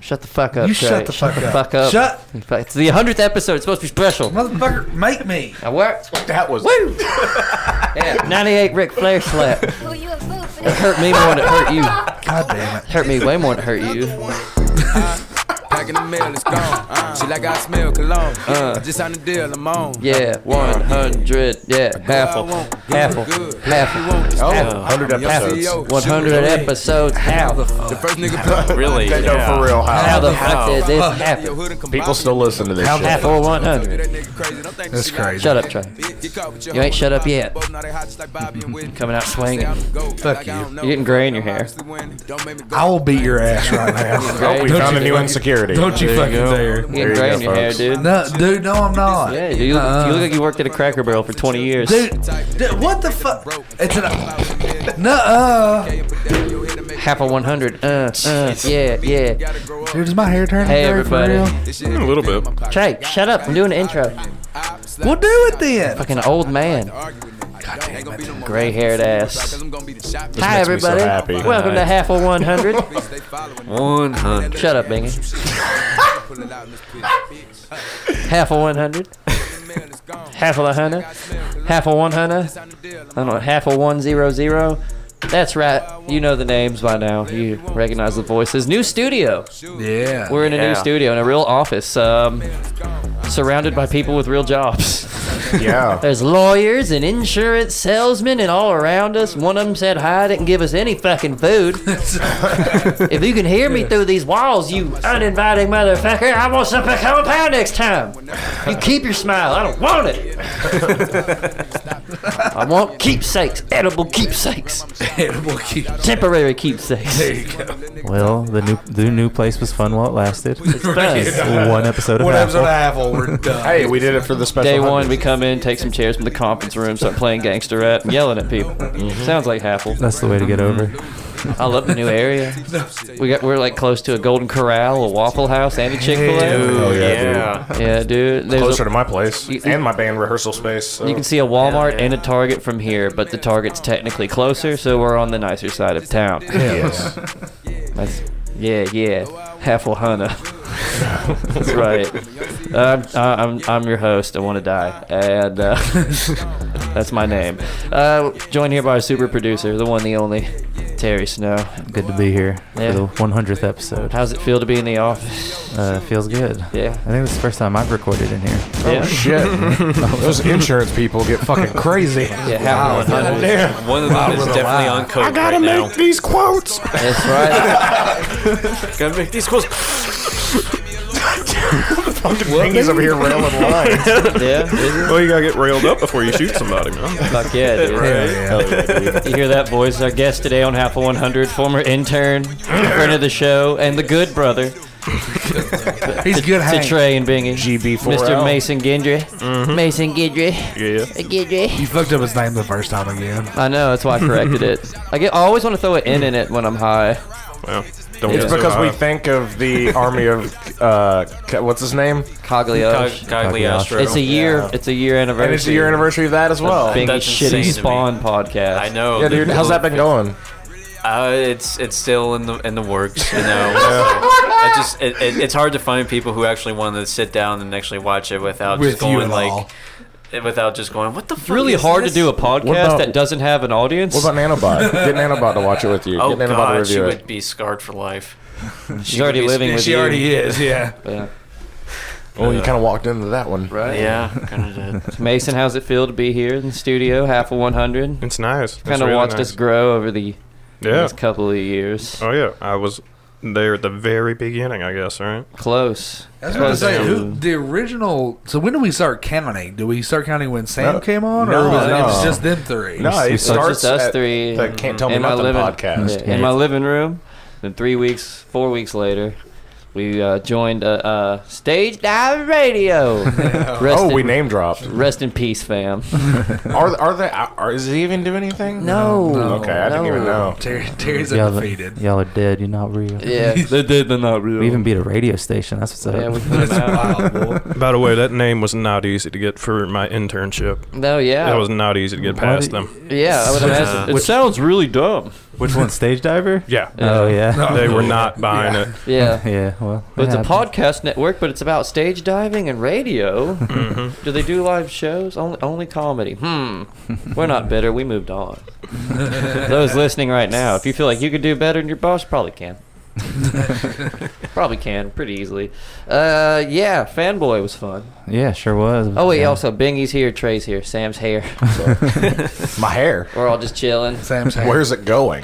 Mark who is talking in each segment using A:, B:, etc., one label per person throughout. A: Shut the fuck up.
B: You
A: Trey.
B: shut the fuck up.
A: Fuck up.
B: Shut-
A: In fact, It's the hundredth episode. It's supposed to be special.
B: Motherfucker, make me.
A: I worked.
C: That was
A: Woo! yeah, ninety-eight Ric Flair slap. It
D: Well, you a move.
A: hurt me more than it hurt you.
B: God damn it.
A: Hurt me way more than it hurt you.
E: Back in the mail, it's gone. Uh, she like I smell cologne. Uh, just on the deal, I'm on.
A: Yeah, one hundred. Yeah, half a, half a, half a.
E: Oh,
C: Oh, 100 episodes.
A: E One hundred episodes. How?
E: The first nigga play.
C: Really?
E: They know
C: Yeah.
E: for real.
A: How the fuck
C: How?
A: did this
E: Your
A: happen?
E: hood and
C: People still listen to this
B: How
C: shit.
B: bad-
A: Or one hundred.
B: That's crazy.
A: Shut up, Trey.
E: You ain't shut up yet.
A: Coming out swinging.
B: Fuck you.
A: You're getting gray in your hair.
B: I will beat your ass right now.
C: Oh, we
A: Don't
C: found
A: you
C: a new
A: do-
C: insecurity.
B: Don't you fucking dare.
A: You're getting
C: There
A: gray
C: you
A: in
C: go,
A: your hair,
C: folks.
A: dude.
B: No, dude, no, I'm not. Uh-uh.
A: Yeah, dude, you look, you look like you worked at a Cracker Barrel for 20 years.
B: Dude, dude, what the fuck? It's an. Nuh-uh.
A: Half a 100. Uh, uh, yeah, yeah.
B: Dude, is my hair turning
A: Hey,
B: gray for
A: everybody.
B: real?
E: a little bit.
A: Trey, shut up. I'm doing the intro.
B: We'll do it then.
A: Fucking old man. Gray haired ass. Hi,
C: makes me so
A: everybody.
C: happy.
A: Welcome to
C: Nice.
A: Half a 100.
E: One hundred.
A: Shut up, Bingy. Half a 100. Half a 100. Half a 100. I don't know, half a 100. That's right. You know the names by now. You recognize the voices. New studio.
B: Yeah.
A: We're in a new
C: Yeah.
A: studio in a real office, um, surrounded by people with real jobs.
C: Yeah.
A: There's lawyers and insurance salesmen and all around us. One of them said hi, didn't give us any fucking food. if you can hear me through these walls, you uninviting motherfucker, I want some pecan pie next time. You keep your smile. I don't want it. I want keepsakes, edible keepsakes,
B: Edible keep.
A: temporary keepsakes.
B: There you go.
F: Well, the new the new place was fun while it lasted.
A: Fun.
F: One episode of
B: What happens on
F: Apple.
B: Apple? We're done.
C: Hey, we did it for the special.
A: Day one,
C: 100.
A: we come in, take some chairs from the conference room, start playing gangster rap, and yelling at people.
C: Mm-hmm.
A: Sounds like Halfle.
F: That's the way to get over.
A: I love the new area. We got we're like close to a Golden Corral, a Waffle House, and a Chick Fil A.
C: Oh, yeah.
F: yeah,
C: dude.
A: Yeah, dude. There's
C: Closer
A: a,
C: to my place
A: You-
C: and my band rehearsal space. so-
A: you can see a Walmart and a Target from here, but the Target's technically closer, so we're on the nicer side of town.
C: Yes.
A: That's, yeah, yeah, Halfle Hunter. That's right. Um, I- I'm, I'm your host. I want to die, and uh, that's my name. Uh, joined here by our super producer, the one, the only, Terry Snow.
F: Good to be here
A: Yeah.
F: for the 100th episode.
A: How's it feel to be in the office?
F: Uh, feels good.
A: Yeah.
F: I think it's the first time I've recorded in here. Oh,
A: yeah.
C: Oh, Shit. Those insurance people get fucking crazy.
A: Yeah, Halfle 100.
G: One of them is definitely on code right now.
C: These quotes.
A: That's right.
G: Gotta make these quotes.
C: Fucking Bingy's over here railing lines.
A: yeah, is it?
G: Well, you gotta get railed up before you shoot somebody, man.
A: Fuck yeah, dude.
B: Yeah, yeah.
A: You hear that voice? Our guest today on Half a 100, former intern, friend of the show, and the good brother
B: He's good.
A: to
B: Hank.
A: Trey and Bingy.
C: GB4L.
A: Mr. Mason Gendry. Mason Gendry.
G: Yeah.
B: You fucked up his name the first time again.
A: I know, that's why I corrected it. I get I always want to throw an N in it when I'm high.
G: Well, don't
C: It's
G: get so
C: because we
G: high.
C: think of the army of uh, Ca- what's his name,
A: Cogliosh.
G: Cog- Cagliostro.
A: It's a year it's a year anniversary.
C: and it's the year anniversary of that as well.
A: Bingy
G: That's
A: Oh, shitty
G: insane to me. Oh,
A: spawn podcast.
G: I know.
C: Yeah,
G: the-
C: dude, how's that been going?
G: Uh, it's it's still in the in the works, you know. so I just it, it, it's hard to find people who actually want to sit down and actually watch it without
B: With
G: just
B: you
G: going
B: and
G: like
B: all.
G: without just going what the
A: It's really hard to do a podcast
C: What about-
A: that doesn't have an audience.
C: What about Nanobot? Get Nanobot to watch it with you.
G: Oh
C: Get Nanobot to
G: god, she
C: review it.
G: would be scarred for life.
A: She's already
G: be-
A: living with
B: She
A: you.
B: already is. Yeah.
A: Yeah.
C: Oh, you kind of walked into that one.
A: Right.
G: Yeah, kind of did.
A: Mason, how's it feel to be here in the studio, half of 100?
H: It's nice. It's
A: Kind of
H: really
A: watched
H: nice.
A: us grow over the
H: Yeah.
A: last couple of years.
H: Oh yeah. I was there at the very beginning, I guess. Right.
A: Close.
B: That's what I was
A: Close
C: um,
B: saying. Who,
A: to-
B: the original. So when do we start counting? Do we start counting when Sam
C: No.
B: came on,
C: No,
B: or was it, it
C: no.
B: was just them three?
C: No, it
A: So it's
C: starts
A: just us
C: at
A: three
C: The Can't Tell Me
A: in my
C: Nothing
A: living
C: podcast.
A: yeah, in my living room. Then three weeks, four weeks later, we uh, joined uh, uh, Stage Dive Radio. Rest
C: Oh,
A: in,
C: we name dropped.
A: Rest in peace, fam.
C: Are are they? Are, is he even do anything?
A: No.
C: Okay, I didn't even know.
B: Terry, Terry's
F: Y'all,
B: undefeted.
F: y'all are dead. You're not real.
A: Yeah, they did. They're not real.
F: We even beat a radio station. That's what's up.
A: yeah, we put 'em out.
H: By the way, that name was not easy to get for my internship.
A: No, Oh, yeah,
H: That was not easy to get
F: Why
H: past
F: did-
H: them.
A: yeah. I would imagine. It sounds really dumb.
F: Which one? Stage diver?
H: Yeah.
F: Oh yeah.
H: They were not buying it.
A: Yeah.
F: Yeah. Well,
A: But it's
F: yeah,
A: a podcast network, but it's about stage diving and radio.
B: Mm-hmm.
A: do they do live shows? Only, only comedy. Hmm. We're not bitter. We moved on. Those listening right now, if you feel like you could do better than your boss, probably can. probably can pretty easily. Uh, yeah, fanboy was fun.
F: Yeah, sure was.
A: Oh wait,
F: yeah.
A: also Bingy's here, Trey's here, Sam's here. So
C: My hair.
A: we're all just chilling.
B: Sam's hair.
C: Where's it going?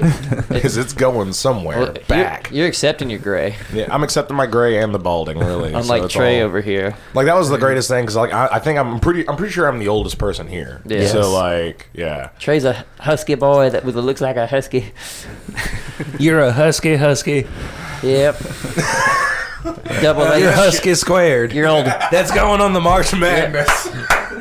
C: Because it's going somewhere.
A: Well,
C: Back.
A: You're, you're accepting your gray,
C: yeah, I'm accepting my gray and the balding. Really. so
A: unlike
C: it's
A: Trey
C: all-
A: over here.
C: Like that was the greatest thing because like I, I think I'm pretty I'm pretty sure I'm the oldest person here.
A: Yeah. Yes.
C: So like yeah.
A: Trey's a husky boy that with- looks like a husky.
B: You're a husky, husky.
A: Yep. Double
B: You're
A: A.
B: husky squared.
A: Your old,
B: That's going on the March Madness.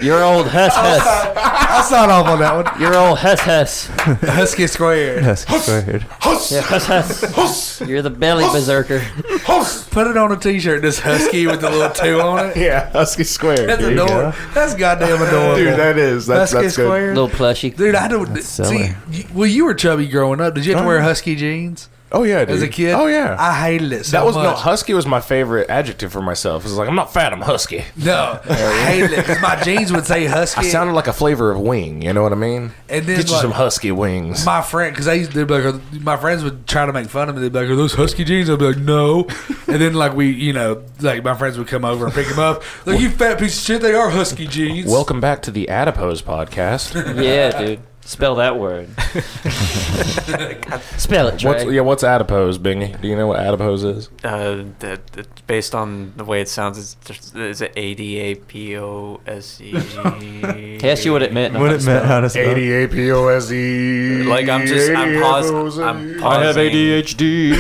A: your old huss huss.
B: I'll sign off on that one.
A: Your old huss huss.
B: Husky squared.
F: That's weird.
C: Huss,
A: Yeah, huss huss.
C: huss,
A: You're the belly berserker.
C: huss.
B: Put it on a T-shirt. This husky with the little two on it.
C: Yeah, Husky Square.
B: That's
C: dude.
B: adorable. That's goddamn adorable.
C: Dude, that is that's
B: husky
C: that's good.
B: squared.
A: Little plushie.
B: Dude, I don't see.
F: silly.
B: You, well, you were chubby growing up. Did you have to wear husky jeans
C: Oh yeah, dude.
B: as a kid?
C: Oh yeah.
B: I hated it. So
C: that was no
B: much.
C: husky was my favorite adjective for myself. It was like I'm not fat, I'm husky.
B: no. I hated it 'cause my jeans would say husky.
C: I sounded like a flavor of wing. You know what I mean?
B: and then
C: Get you
B: like,
C: some husky wings.
B: my friend, because I used to be like, my friends would try to make fun of me. They'd be like, "Are those husky jeans?" I'd be like, "No." And then like we, you know, like my friends would come over and pick them up. Like you fat piece of shit, they are husky jeans.
C: Welcome back to the Adipose podcast.
A: Yeah, dude. Spell that word. Spell it, Trey.
C: what's, yeah, what's adipose, Bingy? Do you know what adipose is?
G: Uh, that, that- based on the way it sounds, it's just is it A D A P O S E.
A: He asked you what it meant. and I'm
F: What
A: like,
F: it meant? How to spell? it.
C: A P O S E.
G: Like I'm just I'm pausing. I'm pausing.
H: I have ADHD.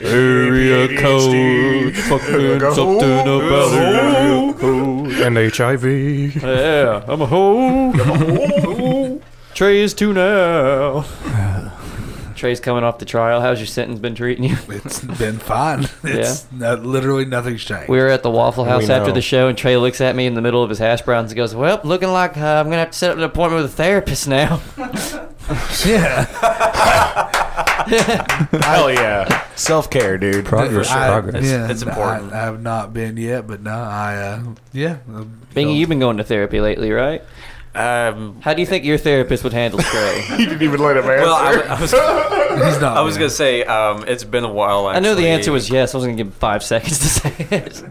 H: Area code. Fucking something about area code. And HIV.
A: Yeah, I'm a hoe. Trey is two now. Trey's coming off the trial. How's your sentence been treating you?
B: It's been fine. It's no- literally nothing's changed.
A: We were at the Waffle House
C: We
A: after
C: know.
A: the show, and Trey looks at me in the middle of his hash browns and goes, "Well, looking like uh, I'm gonna have to set up an appointment with a therapist now."
B: yeah,
C: Hell yeah. Self care, dude.
F: Progress.
C: I-
F: progress.
B: yeah,
G: it's important.
B: I, I have not been yet, but no, I uh, yeah. um,
A: Bingy, you've been going to therapy lately, right?
G: Um,
A: How do you think your therapist would handle Trey?
C: You didn't even let him answer.
G: well, I, I was
B: he's not.
G: I was
B: been.
G: gonna say um, it's been a while.
A: I know the
G: actually.
A: answer was yes. I was gonna give him five seconds to say it.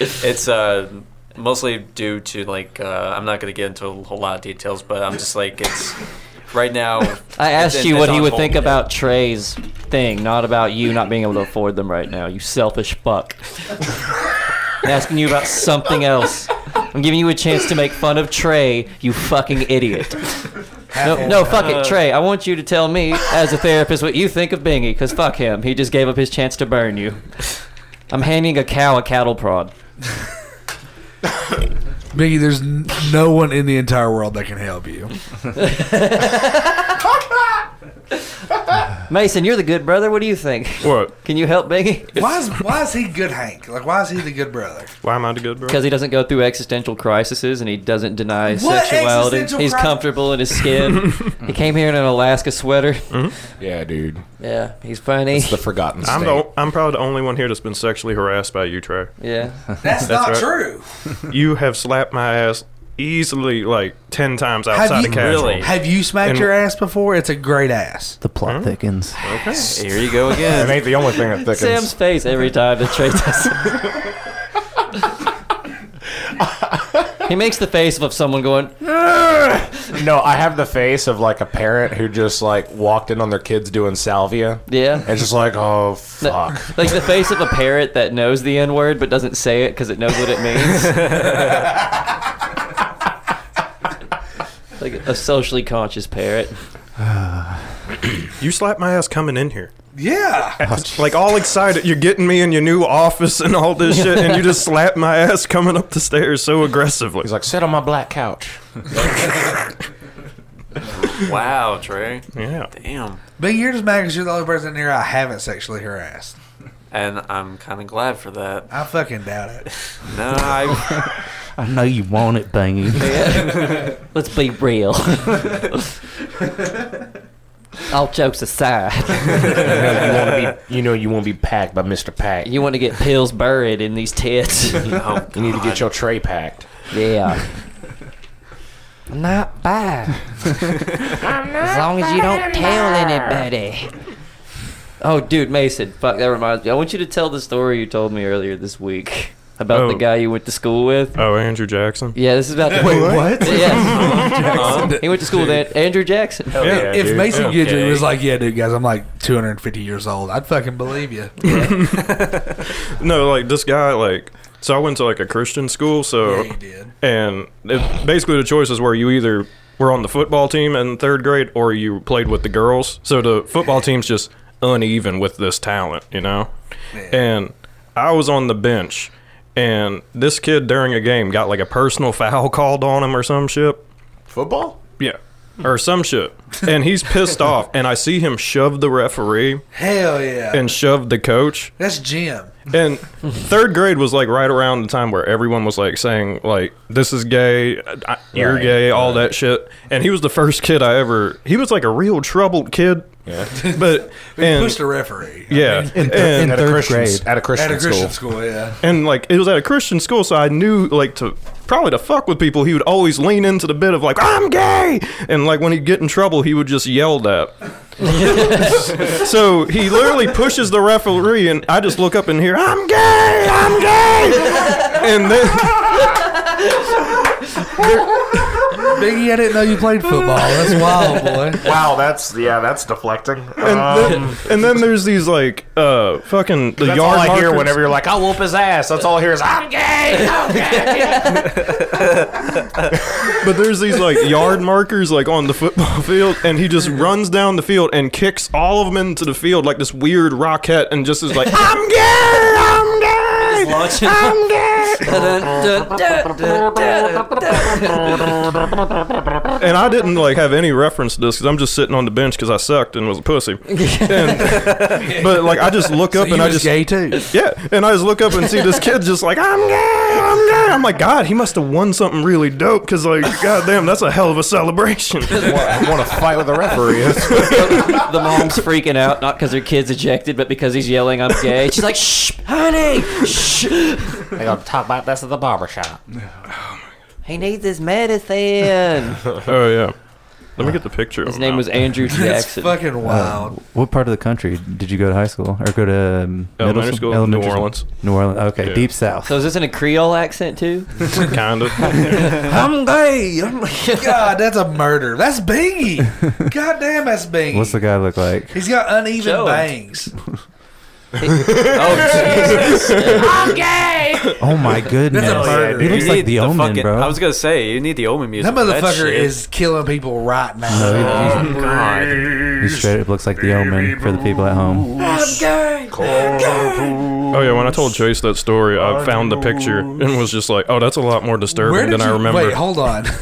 G: it's uh mostly due to like uh, I'm not gonna get into a whole lot of details, but I'm just like it's right now.
A: I asked
G: it's-
A: you
G: it's
A: what he
G: on
A: would
G: hold.
A: think about Trey's thing, not about you not being able to afford them right now. You selfish fuck. I'm asking you about something else. I'm giving you a chance to make fun of Trey, you fucking idiot. No, no, fuck it, Trey. I want you to tell me, as a therapist, what you think of Bingy, because fuck him. He just gave up his chance to burn you. I'm handing a cow a cattle prod.
B: Biggie, there's n- no one in the entire world that can help you.
A: Mason, you're the good brother. What do you think?
H: What?
A: Can you help Bingy?
B: Why is why is he good Hank? Like why is he the good brother?
H: Why am I the good bro?
A: Because he doesn't go through existential crises and he doesn't deny
B: What
A: sexuality.
B: existential
A: He's
B: cri-
A: comfortable in his skin. he came here in an Alaska sweater.
H: Mm-hmm.
C: yeah, dude.
A: Yeah, he's funny.
C: It's the forgotten state.
H: I'm the, I'm probably the only one here that's been sexually harassed by you, Trey.
A: yeah.
B: That's, not
H: right.
B: true.
H: You have slapped my ass easily like ten times outside
B: you
H: of casual.
G: Really?
B: Have you smacked
H: And- Hmm?
B: your ass before? It's a great ass.
F: The plot thickens.
G: Here you go
C: It
G: again.
C: ain't the only thing that thickens.
A: Sam's face every time that Trey does. he makes the face of someone going,
C: No, I have the face of like a parent who just like walked in on their kids doing salvia.
A: yeah.
C: And just like, oh
A: The-
C: fuck.
A: like the face of a parrot that knows the N word but doesn't say it because it knows what it means. like a socially conscious parrot.
H: You slapped my ass coming in here.
B: Yeah.
H: Like all excited, you're getting me in your new office and all this shit, and you just slap my ass coming up the stairs so aggressively.
C: He's like, sit on my black couch.
G: wow, Trey.
H: yeah,
G: Damn.
B: But you're just mad because you're the only person in here I haven't sexually harassed.
G: And I'm kind of glad for that.
B: I fucking doubt it.
G: No, I,
F: I know you want it, Bingy.
A: Let's be real. All jokes aside,
C: You know, you want to be, you know, you want to be packed by Mister Pack.
A: you want to get pills buried in these tits.
G: Oh,
C: You need to
G: God.
C: get your tray packed.
A: Yeah. Not bad. as long as you don't tell anybody. Oh, dude, Mason. Fuck, that reminds me. I want you to tell the story you told me earlier this week about the
H: Oh.
A: guy you went to school with.
H: Oh, Andrew Jackson.
A: Yeah, this is about the.
F: what?
A: Yes.
G: Huh?
A: he went to school with An- Andrew Jackson.
C: yeah,
B: if
C: dude.
B: Mason
G: Okay.
B: Guidry was like, "Yeah, dude, guys, I'm like 250 years old," I'd fucking believe you.
H: No, like this guy, like so I went to like a Christian school, so
B: Yeah, he did.
H: and it, basically the choices were you either were on the football team in third grade or you played with the girls. So the football team's just uneven with this talent, you know. And I was on the bench, and this kid during a game got like a personal foul called on him or some shit.
C: Football?
H: Yeah. Or some shit. And he's pissed off. And I see him shove the referee
B: Hell yeah,
H: and shove the coach.
B: that's Jim.
H: And third grade was like right around the time where everyone was like saying like this is gay, I- you're
C: Right,
H: gay, all that shit. And he was the first kid I ever. He was like a real troubled kid. Yeah. But
B: We
H: and
B: pushed a referee
H: yeah,
F: In th-
H: and,
F: in
H: and,
C: At a
F: Third
C: Christian,
F: grade.
C: at a Christian,
B: at a Christian
C: school.
B: school. yeah,
H: like it was at a Christian school, so I knew like to probably to fuck with people. He would always lean into the bit of like I'm gay, and like when he'd get in trouble, he would just yell that. So he literally pushes the referee, and I just look up and hear, "I'm gay, I'm gay," and then.
B: Biggie, I didn't know you played football. That's wild, boy.
C: Wow, that's yeah, that's deflecting.
H: And,
C: Um,
H: then, and then there's these like uh fucking the
C: that's
H: yard
C: all I hear
H: markers.
C: whenever you're like, "I'll whoop his ass." That's all I hear is, "I'm gay." I'm gay.
H: but there's these like yard markers like on the football field and he just runs down the field and kicks all of them into the field like this weird rocket and just is like I'm gay I'm gay
G: Launching.
H: I'm gay and I didn't like have any reference to this because I'm just sitting on the bench because I sucked and was a pussy And- but like I just look up
B: You
H: and I
B: was
H: just
B: gay too.
H: Yeah, and I just look up and see this kid just like I'm gay, I'm gay. I'm like, God, he must have won something really dope because like, goddamn, that's a hell of a celebration.
C: I want to fight with the referee.
A: the mom's freaking out, not because her kid's ejected, but because he's yelling, I'm gay. She's like, shh, honey, shh.
C: they gonna talk about this at the barbershop.
A: He needs his medicine.
H: oh yeah, let me get the picture. of Uh,
A: His
H: him
A: name
H: now.
A: was Andrew
B: That's
A: Jackson.
B: fucking wild.
F: Uh, What part of the country did you go to high school or go to um, middle
H: elementary school,
F: elementary
H: New
F: school?
H: Orleans,
F: New Orleans. Okay,
H: Yeah.
F: deep south.
A: So is this in a Creole accent too?
H: kind of.
A: I'm gay. I'm
B: God, that's a murder. That's Bingy. God damn, that's Bingy.
F: What's the guy look like?
B: He's got uneven
A: Joe.
B: bangs.
F: Oh my goodness!
B: murder.
F: he looks
G: You
F: like
G: need
F: the omen,
G: fucking-
F: bro.
G: I was gonna say you need the omen music. for
B: That motherfucker
G: shit.
B: is killing people right now.
F: No,
B: Oh
F: he-
C: God.
F: he, he straight up looks like the omen for the people at home.
H: oh yeah, when I told Chase that story, I found the picture and was just like, oh, that's a lot more disturbing than I
B: you
H: remember.
B: wait? Hold on.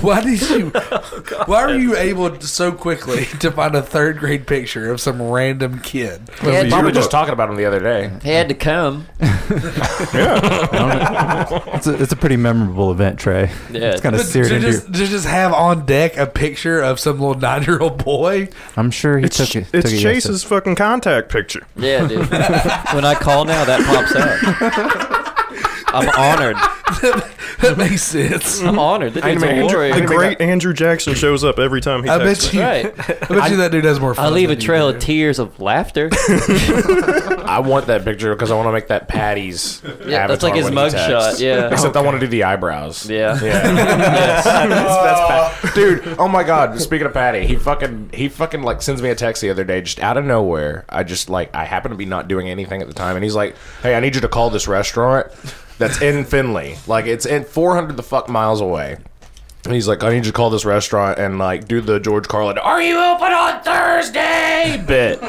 B: Why did you?
A: Oh,
B: Why were you able to, so quickly to find a third grade picture of some random kid?
A: He had,
C: We were
A: to,
C: just talking about him the other day.
A: he had to come.
F: It's a, it's a pretty memorable event, Trey.
A: Yeah.
F: It's kind of
B: But to
F: seared into.
B: just,
F: Your,
B: to just have on deck a picture of some little nine year old boy.
F: I'm sure he took it.
H: It's
F: took it
H: Chase's fucking contact picture.
A: Yeah, dude. when I call now, that pops up. I'm honored.
B: that makes sense.
A: I'm honored. The dude's a
H: Andrew, the
A: warrior.
H: great Andrew Jackson shows up every time he.
B: I
H: texts
B: bet
H: me.
B: you.
A: Right.
B: I bet you that dude has more fun.
A: I leave a
B: than you
A: trail
B: do.
A: of tears of laughter.
C: I want that picture because I want to make that Patty's.
A: Yeah, that's like his mugshot. Yeah.
C: Except I want to do the eyebrows.
A: Yeah.
C: that's, that's Pat- dude. Oh my god! Speaking of Patty, he fucking he fucking like sends me a text the other day, just out of nowhere. I just like I happen to be not doing anything at the time, and he's like, "Hey, I need you to call this restaurant that's in Finley. Like it's in 400 the fuck miles away." And he's like, "I need you to call this restaurant and like do the George Carlin. Are you open on Thursday?" bit.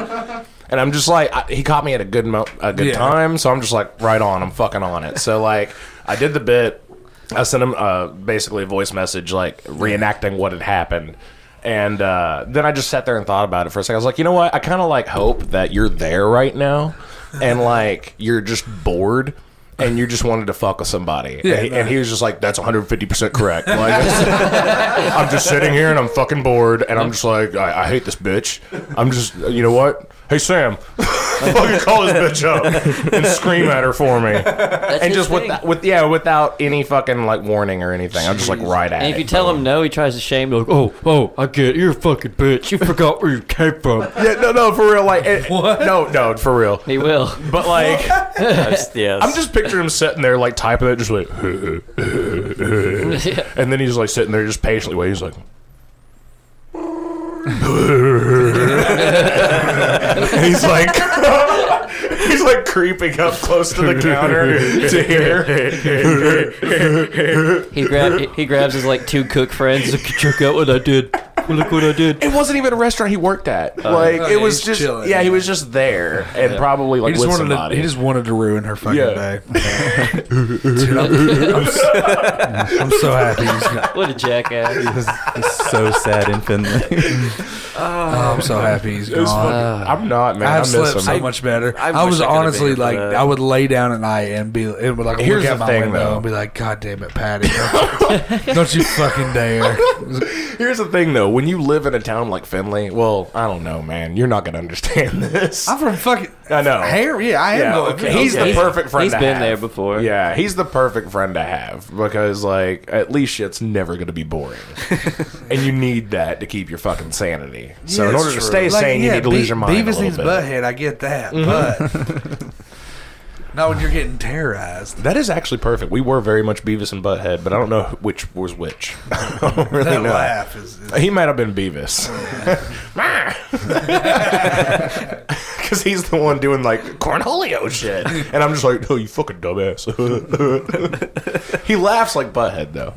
C: And I'm just like, I, he caught me at a good mo- a good
B: Yeah.
C: time, so I'm just like, right on, I'm fucking on it. So like, I did the bit. I sent him uh, basically a voice message, like reenacting what had happened. And uh, then I just sat there and thought about it for a second. I was like, you know what? I kind of like hope that you're there right now, and like you're just bored. and you just wanted to fuck with somebody.
B: Yeah,
C: and, he,
B: no.
C: and he was just like, that's 150% correct. Like, I'm just sitting here and I'm fucking bored and I'm just like, I, I hate this bitch. I'm just, you know what? Hey, Sam, fucking call this bitch up and scream at her for me. and
A: his
C: just with,
A: thing.
C: that- with, yeah, without any fucking like warning or anything. I'm just like right at
A: And if
C: it.
A: you tell him no, he tries to shame you. Like, oh, oh, I get it. You're a fucking bitch. You forgot where you came from.
C: yeah, no, no, for real. Like, it, no, no, for real.
A: He will.
C: But like,
G: That's- yeah,
C: I'm just picturing him sitting there, like typing it, just like,
A: Yeah.
C: and then he's like sitting there, just patiently waiting. He's like, And he's like, he's like creeping up close to the counter to hear.
A: He, grab, he, he grabs his like two cook friends. Like, check out what I did. Look what I did.
C: it wasn't even a restaurant he worked at. Like
B: yeah,
C: it was
B: he's
C: just,
B: chilling.
C: Oh, yeah, he was just there and probably
B: He
C: like
B: just
C: with
B: wanted
C: somebody.
B: to. He just wanted to ruin her fucking
C: Yeah.
B: day. Dude, I'm, I'm s- I'm so happy. He's got,
A: What a jackass.
F: This is so sad in Finland.
B: oh, I'm so happy he's
C: It was fucking-
B: gone.
A: Uh,
C: I'm not man.
B: I
C: I,
B: have
C: miss
B: slept
C: him.
B: so much better. I,
G: I
B: was
G: wish I could've been
B: honestly
G: here for
B: like,
G: that.
B: I would lay down at night and be, it would like
C: Here's
B: look out
C: the
B: my
C: thing,
B: window
C: though.
B: and be like, God damn it, Patty, don't you fucking dare.
C: Here's the thing, though. When you live in a town like Finley, well, I don't know, man. You're not gonna understand this.
B: I'm from fucking.
C: I know.
B: Harry, yeah, I am
C: Yeah,
B: going.
C: okay. He's the
A: He's-
C: perfect friend.
A: he's
C: to
A: been
C: have.
A: there before.
C: Yeah, he's the perfect friend to have because, like, at least shit's never gonna be boring, and you need that to keep your fucking sanity. So, in
B: That's
C: order to
B: true.
C: stay
B: Like,
C: sane, you
B: yeah,
C: need to
B: Be-
C: lose your mind.
B: Beavis
C: a
B: needs
C: little bit.
B: butthead. I get that, but not when you're getting terrorized.
C: That is actually perfect. We were very much Beavis and Butthead, but I don't know which was which. I don't really
B: That
C: know.
B: laugh is, is
C: He might have been Beavis. Because he's the one doing like cornholio shit. And I'm just like, oh, you fucking dumbass. he laughs like Butthead, though.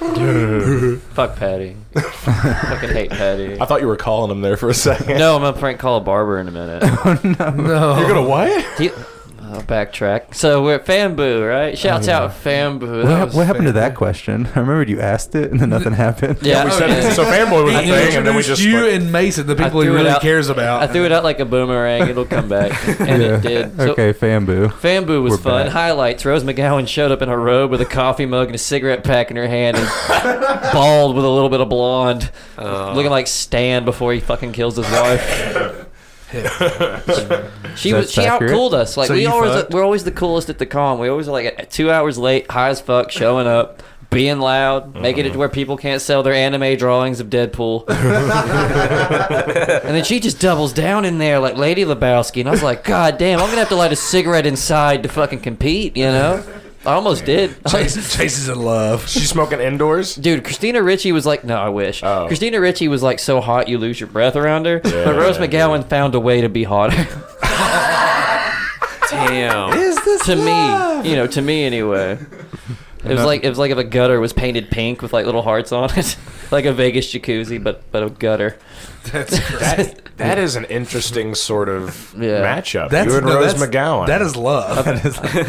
A: Fuck Patty. Fucking hate Patty.
C: I thought you were calling him there for a second.
A: No, I'm gonna prank call a barber in a minute.
B: Oh,
C: You're going to what?
A: Do you- I'll backtrack. So we're at Fanboo, right?
B: Oh,
A: Shouts out Fanboo. That
F: What,
A: was-
F: what happened to that question? I remembered you asked it and then nothing happened.
A: Yeah,
C: We said,
A: okay.
C: so Fanboy was a
B: He
C: thing, and then we
B: oh, introduced
C: just.
B: you
C: like-
B: and Mason, the people
A: I
B: he
A: threw it
B: really
A: out-
B: cares about.
A: I threw it out like a boomerang. It'll come back, and it did. So
F: okay, Fambu.
A: Fanboo was
F: We're
A: fun.
F: back.
A: Highlights: Rose McGowan showed up in a robe with a coffee mug and a cigarette pack in her hand, and bald with a little bit of blonde,
F: Oh.
A: looking like Stan before he fucking kills his wife.
F: Is
A: she
F: that
A: was she
F: accurate?
A: outcooled us. Like
B: So
A: we
B: you
A: always
B: fucked?
A: we're always the coolest at the con. We always are like two hours late, high as fuck, showing up. Being loud,
F: Mm-hmm.
A: making it to where people can't sell their anime drawings of Deadpool. And then she just doubles down in there like Lady Lebowski, and I was like, God damn, I'm gonna have to light a cigarette inside to fucking compete, you know? I almost did.
B: Jason, Jason's in love.
C: She's smoking indoors?
A: Dude, Christina Ritchie was like, no, I wish.
C: Oh.
A: Christina Ritchie was like so hot you lose your breath around her, but Rose McGowan found a way to be hotter
G: damn.
F: Is this
A: to me, you know, to me anyway. It was like it was like if a gutter was painted pink with like little hearts on it, like a Vegas jacuzzi, but but a gutter.
B: That's
C: That, that is an interesting sort of
A: Yeah.
C: matchup.
B: that's
C: you and
B: no,
C: Rose
B: that's-
C: McGowan.
B: That is love.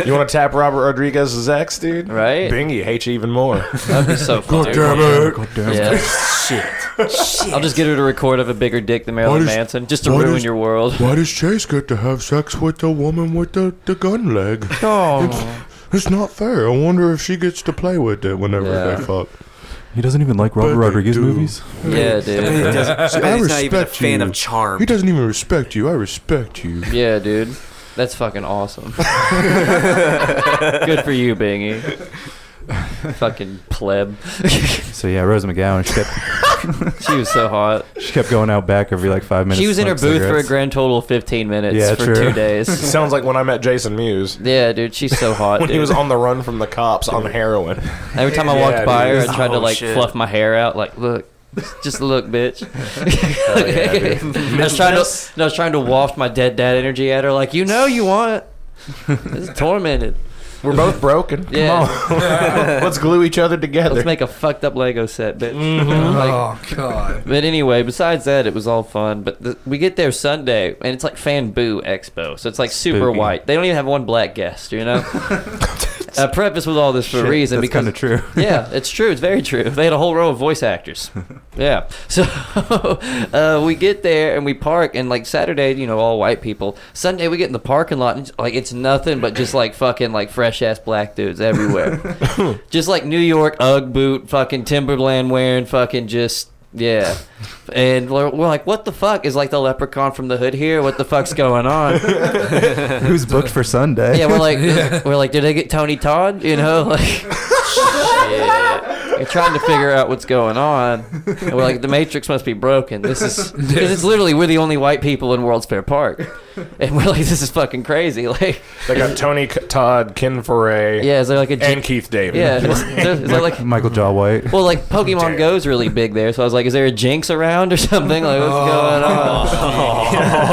C: You want to tap Robert Rodriguez's ex, dude?
A: Right?
C: Bingy hates you even more.
A: That'd be so fun. dude.
B: God damn it.
A: Yeah. I'll just get her to record of a bigger dick than Marilyn
D: What is-
A: Manson, just to
D: what
A: ruin
D: is-
A: your world.
D: Why does Chase get to have sex with the woman with the, the gun leg?
A: Oh,
D: It's not fair. I wonder if she gets to play with it whenever
A: Yeah.
D: they fuck.
F: He doesn't even like
D: But
F: Robert
D: they
F: Rodriguez
D: do.
F: movies.
A: yeah, dude.
G: It doesn't-
D: See, I
G: he's not even a
D: respect
G: fan
D: you.
G: of charm.
D: He doesn't even respect you. I respect you.
A: Yeah, dude. That's fucking awesome. Good for you, Bingy. fucking pleb. she
F: So yeah, Rose McGowan. She kept
A: was so hot.
F: she kept going out back every like five minutes.
A: She was in her
F: smoking
A: booth for a
F: cigarettes.
A: grand total of 15 minutes
F: Yeah,
A: for
F: true.
A: two days.
C: Sounds like when I met Jason Mewes.
A: Yeah, dude, she's so hot.
C: When
A: dude.
C: he was on the run from the cops on heroin.
A: Every time I
C: Yeah,
A: walked
C: dude.
A: by her, I tried to
G: Oh,
A: like
G: shit.
A: fluff my hair out. Like, look, just look, bitch. I was trying to, no, I was trying to waft my dead dad energy at her. Like, you know, you want. This is tormented.
C: We're both broken. Come
A: Yeah.
C: on. Let's glue each other together.
A: Let's make a fucked up Lego set, bitch. Like,
B: Oh God.
A: but anyway, besides that, it was all fun. But the, we get there Sunday, and it's like Fan Boo Expo, so it's like super
F: Spooky.
A: white. They don't even have one black guest, you know. I preface with all this for a
F: Shit,
A: reason
F: that's
A: because
F: kinda true.
A: yeah, it's true. It's very true. They had a whole row of voice actors. Yeah. So uh, we get there and we park and like Saturday, you know, all white people. Sunday we get in the parking lot and like it's nothing but just like fucking like fresh ass black dudes everywhere. just like New York UGG boot, fucking Timberland wearing, fucking just. Yeah, and we're, we're like, "What the fuck is like the leprechaun from the hood here? What the fuck's going on?"
F: Who's booked for Sunday?
A: Yeah, we're like, we're like, did they get Tony Todd? You know, like, shit. We're trying to figure out what's going on. And we're like, the Matrix must be broken. This is because it's literally we're the only white people in World's Fair Park, and we're like, this is fucking crazy. Like,
C: They got Tony C- Todd, Ken Foray,
A: yeah, is there like a
C: and Keith David.
A: yeah, is there, is there like
F: Michael Jaw White.
A: well, like Pokemon Go's really big there, so I was like, is there a Jinx around or something? Like,
C: Oh.
A: what's going on? And,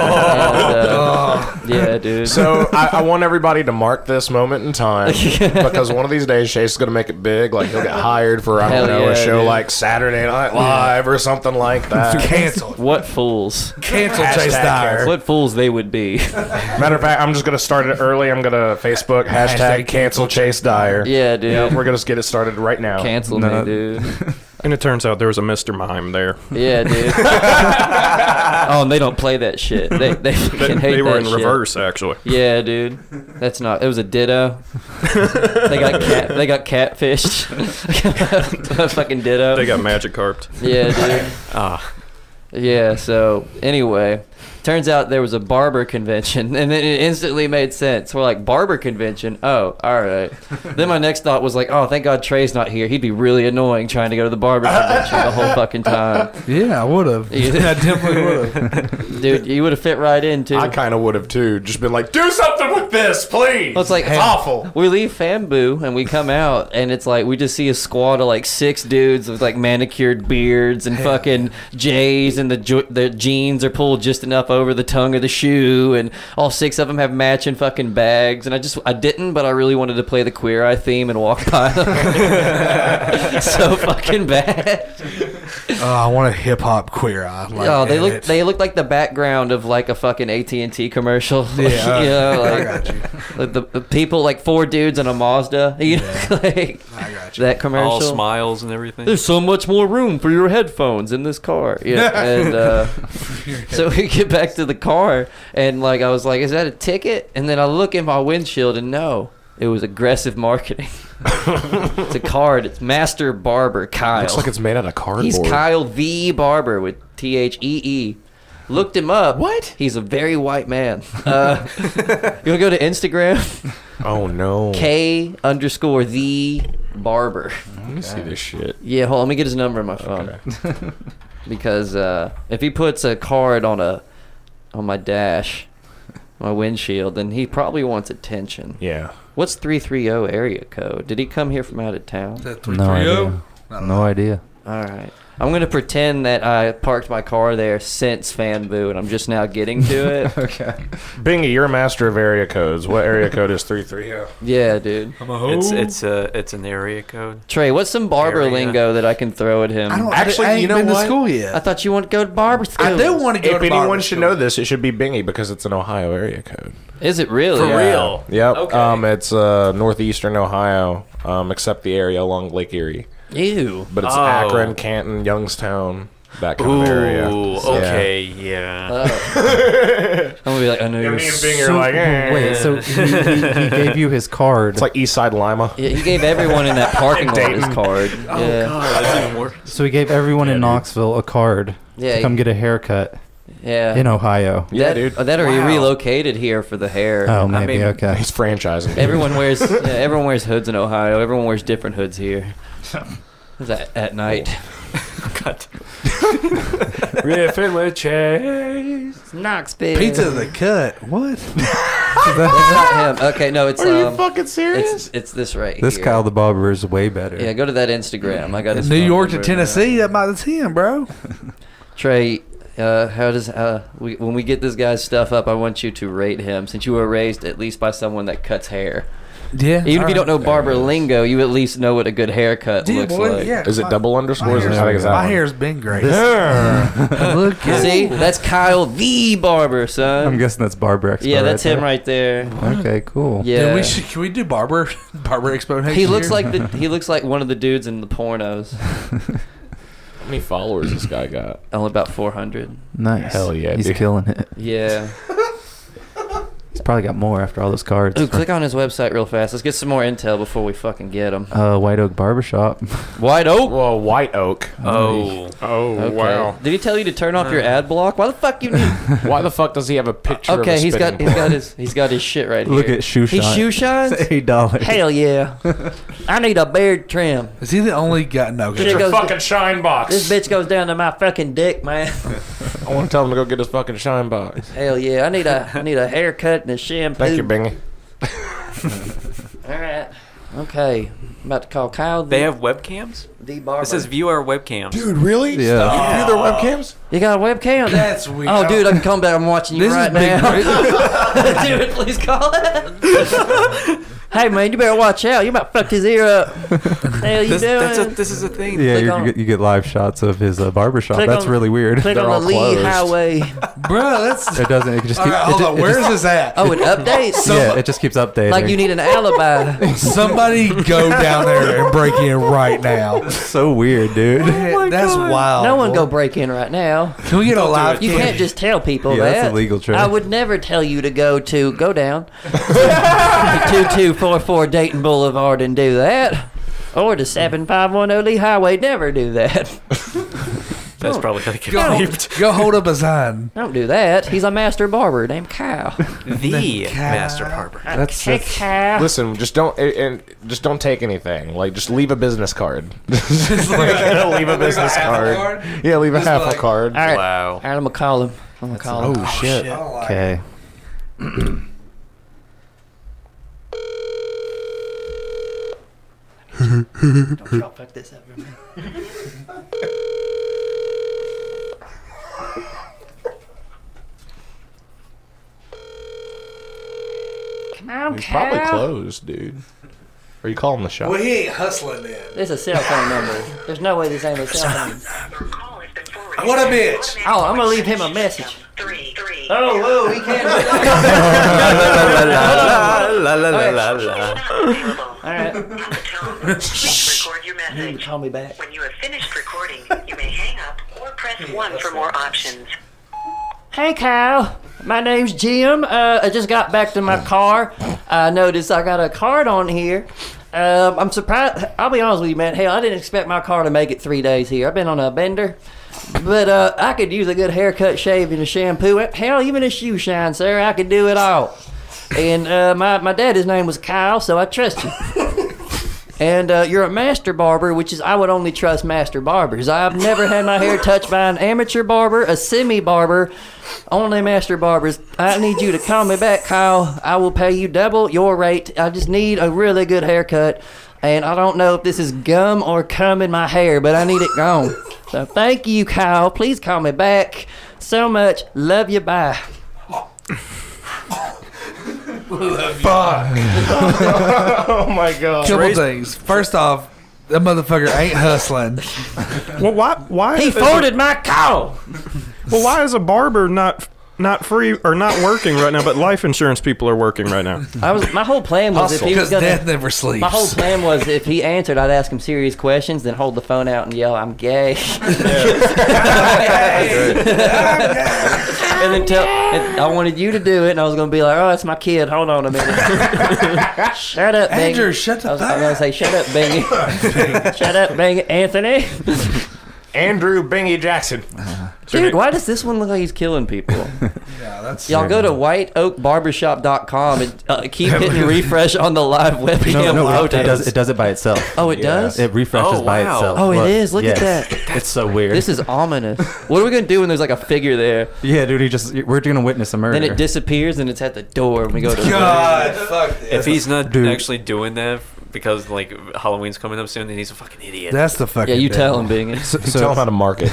A: uh,
G: Oh.
A: yeah, dude.
C: So I, I want everybody to mark this moment in time because one of these days Chase is going to make it big. Like he'll get hired for I
A: Hell
C: don't know
A: yeah,
C: a show
A: dude.
C: like Saturday Night Live or something like that.
B: Cancel.
A: what fools?
B: Cancel
C: Hashtag
B: Chase Dyer.
A: What fools they would be.
C: Matter of fact, I'm just going to start it early. I'm going to Facebook hashtag cancel Chase Dyer.
A: Yeah, dude.
C: Yeah, we're going to get it started right now.
A: Cancel
F: No.
A: me, dude.
H: And it turns out there was a Mr. Mime there.
A: Yeah, dude. oh, and they don't play that shit. They they fucking
H: They,
A: hate
H: they were
A: that
H: in
A: shit.
H: reverse, actually.
A: Yeah, dude. That's not. It was a ditto. they got cat. They got catfished. fucking ditto.
H: They got Ah. magic carped.
A: yeah, dude. Yeah. So anyway, turns out there was a barber convention, and then it instantly made sense. We're like barber convention. Oh, all right. then my next thought was like, oh, thank God Trey's not here. He'd be really annoying trying to go to the barber convention the whole fucking time,
B: Yeah, I would have.
A: Yeah.
B: I definitely would have.
A: dude. You would have fit right in too.
C: I kind of would have too. Just been like, do something with this, please.
A: Well, it's like-
C: awful.
A: We leave Fambu and we come out, and it's like we just see a squad of like six dudes with like manicured beards and fucking J's, and the jo- the jeans are pulled just enough over the tongue of the shoe, and all six of them have matching fucking bags. And I just I didn't, but I really wanted to play the queer eye theme and walk by them. so fucking bad.
B: Oh, I want a hip hop queer eye. Like,
A: oh, they
B: in
A: look
B: it.
A: they look like the background of like a fucking AT and T commercial. Like,
B: Yeah.
A: you know,
B: I
A: like-
B: got you.
A: like the, the people like four dudes and a Mazda. You know, like
B: I got you.
A: that commercial.
G: All smiles and everything.
A: There's so much more room for your headphones in this car. Yeah, and uh, so we get back to the car, and like I was like, "Is that a ticket?" And then I look in my windshield, and no, it was aggressive marketing. it's a card. It's Master Barber Kyle.
C: Looks like it's made out of cardboard.
A: He's Kyle V. Barber with T H E E. Looked him up. What? He's a very white man. Uh, you wanna go to Instagram?
C: oh no.
A: K underscore the barber.
C: Let me see this shit.
A: Yeah, hold on, let me get his number on my phone. because uh, if he puts a card on a on my dash, my windshield, then he probably wants attention.
C: Yeah.
A: What's three three zero area code? Did he come here from out of town?
B: That
F: No
B: 330?
F: idea. No idea.
A: All right. I'm going to pretend that I parked my car there since Fanbu and I'm just now getting to it.
F: Okay.
C: Bingy, you're a master of area codes. What area code is oh? 330?
A: yeah, dude.
B: I'm a hoe.
G: It's it's a it's an area code.
A: Trey, what's some barber
G: Area.
A: lingo that I can throw at him?
B: I don't,
C: Actually,
B: I ain't
C: you know
B: been
C: what?
B: to school
A: I
B: yet.
A: thought you wanted to go to barber school.
B: I, do want to go
C: If
B: to
C: anyone
B: barber
C: should
B: school.
C: know this, it should be Bingy because it's an Ohio area code.
A: Is it really?
G: real.
C: Yep. Um, it's uh, northeastern Ohio, um, except the area along Lake Erie.
A: Ew.
C: But it's
G: Oh.
C: Akron, Canton, Youngstown, that kind
G: Ooh,
C: of area.
G: okay, yeah.
A: Oh. I'm going to be like, I know
C: Yeah.
A: you're.
C: And me and
A: s-
C: Bingy are like, eh.
F: Wait, so he, he, he gave you his card.
C: it's like East Side Lima.
A: Yeah, he gave everyone in that parking lot his
C: Dayton. Oh,
A: card. yeah.
G: that's even worse.
F: so he gave everyone in Knoxville a card
A: Yeah,
F: to come get a haircut
A: Yeah.
F: in Ohio.
A: that,
C: Yeah, dude.
A: That or he relocated here for the hair.
F: Oh, maybe
G: mean,
F: okay.
C: He's franchising.
A: Everyone wears yeah, everyone wears hoods in Ohio. Everyone wears different hoods here. Is that at night?
G: God.
H: Riffing with Chase.
A: Knoxville.
B: Pizza to the cut. What?
A: It's not him. Okay, no, it's um,
C: fucking
A: it's it's this right
F: This
A: here.
F: Kyle the Barber is way better.
A: Yeah, go to that Instagram. I got his
B: New
A: phone
B: York to
A: number.
B: Tennessee. That might that's him, bro.
A: Trey, uh, how does uh, we, when we get this guy's stuff up? I want you to rate him since you were raised at least by someone that cuts hair.
B: Yeah.
A: Even if you don't know barber lingo, you at least know what a good haircut
B: Dude,
A: looks
B: boy,
A: like.
B: yeah.
C: Is it double underscores? or
B: hair's-
C: I think it's that
B: my
C: one.
B: hair's been great. Look at
A: See, that's Kyle the barber, son.
F: I'm guessing that's Barber Expo.
A: yeah, that's him right there.
F: there. Okay, cool.
A: Yeah,
B: Dude, we should, can we do barber barber expo next
A: he looks
B: year?
A: like the he looks like one of the dudes in the pornos.
C: How many followers this guy got?
A: Only about four hundred.
F: Nice.
C: Hell yeah,
F: He's
C: dude.
F: killing it.
A: Yeah.
F: He's probably got more after all those cards.
A: Ooh, click on his website real fast. Let's get some more intel before we fucking get him.
F: Uh, White Oak Barbershop.
A: White Oak.
C: Well, White Oak.
G: Oh,
H: Oh
A: Okay. Did he tell you to turn off your ad block? Why the fuck you need?
C: Why the fuck does he have a picture? of
A: okay,
C: a
A: he's got
C: spitting
A: he's
C: pole?
A: got his he's got his shit right here.
F: Look at shoe
A: He
F: shine.
A: shoe shines.
F: Eight dollars.
A: Hell yeah! I need a beard trim.
B: Is he the only guy? No,
A: Shit
B: okay.
A: goes-
C: shine
A: This
C: box.
A: bitch goes down to my fucking dick, man.
C: I want to tell him to go get his fucking shine box.
A: Hell yeah! I need a I need a haircut and a shampoo.
C: Thank you, Bingy.
A: All right. Okay. I'm about to call Kyle.
G: they
A: the,
G: have webcams.
A: the barber.
G: It says view our webcams.
C: Dude, really?
F: Yeah.
C: You view their webcams?
A: you got a webcam.
B: That's weird.
A: Oh, dude, I can come back. I'm watching you
B: This is
A: right
B: big
A: now. dude, please call it. hey, man, you better watch out. You about to fuck his ear up. Hell, you
G: This,
A: doing?
G: that's a, this is a thing.
F: Yeah,
A: Click
F: you
A: on-
F: get, you get live shots of his uh, barbershop.
A: Click
F: That's
A: on-
F: really weird.
A: Click
F: They're
A: on
F: all
A: the Lee
F: closed.
A: Highway.
B: bro, that's.
F: It doesn't. It just
B: All
F: keeps.
B: right,
F: it,
B: hold
F: ju-
B: on.
F: it
B: Where's
F: just,
B: this at?
A: Oh, it updates.
F: Yeah, it just keeps updating.
A: like you need an alibi.
B: Somebody go down there and break in right now.
F: so weird,
B: Oh
F: dude.
B: that's wild.
A: No one
B: boy.
A: go break in right now.
B: Can we get a live?
A: You
B: cam?
A: can't just tell people
F: Yeah,
A: that.
F: that's illegal, Trey.
A: I would never tell you to go to go down two two four four Dayton Boulevard and do that, or to seven five one oh Lee Highway. Never do that.
G: That's probably gonna get
B: go,
G: bleeped.
B: go hold up a sign.
A: Don't do that. He's a master barber named Kyle.
G: The master barber.
F: That's,
A: Hey,
F: that's
A: Kyle.
C: Listen, just don't and- and just don't take anything. Like, just leave a business card. leave a business card. Yeah, leave a half
B: like-
C: a card.
A: All right. All
G: Wow.
A: right, I'm gonna call him. I'm gonna call him.
F: oh shit. Okay.
A: Don't y'all fuck this up for me. Come on,
C: He's
A: Kyle.
C: probably closed, dude. Or you call him the shop.
B: he ain't hustling then.
A: This is a cell phone number. There's no way this ain't a cell phone.
B: What a bitch.
A: Oh, I'm gonna leave him a message.
I: Three, three.
A: Oh, Lou, he can't.
G: La la la la la.
A: All right,
I: At the tone, please record your
A: you
I: message.
A: call me back.
I: When you have finished recording, you may hang up or press one for more options.
A: Hey, Kyle. My name's Jim. Uh, I just got back to my car. I noticed I got a card on here. Um, I'm surprised. I'll be honest with you, man. Hell, I didn't expect my car to make it three days here. I've been on a bender. But uh, I could use a good haircut, shave, and a shampoo. Hell, even a shoe shine, sir. I could do it all. And uh, my, my daddy's name was Kyle, so I trust you. And uh, you're a master barber, which is I would only trust master barbers. I've never had my hair touched by an amateur barber, a semi barber, only master barbers. I need you to call me back, Kyle. I will pay you double your rate. I just need a really good haircut, and I don't know if this is gum or cum in my hair, but I need it gone. So thank you, Kyle. Please call me back. So much. Love you. Bye.
C: Oh my god.
B: Couple things. First off, that motherfucker ain't hustling.
H: Well, why? Why?
A: He
H: is a-
A: folded my call.
H: well, why is a barber not not free or not working right now? But life insurance people are working right now.
A: I was. My whole plan was if he was
B: Because
A: gonna.
B: death never sleeps.
A: My whole plan was if he answered, I'd ask him serious questions, then hold the phone out and yell, "I'm gay," and then tell. And I wanted you to do it, and I was gonna be like, "Oh, it's my kid. Hold on a minute. shut up, Bingy.
B: Andrew, shut
A: I
B: the
A: was, I was
B: fuck
A: gonna say, "Shut up, Bingy. shut up, Bingy. Anthony,
C: Andrew Bingy Jackson.
A: dude, why does this one look like he's killing people?
B: up.
A: Y'all go to whiteoakbarbershop.com and uh, keep hitting refresh on the live webcam.
F: No, no, it,
A: photos.
F: it does. It does it by itself.
A: Oh, it does.
F: It refreshes
G: Oh,
F: by
G: wow.
F: itself.
A: Oh, it is. Look at
F: that. It's so weird.
A: This is ominous. What are we gonna do when there's like a figure there?
F: yeah, dude. He just we're gonna witness a murder.
A: Then it disappears and it's at the door when we go to.
B: God, fuck this.
G: If he's not
F: Dude.
G: actually doing that because like Halloween's coming up soon, then he's a fucking idiot.
B: That's the fucking.
A: Yeah, you
B: devil.
A: tell him, Bingy.
F: So,
C: Tell them how
F: so,
C: to market.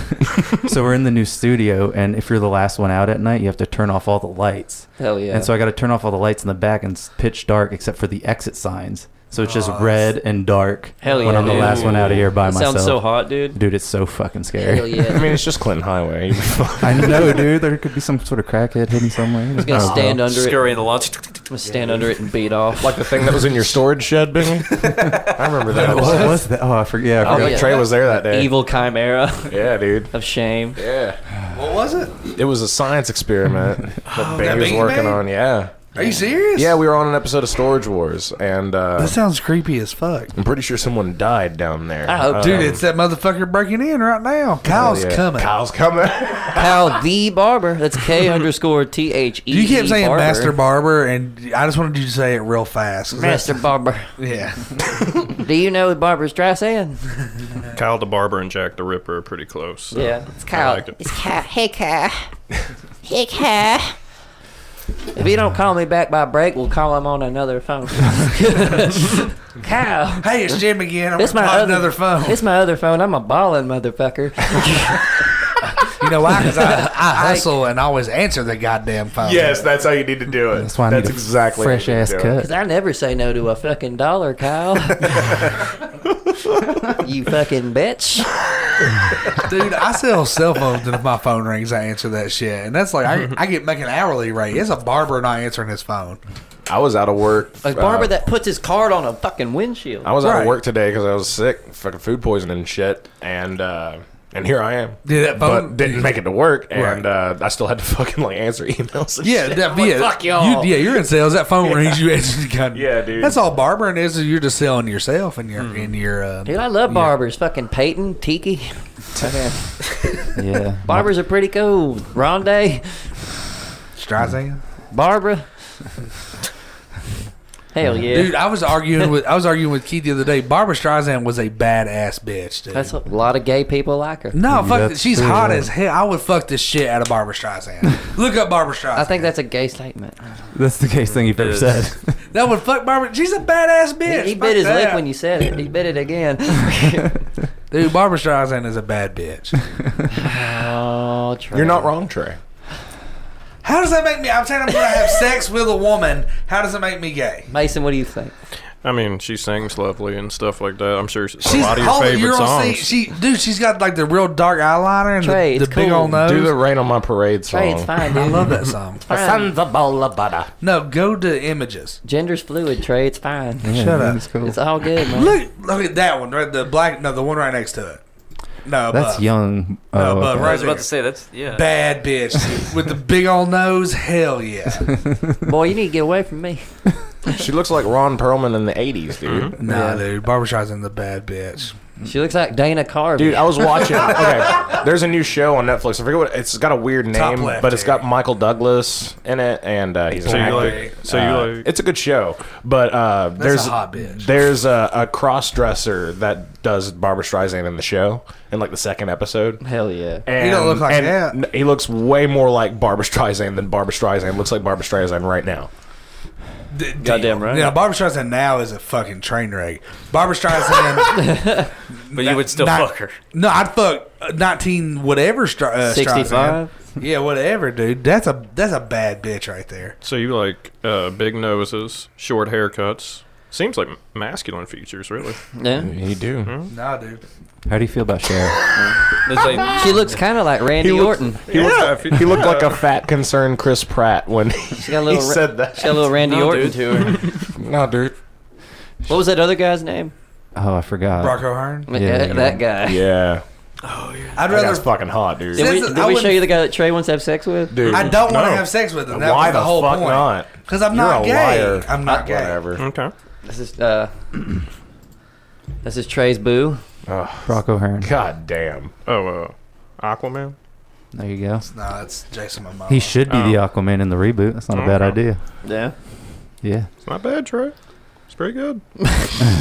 F: so we're in the new studio, and if you're the last one out at night, you have to turn off all the lights.
A: Hell yeah.
F: And so I got to turn off all the lights in the back, and it's pitch dark except for the exit signs. So it's just red and dark
A: Hell
F: when
A: yeah,
F: I'm the
A: dude.
F: last one out of here by
A: That
F: myself.
A: sounds so hot, dude.
F: Dude, it's so fucking scary.
A: Hell yeah.
C: I mean, it's just Clinton Highway.
F: I know, dude. There could be some sort of crackhead hidden somewhere.
A: I'm gonna stand under it.
G: Scurry
A: I'm
G: in the launch.
A: gonna stand under it and beat off.
C: like the thing that was in your storage shed, Bingy. I remember that.
F: What was that? Oh, I forget. Yeah, I
A: Oh,
F: forgot.
C: Like
A: yeah.
C: Trey was there that day.
A: Evil chimera
C: Yeah, dude.
A: of shame.
C: Yeah.
B: What was it?
C: It was a science experiment that Bing was
B: Oh, Bing
C: working
B: Bang?
C: on. Yeah.
B: Are you serious?
C: Yeah, we were on an episode of Storage Wars, and uh,
B: That sounds creepy as fuck.
C: I'm pretty sure someone died down there.
A: I hope-
B: Oh, Dude,
C: Um,
B: it's that motherfucker breaking in right now. Kyle's
C: yeah.
B: coming.
C: Kyle's coming.
A: Pal the barber. That's K underscore T H E.
B: You kept saying
A: barber.
B: Master Barber, and I just wanted you to say it real fast. 'cause that's-
A: Master barber.
B: Yeah.
A: Do you know Barbara's dry sand?
H: Kyle the Barber and Jack the Ripper are pretty close. so
A: Yeah, it's
H: I
A: Kyle.
H: like it.
A: It's Kyle. Hey, Kyle. hey, Kyle. If you don't call me back by break, we'll call him on another phone. Kyle.
B: Hey, it's Jim again. I'm
A: It's
B: gonna
A: my
B: call
A: other-
B: another phone.
A: It's my other phone. I'm a ballin' motherfucker.
B: You know why? Because I, I hustle and always answer the goddamn phone.
C: yes, that's how you need to do it.
F: That's why I
C: That's
F: need a
C: exactly how you
F: fresh
C: need to
F: ass
C: do it.
F: cut.
A: Because I never say no to a fucking dollar, Kyle. you fucking bitch.
B: dude, I sell cell phones, and if my phone rings, I answer that shit. And that's like I, I get make an hourly rate. It's a barber not answering his phone.
C: I was out of work.
A: A barber
C: uh,
A: that puts his card on a fucking windshield.
C: I was out
B: Right.
C: of work today because I was sick, fucking food poisoning and shit, and uh, and here I am.
B: Yeah, that phone-
C: but didn't make it to work, and
B: Right.
C: uh, I still had to fucking like answer emails. And
B: Yeah,
C: shit.
B: that,
C: I'm like,
B: yeah,
C: fuck y'all.
B: You, yeah, you're in sales. That phone rings, you answer the goddamn.
C: Yeah, dude. Hmm.
B: That's all barbering is. is You're just selling yourself and your and your. Uh,
A: Dude, I love barbers. Fucking Peyton, Tiki.
F: Yeah.
A: Barbers are pretty cool. Rondé,
B: Streisand.
A: Barbara. Hell yeah.
B: Dude, I was arguing with I was arguing with Keith the other day. Barbara Streisand was a badass bitch, dude.
A: That's a lot of gay people like her.
B: no, fuck.
F: That's
B: that. She's
F: true.
B: hot as hell. I would fuck this shit out of Barbara Streisand. Look up Barbara Streisand.
A: I think that's a gay statement.
F: That's the gayest thing you've ever
G: Yes.
F: said.
B: that would fuck Barbara. She's a badass bitch.
A: he
B: Fuck
A: bit his lip
B: that.
A: when you said it. He bit it again.
B: Dude, Barbara Streisand is a bad bitch.
A: oh, Trey.
C: You're not wrong, Trey.
B: How does that make me? I'm saying I'm gonna have sex with a woman. How does it make me gay?
A: Mason, what do you think?
H: I mean, she sings lovely and stuff like that. I'm sure it's a
B: She's
H: lot of your
B: holy,
H: favorite
B: you're gonna see-
H: songs.
B: She, dude, she's got like the real dark eyeliner and
A: Trey,
B: the,
A: it's
B: the big
A: cool.
B: old nose.
C: Do the rain on my parade song.
A: Trey, it's fine, dude.
B: I love that song.
A: Fine.
B: No, go to images.
A: Gender's fluid, Trey. It's fine.
F: Shut
B: up.
F: That's cool.
A: It's all good, man.
B: Look, look at that one. Right, the black. No, the one right next to it. No,
F: That's
B: above.
F: young.
B: No,
F: Oh,
B: above,
F: okay.
G: I
B: right
G: was about
B: there.
G: to say that's yeah.
B: Bad bitch dude, with the big old nose. Hell yeah.
A: Boy, you need to get away from me.
C: She looks like Ron Perlman in the '80s, dude.
B: Mm-hmm. Nah, dude, Barbara Streisand's the bad bitch.
A: She looks like Dana Carvey.
C: Dude, I was watching. Okay, there's a new show on Netflix. I forget what it's got. A weird name,
B: left,
C: but it's
B: Eric.
C: got Michael Douglas in it, and uh, he's an
H: so you
C: actor.
H: like? So
C: Uh,
H: you like?
C: it's a good show, but uh, there's
B: a hot bitch.
C: There's a, a cross dresser that does Barbara Streisand in the show in like the second episode.
A: Hell yeah.
C: And,
B: don't look like
C: and
B: that.
C: n- He looks way more like Barbara Streisand than Barbara Streisand looks like Barbara Streisand right now.
B: D-
A: Goddamn right.
B: Yeah, Barbara Streisand now is a fucking train wreck. Barbara Streisand.
G: But you would still
B: not-
G: fuck her.
B: No, I'd fuck uh, nineteen whatever. Stri- uh,
A: 65?
B: Streisand. Yeah, whatever, dude. That's a that's a bad bitch right there.
H: So you like uh, big noses, short haircuts? Seems like masculine features, really.
A: Yeah.
C: You do.
B: Mm-hmm. Nah, dude.
F: How do you feel about Cher?
G: There's like
A: She looks kind of like Randy
C: looks-
A: Orton.
C: He, looked, he looked like a fat, concerned Chris Pratt when
A: She got a
C: he
A: little, Ra-
C: said that.
A: She got a little Randy
G: No,
A: Orton
G: dude.
A: to her.
C: No, Oh, dude.
A: What was that other guy's name?
F: Oh, I forgot.
B: Brock O'Hearn.
A: Yeah,
F: yeah.
A: that guy.
C: Yeah.
B: I'd
C: That guy's
B: rather.
C: fucking hot, dude.
A: Did we,
B: This is-
A: did
B: I
A: we show
B: wouldn't-
A: you the guy that Trey wants to have sex with?
C: Dude,
B: I don't want to
C: no.
B: have sex with him. That
C: Why
B: was
C: the,
B: the, whole
C: fuck
B: point.
C: not?
B: Because I'm
C: You're
B: not
C: a
B: gay.
C: liar.
B: I'm not gay.
C: Whatever.
H: Okay.
A: This is uh, this is Trey's boo.
F: Brock O'Hearn.
C: God damn.
H: Oh, uh, Aquaman.
F: There you go.
B: No, it's Jason Momoa.
F: He should be
H: Oh.
F: the Aquaman in the reboot. That's
B: Oh,
F: not a bad
H: Okay.
F: idea.
A: Yeah.
F: Yeah.
H: It's not bad, Trey. It's pretty good.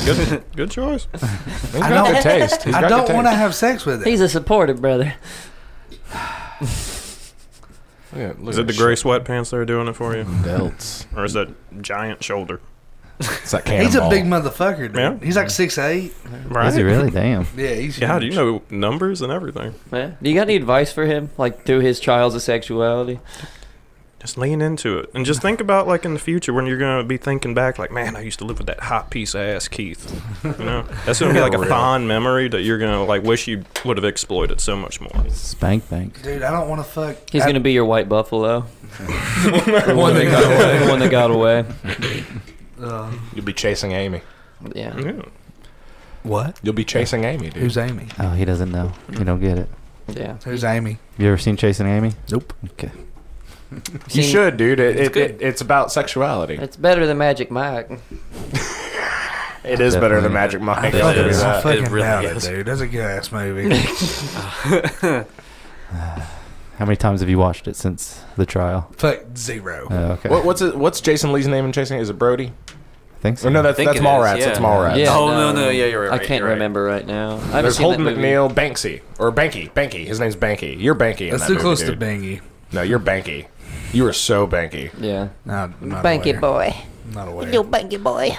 H: good, good choice.
C: He's I got
B: don't-
C: good taste. He's
B: I
C: got
B: don't
C: good
B: want to
C: taste.
B: have sex with him.
A: He's a supportive brother.
C: Look at- look
H: Is it the
C: at that
H: gray sweatpants that are doing it for you,
C: shit. belts?
H: or is that giant shoulder?
C: It's like cannonball.
B: He's a big motherfucker, dude.
H: Yeah.
B: He's like six eight.
H: Right?
F: Is he really? Damn.
B: Yeah, he's.
H: Yeah, do
B: huge.
H: you know numbers and everything?
A: Yeah. Do you got any advice for him, like through his trials of sexuality?
H: Just lean into it, and just think about like in the future when you're gonna be thinking back, like, man, I used to live with that hot piece of ass Keith. You know, that's gonna be like a fond memory that you're gonna like wish you would have exploited so much more.
F: Spank bank.
B: Dude, I don't want to fuck.
A: He's
B: I-
A: gonna be your white buffalo,
B: the one that got away.
A: the one that got away.
B: Uh,
C: You'll be chasing Amy.
A: Yeah.
H: Yeah.
B: What?
C: You'll be chasing Amy, dude.
B: Who's Amy?
F: Oh, he doesn't know. He don't get it.
A: Yeah.
B: Who's Amy?
F: Have you ever seen Chasing Amy?
B: Nope.
F: Okay.
C: you
A: Seen-
C: should, dude. It, it's, it, it's about sexuality.
A: It's better than Magic Mike.
C: It is better than Magic Mike. I'll give you
G: is.
C: that.
B: I fucking
G: It really
B: doubt
G: is.
B: it, dude. That's a good ass movie.
F: How many times have you watched it since the trial?
B: Fuck zero.
F: Oh, okay.
C: What, what's it, what's Jason Lee's name in Chasing? Is it Brody?
F: I think so.
C: Or no, that's
G: think
C: that's
G: it is,
C: Mallrats.
G: yeah.
C: That's Mallrats.
A: Yeah,
G: oh
A: no,
G: no, no,
A: no.
G: yeah, you're right.
A: I
G: you're
A: can't
G: right.
A: remember right now. I haven't
C: There's
A: seen that
C: Holden
A: movie.
C: McNeil, Banksy, or Banky, Banky. His name's Banky. You're Banky. in
B: That's
C: that
B: too
C: movie,
B: close
C: dude.
B: to Bangy.
C: No, you're Banky. You are so Banky.
A: Yeah.
B: No, not
J: Banky
B: aware.
J: boy.
B: Not aware.
J: Yo, banky boy.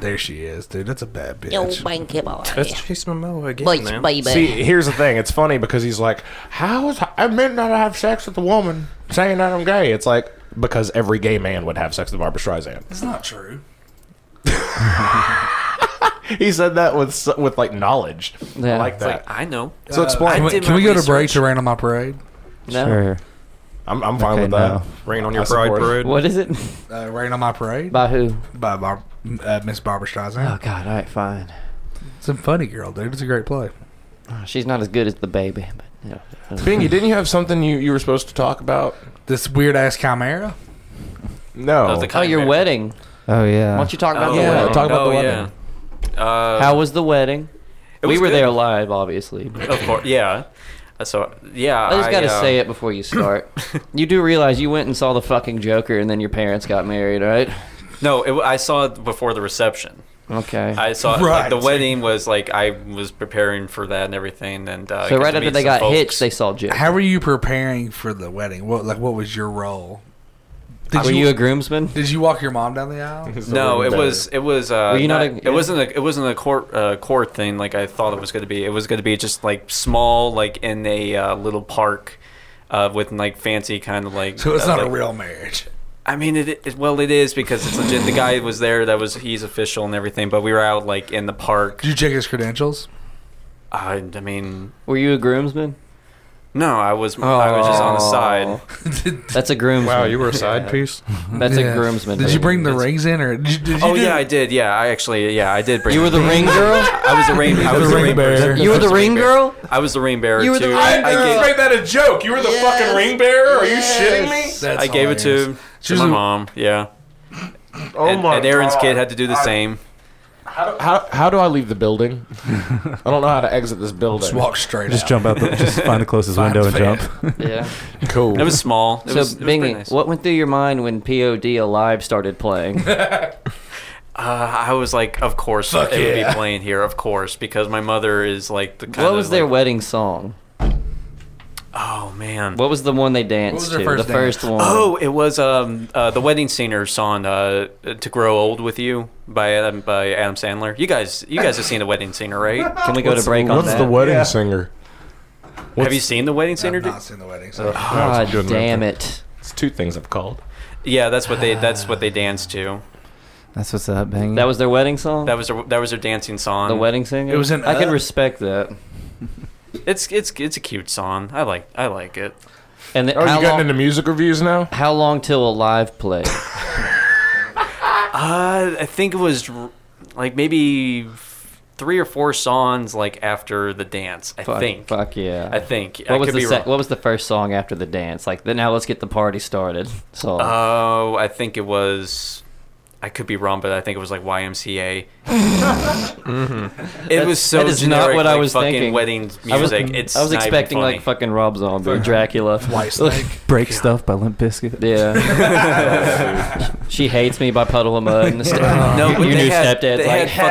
B: There she is, dude. That's a bad
J: Yo,
B: bitch.
J: banky boy.
H: That's Jason Momoa again,
J: Boys,
H: man.
J: baby.
C: See, here's the thing. It's funny because he's like, "How is I meant not to have sex with a woman saying that I'm gay?" It's like because every gay man would have sex with Barbara Streisand.
B: That's not true.
C: He said that with s- with like knowledge.
A: Yeah.
C: I like
G: It's like,
C: that.
G: I know.
C: so explain.
B: Can we,
G: did
B: can
G: my
B: we go to
G: research.
B: break to Random Hot Parade?
A: No.
F: Sure.
C: I'm, I'm fine
F: Okay,
C: with that.
F: no.
H: Rain on your
C: I
H: pride
C: support it.
H: parade.
A: What is it?
B: Uh, Rain on My Parade
A: By who?
B: by Bar- uh, Miss Barbara Streisand.
A: Oh God. All right. Fine.
B: It's a funny girl, dude. It's a great play.
A: Oh, She's not as good as the baby, but you know.
C: Bingy, didn't you have something you, you were supposed to talk about?
B: This weird ass chimera.
C: No.
G: Of the
A: Oh, your
G: kind-
A: wedding.
F: Oh yeah.
A: Why don't you talk about
G: Oh,
A: the
C: yeah,
A: wedding?
C: talk about
G: oh,
C: the wedding.
G: Yeah. Uh,
A: How was the wedding?
G: it
A: we
G: was
A: were
G: good.
A: there live, obviously. but-
G: Of course, yeah. Uh, So yeah,
A: I just gotta
G: uh,
A: say it before you start. you do realize you went and saw the fucking Joker, and then your parents got married, right?
G: No, it, I saw it before the reception.
A: Okay.
G: I saw like,
B: Right.
G: the wedding was like I was preparing for that and everything, and uh,
A: so
G: got
A: right
G: to
A: after
G: meet
A: they
G: some
A: got
G: folks.
A: hitched, they saw Joker.
B: How were you preparing for the wedding? What like what was your role? Did
A: were you a groomsman?
B: did you walk your mom down the aisle?
G: no, it was it was uh,
A: Were you not
G: not-
A: a-
G: it wasn't a, it wasn't a court uh, court thing like I thought it was going to be. It was going to be just like small, like in a uh, little park. Uh, with like fancy kind of like
B: So it's
G: uh,
B: not a
G: like-
B: real marriage.
G: I mean, it, it well, it is because it's legit. The guy was there; that was he's official and everything. But we were out like in the park.
B: Did you check his credentials?
G: I, I mean,
A: Were you a groomsman?
G: no, I was I was just on the side.
A: That's a groomsman.
H: Wow, you were a side piece.
A: That's
B: Oh. Yeah.
A: a groomsman.
B: Did you
A: baby.
B: bring the rings in, or did you, did you
G: Oh
B: do-
G: yeah, I did. Yeah, I actually yeah I did bring.
A: You were the ring girl.
G: I was the rain. I was the rain bearer.
A: You were the ring girl.
G: I was the rain bearer
A: You were
G: too.
A: the
G: I,
A: ring
G: I
A: girl.
G: gave,
C: that a joke? You were the fucking ring bearer? Are you
B: That's
G: I gave it to,
B: hilarious.
G: to
B: was
G: my
B: a-
G: mom. Yeah.
C: shitting me? Oh
G: and,
C: my
G: and Aaron's
C: God.
G: kid had to do the same.
C: How, how, how do I leave the building? I don't know how to exit this building.
B: Just walk straight.
F: Just
B: out.
F: jump out. The, just find the closest window and jump.
A: Yeah.
C: Cool.
G: It was small. It
A: so,
G: was, it was pretty
A: Bingy,
G: nice.
A: what went through your mind when POD Alive started playing?
G: Uh, I was like, of course
B: Fuck
G: it would
B: yeah.
G: be playing here, of course, because my mother is like the kind
A: what
G: of
A: was their
G: like-
A: wedding song?
G: oh man.
A: What was the one they danced
B: was their
A: to?
B: first
A: the
B: dance?
A: first one.
G: Oh, it was um uh, the wedding singer song uh, "To Grow Old with You" by Adam, by Adam Sandler. You guys, you guys have seen the wedding singer, right?
A: Can we go to break on
C: What's
A: that?
C: the wedding singer?
G: have you seen the wedding singer?
B: I've not seen the wedding. So.
C: Ah,
A: God
H: good
A: damn it.
C: It's two things I've called.
G: Yeah, that's what they that's what they danced to.
F: That's what's up, bang.
A: That was their wedding song?
G: That was their, that was their dancing song.
A: the wedding singer?
B: It was uh, an
A: I can
B: up.
A: respect that.
G: It's it's it's a cute song. I like I like it.
A: And then
C: Oh,
A: how,
C: you getting
A: long,
C: into music reviews now?
A: how long till Alive played?
G: Uh, I think it was r- like maybe three or four songs like after the dance. I
A: fuck,
G: think.
A: fuck yeah.
G: I think.
A: What
G: I
A: was
G: could
A: the
G: be
A: sec-
G: wrong.
A: what was the first song after the dance? Like then now let's get the party started. So
G: Oh, I think it was. I could be wrong, but I think it was like YMCA.
B: Mm.
G: It was so.
A: that is not
G: generic,
A: what I
G: like,
A: was
G: fucking
A: thinking.
G: Wedding music.
A: I was,
G: it's
A: I was
G: not even
A: expecting
G: funny.
A: like fucking Rob Zombie, Dracula,
B: White Snake.
F: Break stuff by Limp Bizkit.
A: Yeah. uh, she hates me by Puddle of Mud. And the step-
G: No, but
A: your
G: they
A: new
G: had,
A: stepdad's
G: they
A: like,
G: had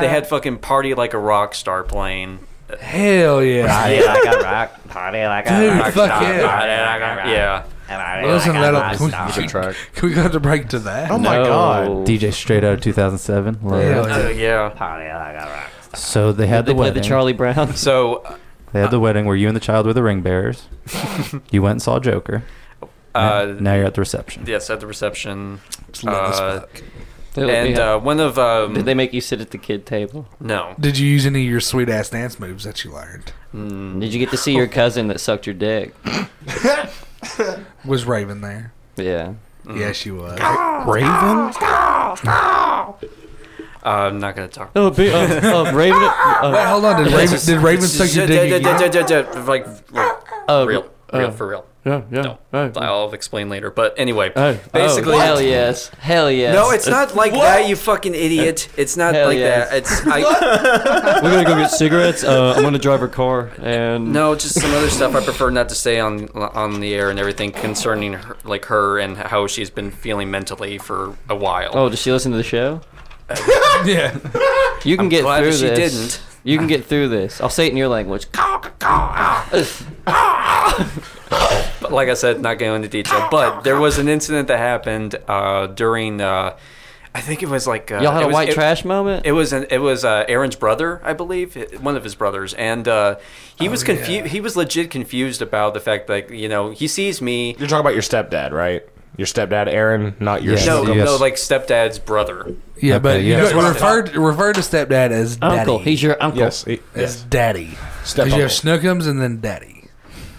G: they had fucking party like a rock star playing.
B: Hell Oh, yeah.
A: like a rock, party like
B: Dude, fuck yeah.
G: Yeah.
B: Wilson let up. Can
C: Good track.
B: we- can we go to break to that?
C: Oh my god.
F: DJ straight out of 2007. Love
B: Hell
F: it.
B: yeah.
G: yeah.
F: So Oh, they had
A: They
F: the
A: played
F: wedding.
A: the Charlie Brown.
G: So uh,
F: They had the wedding where you and the child were the ring bearers. you went and saw Joker. Now,
G: uh,
F: now you're at the reception.
G: yes, at the reception,
B: lit as
G: Uh,
A: They let me
G: and
A: have-
G: uh, one of um,
A: did they make you sit at the kid table?
G: no,
B: Did you use any of your sweet ass dance moves that you learned?
A: Mm. Did you get to see your cousin that sucked your dick?
B: Was Raven there?
A: Yeah.
G: Mm.
B: Yeah, she was.
C: Raven?
G: uh, I'm not gonna talk.
A: Oh, be, Raven. uh,
B: Wait, hold on. Did Raven, did Raven suck your dick? again?
G: Like, like real, real for real.
A: Uh, Yeah, yeah.
G: I'll explain later. But anyway,
A: Oh,
G: basically,
A: oh, hell yes, hell yes.
G: No, it's not like that, you fucking idiot. It's not
A: Hell
G: like
A: yes.
G: that. It's I
A: We're gonna go get cigarettes. Uh, I'm gonna drive her car, and
G: no, just some other stuff I prefer not to say on on the air and everything concerning her, like her and how she's been feeling mentally for a while.
A: Oh, does she listen to the show?
B: Yeah.
A: You can get
G: glad
A: through
G: that she
A: this.
G: didn't.
A: You can get through this. I'll say it in your language.
G: But like I said, not going into detail. But there was an incident that happened uh, during. Uh, I think it was like uh,
A: Y'all
G: it
A: had a
G: was-
A: white
G: it-
A: trash moment.
G: It was an, it was uh, Aaron's brother, I believe, it- one of his brothers, and uh, he
A: Oh,
G: was confused. He was legit confused about the fact that you know he sees me.
C: You're talking about your stepdad, right? Your stepdad, Aaron, not your
F: Yes.
G: No,
F: Yes.
G: no, like stepdad's brother.
B: Yeah, but
F: Okay,
B: you
F: yeah.
B: got-
F: That's
G: what I
B: referred referred to stepdad as
A: uncle.
B: Daddy.
A: He's your uncle.
C: Yes. he-
B: as daddy.
C: Step
B: Because you have
C: uncle.
B: Snookums and then daddy.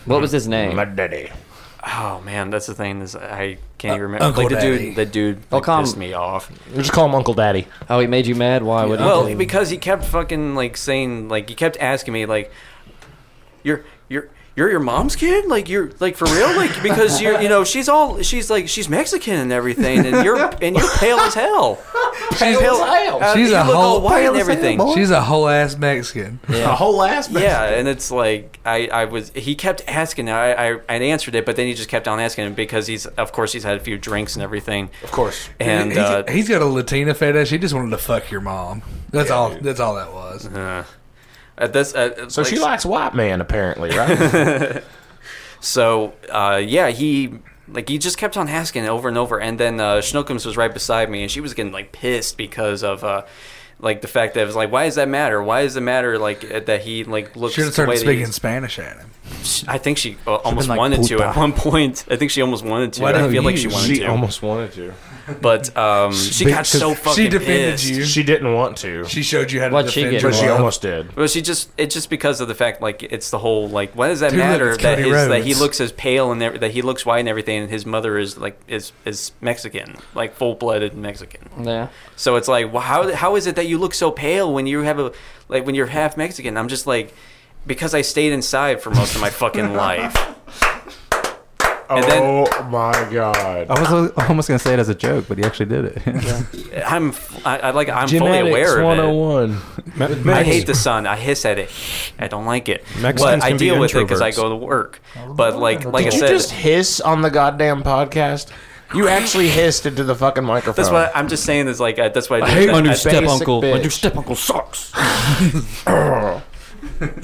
A: What was his name?
C: My daddy.
G: Oh man, that's the thing is I can't even remember.
B: Uh, Uncle
G: like the
B: Daddy.
G: dude, the dude like,
A: come-
G: pissed me off.
C: We just call him Uncle Daddy.
A: Oh, he made you mad. Why would he?
G: Well, because he kept fucking like saying like he kept asking me like, "You're you're." You're your mom's kid, like you're like for real, like because you're you know she's all she's like she's Mexican and everything, and you're and you're pale as hell. She's pale as hell.
B: She's
G: you
B: a
G: look all
B: whole
G: white and everything.
B: She's a whole ass Mexican.
C: A whole ass
G: Yeah, and it's like I, I was he kept asking, I, I I answered it, but then he just kept on asking him because he's of course he's had a few drinks and everything,
C: Of course.
G: and
B: he's,
G: uh,
B: he's got a Latina fetish. He just wanted to fuck your mom. That's all. That's all that was.
G: uh, at this uh,
C: So she
G: like-
C: likes white man, apparently, right?
G: So uh, yeah, he like he just kept on asking over and over, and then uh, Schnookums was right beside me, and she was getting like pissed because of uh, like the fact that it was like, why does that matter? Why does it matter? Like uh, that he like looks.
B: Should have
G: the
B: started
G: way that
B: speaking
G: he's-
B: Spanish at him.
G: I think she uh, almost
F: like,
G: wanted to
F: "Puta."
G: at one point. I think she almost wanted to.
B: Why
G: I
B: don't
G: feel like
B: you?
G: she wanted to,
C: wanted to.
G: but um, she got so fucking
B: she defended
G: pissed.
B: you.
C: She didn't want to.
B: She showed you how to
A: What'd she
B: defend
A: get?
B: your
C: But she
B: love.
C: almost did.
G: Well, she just it's just because of the fact like it's the whole like why does that
B: Dude, look,
G: matter
B: it's
G: that
B: Cody
G: is that
B: Rhodes.
G: he looks as pale and ev- that he looks white and everything and his mother is like is is Mexican like full blooded Mexican.
A: yeah.
G: So it's like well, how how is it that you look so pale when you have a like when you're half Mexican? I'm just like because I stayed inside for most of my fucking life. And then-
C: oh my god.
F: I was almost gonna say it as a joke, but he actually did it.
G: I'm f- I, I like I'm fully aware of
A: oh
G: it. I hate the sun. I hiss at it. I don't like it.
H: Mexicans
G: but I
H: can be
G: deal with it because I
H: introverts.
G: go to work. But like like I
C: Did you
G: said,
C: just hiss on the goddamn podcast? You actually hissed into the fucking microphone.
G: That's what I'm just saying. Is like uh, that's why I, I- I-
C: step uncle. My new step uncle sucks.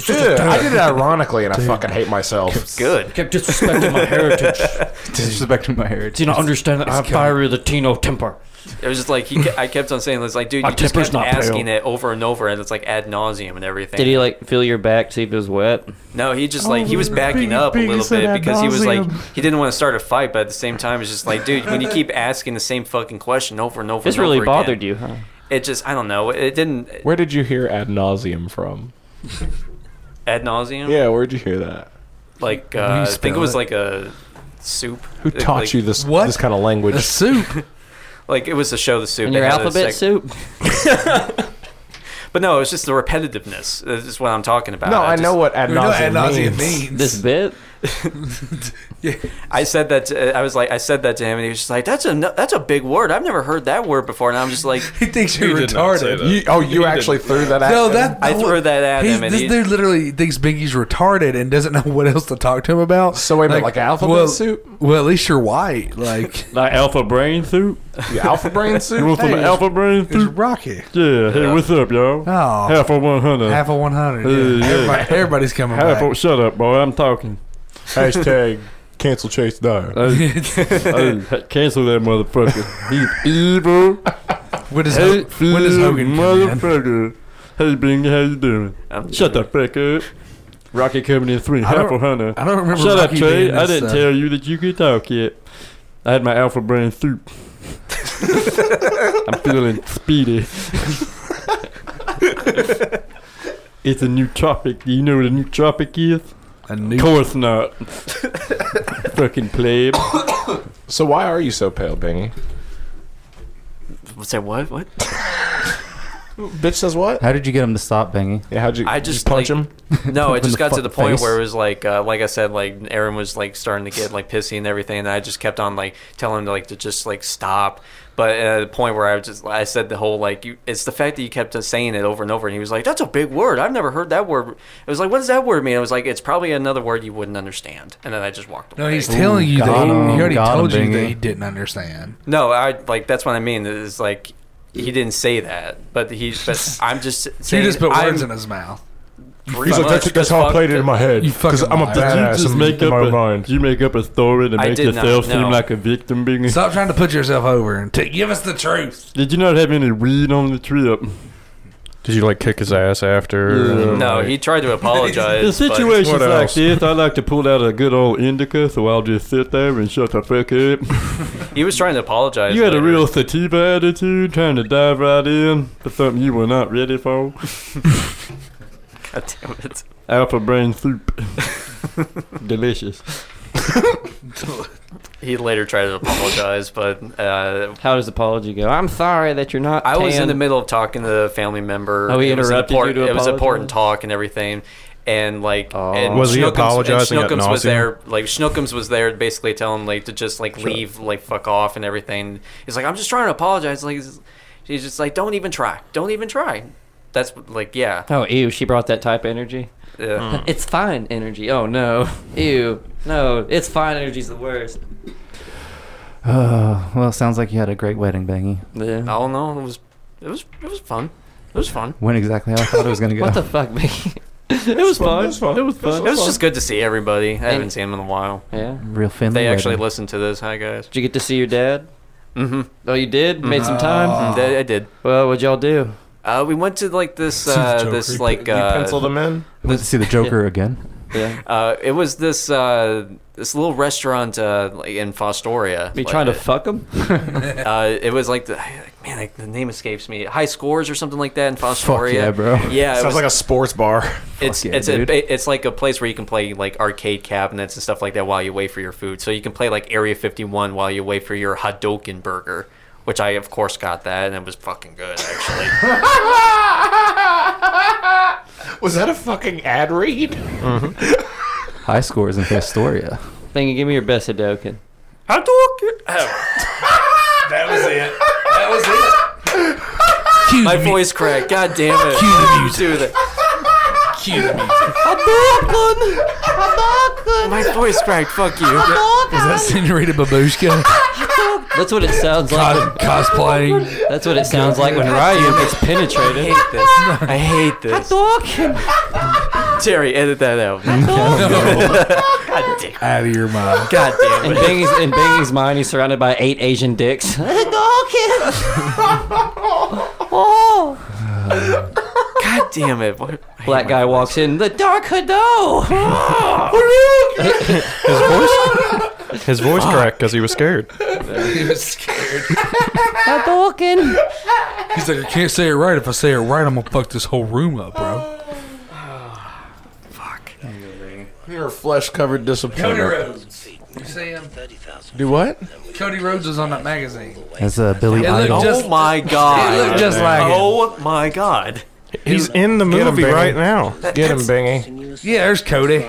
C: Dude, I did it ironically, and I fucking hate myself.
G: good.
A: Kept disrespecting my heritage.
F: Disrespecting my heritage.
A: Do you not understand that I have fiery Latino temper?
G: It was just like he, ke- I kept on saying this, like, dude,
A: My
G: you just
A: temper's
G: kept
A: not pale.
G: asking it over and over, and it's like ad nauseum and everything.
A: Did he like feel your back, see if it was wet?
G: No, he just
C: Oh,
G: like he was backing up a little bit because he was like he didn't want to start a fight, but at the same time, it's just like, dude, when you keep asking the same fucking question over and over,
A: This
G: and
A: really
G: over
A: bothered
G: again,
A: you, huh?
G: It just, I don't know, it didn't
C: Where did you hear ad nauseum from?
G: ad nauseum.
C: Yeah, where'd you hear that?
G: Like uh, I think
B: spell
G: it was
B: it?
G: like a soup.
C: Who taught
G: like,
C: you this
B: What?
C: this kind of language?
B: The soup.
G: Like it was the show, the soup.
A: And
G: They
A: your
G: had a
A: alphabet
G: sec-
A: soup?
G: But no, it's just the repetitiveness. This is what I'm talking about.
C: no, I
G: just-
C: know what ad
B: We know ad nauseum
C: nauseum means.
A: This
B: means.
A: bit?
G: I said that to, I was like I said that to him and he was just like that's a no- that's a big word I've never heard that word before and I'm just like
B: he thinks you're
H: did not say
B: retarded.
H: that.
C: You- oh, you
H: He
C: actually
H: didn't.
C: threw that at
B: No,
C: him?
B: that
G: I
B: no,
G: threw that at
B: he's-
G: him and
B: This
G: he-
B: dude literally thinks Biggie's retarded and doesn't know what else to talk to him about.
C: So wait a minute, like alphabet
B: well,
C: soup?
B: Well, at least you're white. Like
A: Like alpha brain soup?
C: The alpha brain soup?
B: some Hey. alpha
A: brain
B: it's Rocky.
A: Yeah. Hey, what's up, y'all?
B: Oh,
A: a 100.
B: half a one hundred.
A: Uh, yeah.
B: Everybody, everybody's coming back.
A: shut up, boy. I'm talking.
C: Hashtag
D: Cancel Chase Dyer.
A: cancel that motherfucker. He's evil.
B: When does, Ho- when does Hogan come in?
A: motherfucker. Hey, Bing, how you doing?
G: I'm-
A: Shut the fuck up. Rocky coming in three,
B: I don't-
A: half a hundred.
B: I don't remember.
A: Shut up,
B: Rocky
A: Trey.
B: being
A: I
B: this,
A: didn't
B: uh,
A: tell you that you could talk yet. I had my alpha brain soup. I'm feeling speedy. it's a new topic. Do you know what a new topic is?
B: A
A: Of
B: new
A: course not. Fucking plebe.
C: So why are you so pale, Bingy?
G: What's that? What? What?
C: Bitch says what?
F: How did you get him to stop banging?
C: Yeah, how'd you?
G: I
C: did you
G: just,
C: punch
G: like-
C: him.
G: No, it
F: In
G: just
F: the
G: got to
F: fuck
G: the point
F: face.
G: where it was like, uh, like I said, like Aaron was like starting to get like pissy and everything, and I just kept on like telling him like to just like stop. But at the point where I was just, I said the whole like, you, it's the fact that you kept on saying it over and over, and he was like, "That's a big word. I've never heard that word." It was like, "What does that word mean?" I was like, "It's probably another word you wouldn't understand." And then I just walked away.
B: no, he's telling you that
F: got
B: he,
F: him,
B: he already
F: got him,
B: told you that
F: Bingy.
B: he didn't understand.
G: No, I like that's what I mean. Is like he didn't say that, but he. But I'm just
B: So
G: saying.
B: you just put
G: I'm
B: words in his mouth.
G: pretty
D: He's like, that's,
G: much
D: that's how I
G: fuck
D: played it
G: the-
D: in my head.
B: You fucking
D: Because I'm a
B: liar.
A: Did you
D: badass
A: just
D: in,
A: make
D: in
A: up
D: my
A: a,
D: mind.
A: you make up a story to
G: I
A: make
G: did not,
A: yourself
G: no.
A: seem like a victim, Bingy?
B: Stop trying to put yourself over and t- give us the truth.
A: Did you not have any weed on the trip?
H: Did you like kick his ass after?
A: Yeah.
H: And,
G: No,
H: like-
G: he tried to apologize.
A: In
G: but-
A: situations
H: What
A: like
H: else?
A: this, I like to pull out a good old indica, so I'll just sit there and shut the fuck up.
G: He was trying to apologize.
A: You had a
G: later.
A: real sativa attitude, trying to dive right in for something you were not ready for.
G: God damn it.
A: Alpha brain soup. Delicious.
G: He later tried to apologize, but uh,
A: How does apology go? I'm sorry that you're not.
G: I was in the middle of talking to a family member.
A: Oh, he
G: It was an
A: interrupted
G: important-
A: you to
G: It was an important
A: apologize? Oh.
G: talk and everything. And like, and
H: Was he
G: Schnookums- and
H: apologizing at
G: Schnookums was
H: nauseam?
G: there. Like Schnookums was there, to basically tell him like to just like leave, like fuck off and everything. He's like, I'm just trying to apologize. Like, he's- he's just like, don't even try, don't even try. That's like, yeah,
A: Oh, ew, she brought that type of energy.
G: yeah.
A: It's fine energy. Oh, no. Ew. No, it's fine energy's the worst.
F: Uh, well, sounds like you had a great wedding, Bangy.
A: Yeah.
G: I don't know. It was, it was, it was fun. It was fun.
F: When exactly I thought it was gonna go.
A: What the fuck, man? it was fun. It was fun. It was
G: It
A: fun.
G: was just good to see everybody. I haven't
A: And-
G: seen him in a while.
A: Yeah.
F: Real Finley.
G: They actually
F: wedding.
G: listened to this. Hi guys.
A: Did you get to see your dad?
G: Mm-hmm.
A: Oh, you did. Made some time.
G: I, I did.
A: Well, what'd y'all do?
G: Uh, we went to like this. Uh, this like
C: you penciled
G: uh,
C: him in.
F: Went to see the Joker again.
A: Yeah.
G: uh, it was this uh, this little restaurant uh, like in Fostoria.
A: Be
G: Like,
A: trying to fuck him?
G: Uh, it was like the man. Like, the name escapes me. High scores or something like that in
F: Fuck
G: Fostoria.
F: yeah, bro.
G: Yeah, it
C: Sounds
G: was-
C: like a sports bar.
G: it's
F: yeah,
G: it's
F: dude.
G: a, it's like a place where you can play like arcade cabinets and stuff like that while you wait for your food. So you can play like Area 51 while you wait for your Hadoken burger, which I of course got that and it was fucking good actually.
C: Was that a fucking ad read? Mm-hmm.
F: High scores in Astoria.
A: Thingy, give me your best Hadoken.
B: Cue
G: My
B: the mu-
G: voice cracked. God damn it!
B: Cue the
G: You
B: music.
G: do that.
B: cue the music.
G: My voice cracked. Fuck you.
B: Is that Senorita Babushka
A: That's what it sounds like.
B: Cos- cosplaying?
A: That's what it sounds like when Ryu gets penetrated.
G: I hate this. Terry, edit that out. God damn. it.
B: Out of your mind.
G: God damn
A: In
G: it.
A: Bingy's, in Bingy's mind, he's surrounded by eight Asian dicks.
G: Um, God damn it. What- I hate
A: Black
G: my
A: guy
G: voice.
A: walks in. The Dark Hado.
H: His voice, his voice cracked because he was scared.
B: He was scared.
A: Hadoken.
B: He's like, I can't say it right. If I say it right, I'm gonna fuck this whole room up, bro.
C: You're a flesh covered disappointment.
B: Rhodes. You see him?
C: Do what?
B: Cody Rhodes was on that magazine.
F: As
C: uh,
F: a Billy
B: It looked
F: Idol.
B: just-
G: Oh my
B: It
G: god.
B: looked just like him.
G: Oh my god.
H: He's in the
C: Get him,
H: movie
C: baby.
H: right now.
C: Get him, Bingy.
B: Yeah, there's Cody.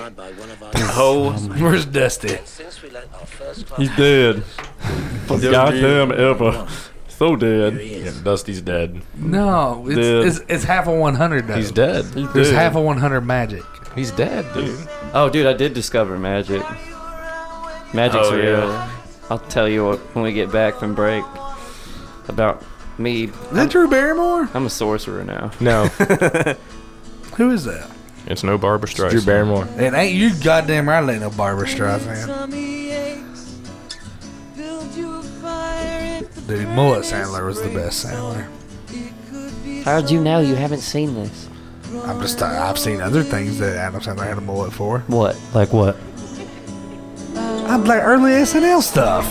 G: Oh,
B: Where's Dusty?
A: He's dead. Goddamn ever. So dead.
C: Yeah, Dusty's dead.
B: No, it's,
A: Dude.
B: it's, it's half a 100 though.
C: He's dead.
B: There's
A: Dude.
B: half a 100 magic.
C: He's dead, dude.
A: Oh, dude, I did discover magic. Magic's
G: Oh,
A: real.
G: yeah.
A: I'll tell you what when we get back from break about me.
B: Is that Drew Barrymore?
A: I'm a sorcerer now.
C: No,
B: Who is that?
H: It's no Barbara Streisand.
C: Drew Barrymore.
B: It ain't you goddamn right ain't no Barbara Streisand. Mullet Sandler was the best Sandler.
A: How'd you know you haven't seen this?
B: I'm just uh, I've seen other things that Adam Sandler had a mullet for.
A: What?
F: Like what?
B: I'm like early SNL stuff.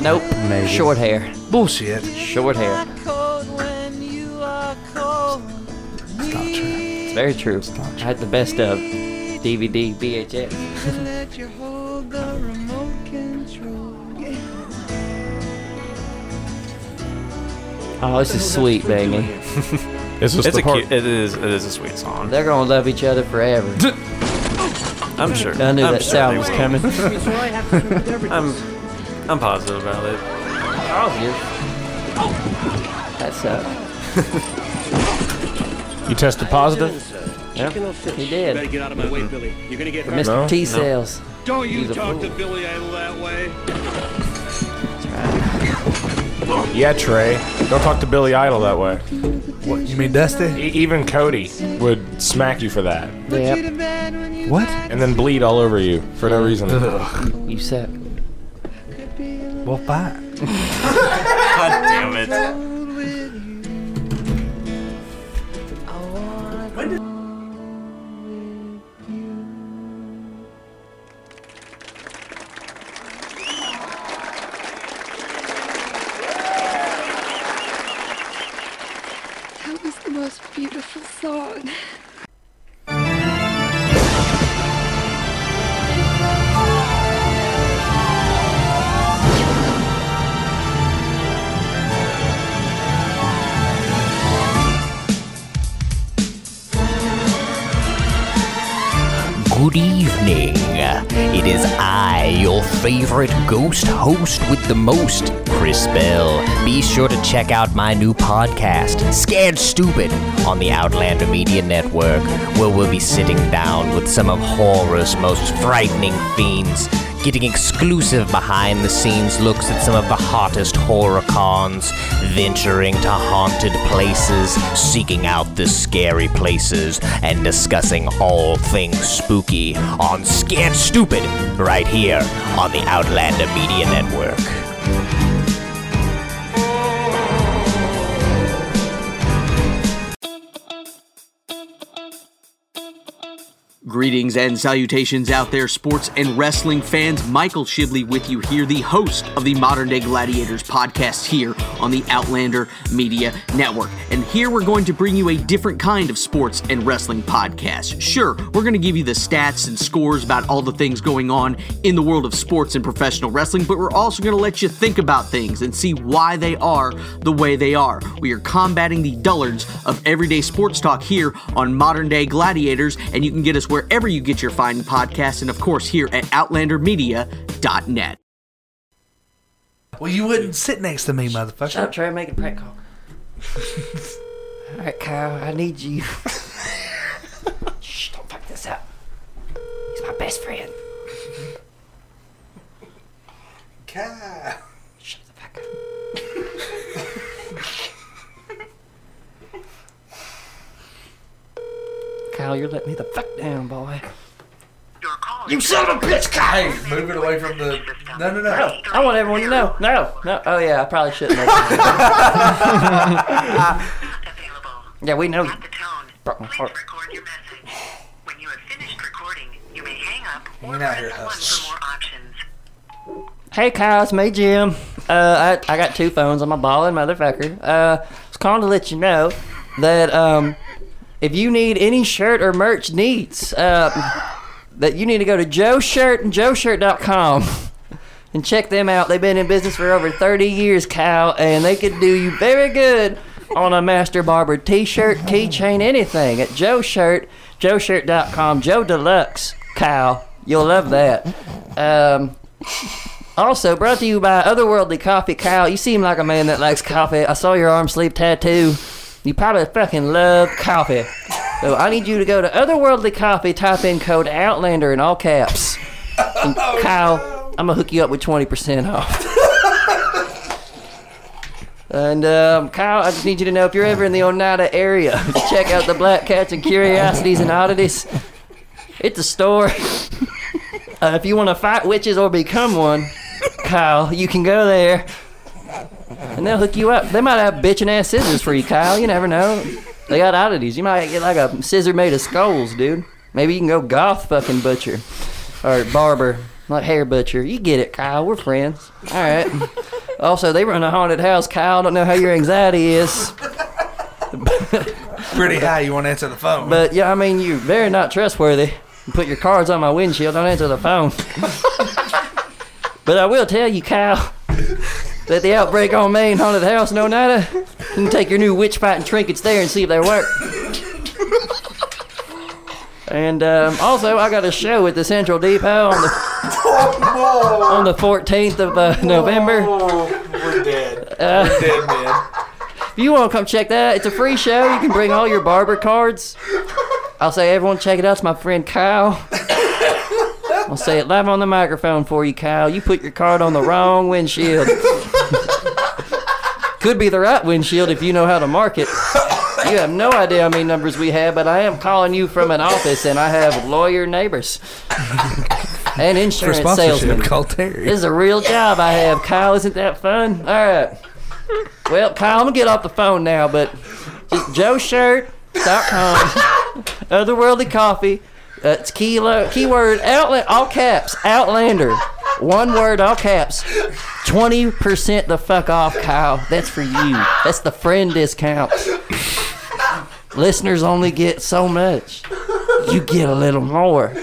K: Nope.
F: Maybe.
A: Short hair.
B: Bullshit.
K: Short hair.
A: It's very true. I had the best of DVD, VHS. Oh, this is sweet, baby.
L: It's just
G: It's
L: the
G: a
L: part.
G: cute. It is. It is a sweet song.
A: They're gonna love each other forever.
G: I'm sure.
A: I knew
G: am
A: that
G: sure
A: sound
G: they
A: was
G: will.
A: coming.
G: I'm. I'm positive about it.
A: That's up.
C: You tested positive?
A: He did.
M: Get out of my way, Billy. You're gonna get
A: For Mr.
C: No?
A: T cells.
M: Don't you
A: He's a
M: talk to
A: fool.
M: Billy Idol that way.
C: Yeah, Trey. Don't talk to Billy Idol that way.
B: What you mean Dusty?
C: E- even Cody would smack you for that
A: Yep.
B: What?
C: and then bleed all over you for no reason.
A: You suck.
B: Well, fine.
G: God damn it.
J: That was the most beautiful song.
N: Good evening. It is I, your favorite ghost host with the most, Chris Bell. Be sure to check out my new podcast, Scared Stupid, on the Outlander Media Network, where we'll be sitting down with some of horror's most frightening fiends, getting exclusive behind the scenes looks at some of the hottest horror cons, venturing to haunted places, seeking out the scary places, and discussing all things spooky on Scared Stupid, right here on the Outlander Media Network.
M: Greetings and salutations out there, sports and wrestling fans. Michael Shibley with you here, the host of the Modern Day Gladiators podcast here on the Outlander Media Network. And here we're going to bring you a different kind of sports and wrestling podcast. Sure, we're going to give you the stats and scores about all the things going on in the world of sports and professional wrestling, but we're also going to let you think about things and see why they are the way they are. We are combating the dullards of everyday sports talk here on Modern Day Gladiators, and you can get us wherever you get your fine podcasts, and of course here at OutlanderMedia.net.
B: Well, you wouldn't sit next to me, motherfucker.
A: Stop trying to make a prank call. Alright, Kyle, I need you. Shh, don't fuck this up. He's my best friend.
B: Kyle.
A: Shut the fuck up. Kyle, you're letting me the fuck down, boy. You son of a bitch, Kyle!
B: Hey, move it away from the. No, no, no.
A: I want everyone to know. No, no. Oh yeah, I probably shouldn't. Have.
J: Available.
A: yeah, we know. you.
J: At the tone,
A: Bro,
J: please
A: or-
J: record your message. When you have finished recording, you may hang up or
B: Hanging out here,
J: press 1
B: Hus.
J: for more options.
A: Hey Kyle, it's me Jim. Uh, I, I got two phones. I'm a balling motherfucker. Uh, I was calling to let you know that um, if you need any shirt or merch needs, uh, that you need to go to Joe Shirt and JoeShirt.com and check them out. They've been in business for over 30 years, Kyle, and they could do you very good on a Master Barber T-shirt, keychain, anything at Joe Shirt, JoeShirt.com, Joe Deluxe, Kyle. You'll love that. Um, also brought to you by Otherworldly Coffee. Kyle, you seem like a man that likes coffee. I saw your arm sleeve tattoo. You probably fucking love coffee. So I need you to go to Otherworldly Coffee, type in code Outlander in all caps. And Kyle, I'm gonna hook you up with 20% off. And um, Kyle, I just need you to know if you're ever in the Oneida area, check out the Black Cats and Curiosities and Oddities. It's a store. Uh, if you want to fight witches or become one, Kyle, you can go there.
J: and they'll hook you up. They might have bitching ass scissors for you, Kyle. You never know. They got oddities. You might get like a scissor made of skulls, dude. Maybe you can go goth fucking butcher or barber, not hair butcher. You get it, Kyle. We're friends. All right. Also, they run a haunted house, Kyle. Don't know how your anxiety is.
B: Pretty high. You won't answer the phone.
J: But yeah, I mean, you're very not trustworthy. You Put your cards on my windshield. Don't answer the phone. but I will tell you, Kyle, that the outbreak on Main haunted house, no nada. You can take your new witch fighting trinkets there and see if they work. And um, also, I got a show at the Central Depot on the on the 14th of uh, November.
O: Oh, We're dead.
J: Uh,
O: We're dead, man.
J: If you want to come check that, it's a free show. You can bring all your barber cards. I'll say, everyone, check it out. It's my friend Kyle. I'll say it live on the microphone for you, Kyle. You put your card on the wrong windshield. Could be the right windshield if you know how to market. You have no idea how many numbers we have, but I am calling you from an office, and I have lawyer neighbors and insurance
B: sponsorship,
J: salesmen.
B: call Terry.
J: This is a real job I have, Kyle. Isn't that fun? All right. Well, Kyle, I'm gonna get off the phone now, but just joeshirt.com, otherworldly coffee. Uh, it's kilo, keyword outlet, all caps, Outlander, one word, all caps. Twenty percent the fuck off, Kyle. That's for you. That's the friend discount. Listeners only get so much. You get a little more.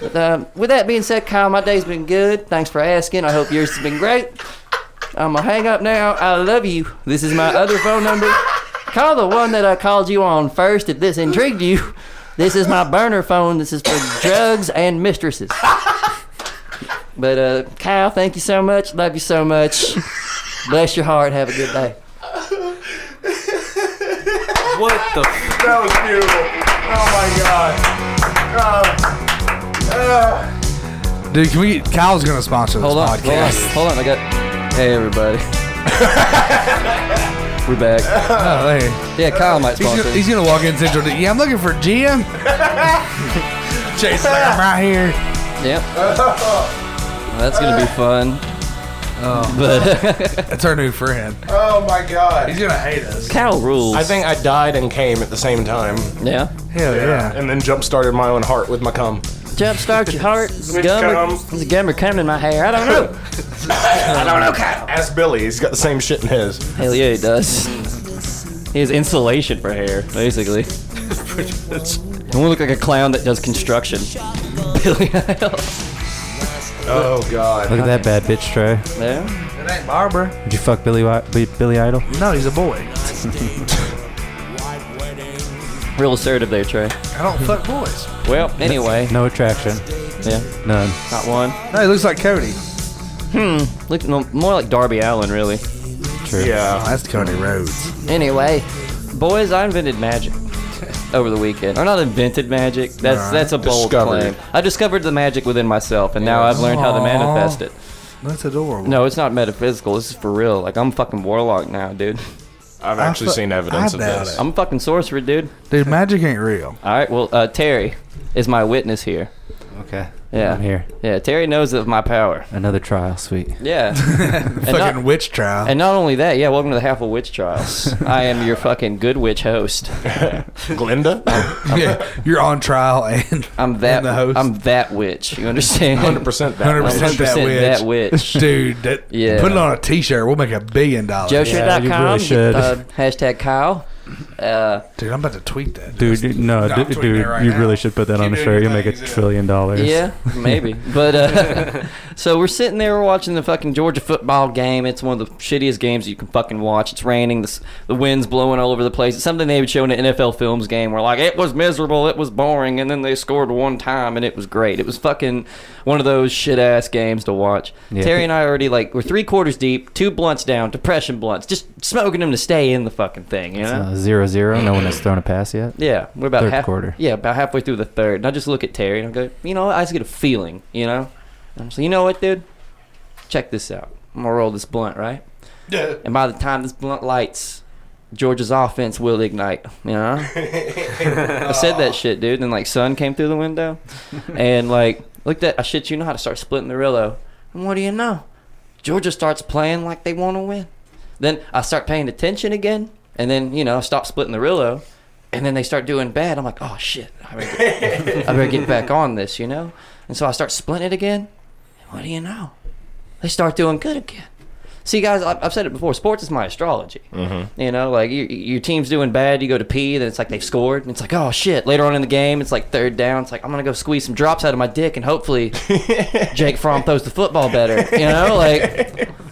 J: But, um, with that being said, Kyle, my day's been good. Thanks for asking. I hope yours has been great. I'm gonna hang up now. I love you. This is my other phone number. Call the one that I called you on first if this intrigued you. This is my burner phone. This is for drugs and mistresses. But uh, Kyle, thank you so much. Love you so much. Bless your heart. Have a good day.
G: What the?
O: That was beautiful. Oh my god. Um, uh,
B: Dude, can we? Kyle's gonna sponsor this
A: Hold on, hold on,
B: podcast.
A: hold on. I got. Hey, everybody. We're back.
B: Oh, hey.
A: Yeah, Kyle might
B: He's
A: sponsor.
B: gonna, he's gonna walk in Central. D- yeah, I'm looking for GM. Chase, like, I'm right here.
A: Yep. That's gonna be fun.
B: Oh,
A: But-
B: that's our new friend.
C: Oh my god.
B: He's gonna hate us.
A: Cow rules.
C: I think I died and came at the same time.
A: Yeah.
B: Hell yeah.
C: And then jump started my own heart with my cum.
J: Jumpstart your heart. There's a
C: Which
J: gum,
C: comes-
J: there's a gum or cum in my hair. I don't know.
C: I don't know, Kyle. Ask Billy. He's got the same shit in his.
A: Hell yeah, he does. He has insulation for hair, basically. I want to look like a clown that does construction. Billy Idol.
C: Oh god.
F: Look at that bad bitch, Trey.
A: Yeah.
B: It ain't Barbara.
F: Did you fuck Billy Wi- Bi- Billy Idol?
B: No, he's a boy.
A: Real assertive there, Trey.
B: I don't fuck boys.
A: Well, anyway.
F: No attraction.
A: Yeah.
F: None.
A: Not one.
B: No, he looks like Cody.
A: Hmm. Look, no, more like Darby Allen, really.
F: True.
C: Yeah.
B: That's Cody Rhodes.
A: Anyway, boys, I invented magic over the weekend. Or not invented magic. That's
B: Alright.
A: that's a bold
C: Discovered.
A: claim. I discovered the magic within myself, and now I've learned how to
B: Aw.
A: manifest it.
B: That's adorable.
A: No, it's not metaphysical. This is for real. Like I'm fucking warlock now, dude.
C: I've
B: I
C: actually
B: fu-
C: seen evidence
B: I
C: of
B: doubt
C: this.
B: it.
A: I'm fucking sorcerer, dude.
B: Dude, magic ain't real.
A: All right. Well, uh, Terry is my witness here.
F: Okay.
A: Yeah.
F: I'm here.
A: Yeah. Terry knows of my power.
F: Another trial. Sweet.
A: Yeah. and,
B: Fucking
A: not,
B: witch trial.
A: and not only that, yeah. Welcome to the Half of Witch Trials. I am your fucking good witch host.
C: Glinda?
B: yeah, you're on trial and
A: I'm that.
B: And the host.
A: I'm that witch. You understand?
C: 100% that.
B: 100% that
A: 100%
B: witch.
A: that witch.
B: Dude, that,
A: Yeah.
B: put it on a t shirt. We'll make a billion dollars.
F: Yeah,
A: Joeshirt.com.
F: you really should.
A: Uh, hashtag Kyle. Uh,
B: Dude, I'm about to tweet that.
F: Dude, you- no,
B: No,
F: d-
B: I'm tweeting
F: dude,
B: it right
F: you
B: now.
F: really should put that
B: Keep
F: on a
B: doing
F: shirt.
B: your
F: You'll make a
B: things, yeah.
F: trillion dollars.
A: Yeah, maybe. But uh, so we're sitting there, we're watching the fucking Georgia football game. It's one of the shittiest games you can fucking watch. It's raining, the, s- the wind's blowing all over the place. It's something they would show in an NFL films game. We're like, it was miserable, it was boring, and then they scored one time, and it was great. It was fucking one of those shit ass games to watch.
F: Yeah.
A: Terry and I already like we're three quarters deep, two blunts down, depression blunts, just smoking them to stay in the fucking thing. You know,
F: Uh, zero zero. No one has thrown a pass yet.
A: yeah, we're about
F: Third
A: half,
F: quarter.
A: Yeah, about halfway through the third, and I just look at Terry and I go, you know, what? I just get a feeling, you know. And I'm so you know what, dude? Check this out. I'm gonna roll this blunt, right?
C: Yeah.
A: And by the time this blunt lights, Georgia's offense will ignite. You know, I said that shit, dude. And like, sun came through the "Ah, window, and like, looked at. I shit you not, I started splitting the Rillo. And what do you know? Georgia starts playing like they want to win. Then I start paying attention again, and then you know stop splitting the Rillo, and then they start doing bad. I'm like, oh shit, I better get, I better get back on this, you know. And so I start splitting it again. And what do you know? They start doing good again. See, guys, I- I've said it before. Sports is my astrology.
G: Mm.
C: Mm-hmm.
A: You know, like you, your team's doing bad, you go to pee, then it's like they've scored, and it's like, oh shit. Later on in the game, it's like third down. It's like I'm gonna go squeeze some drops out of my dick, and hopefully, Jake Fromm throws the football better. You know, like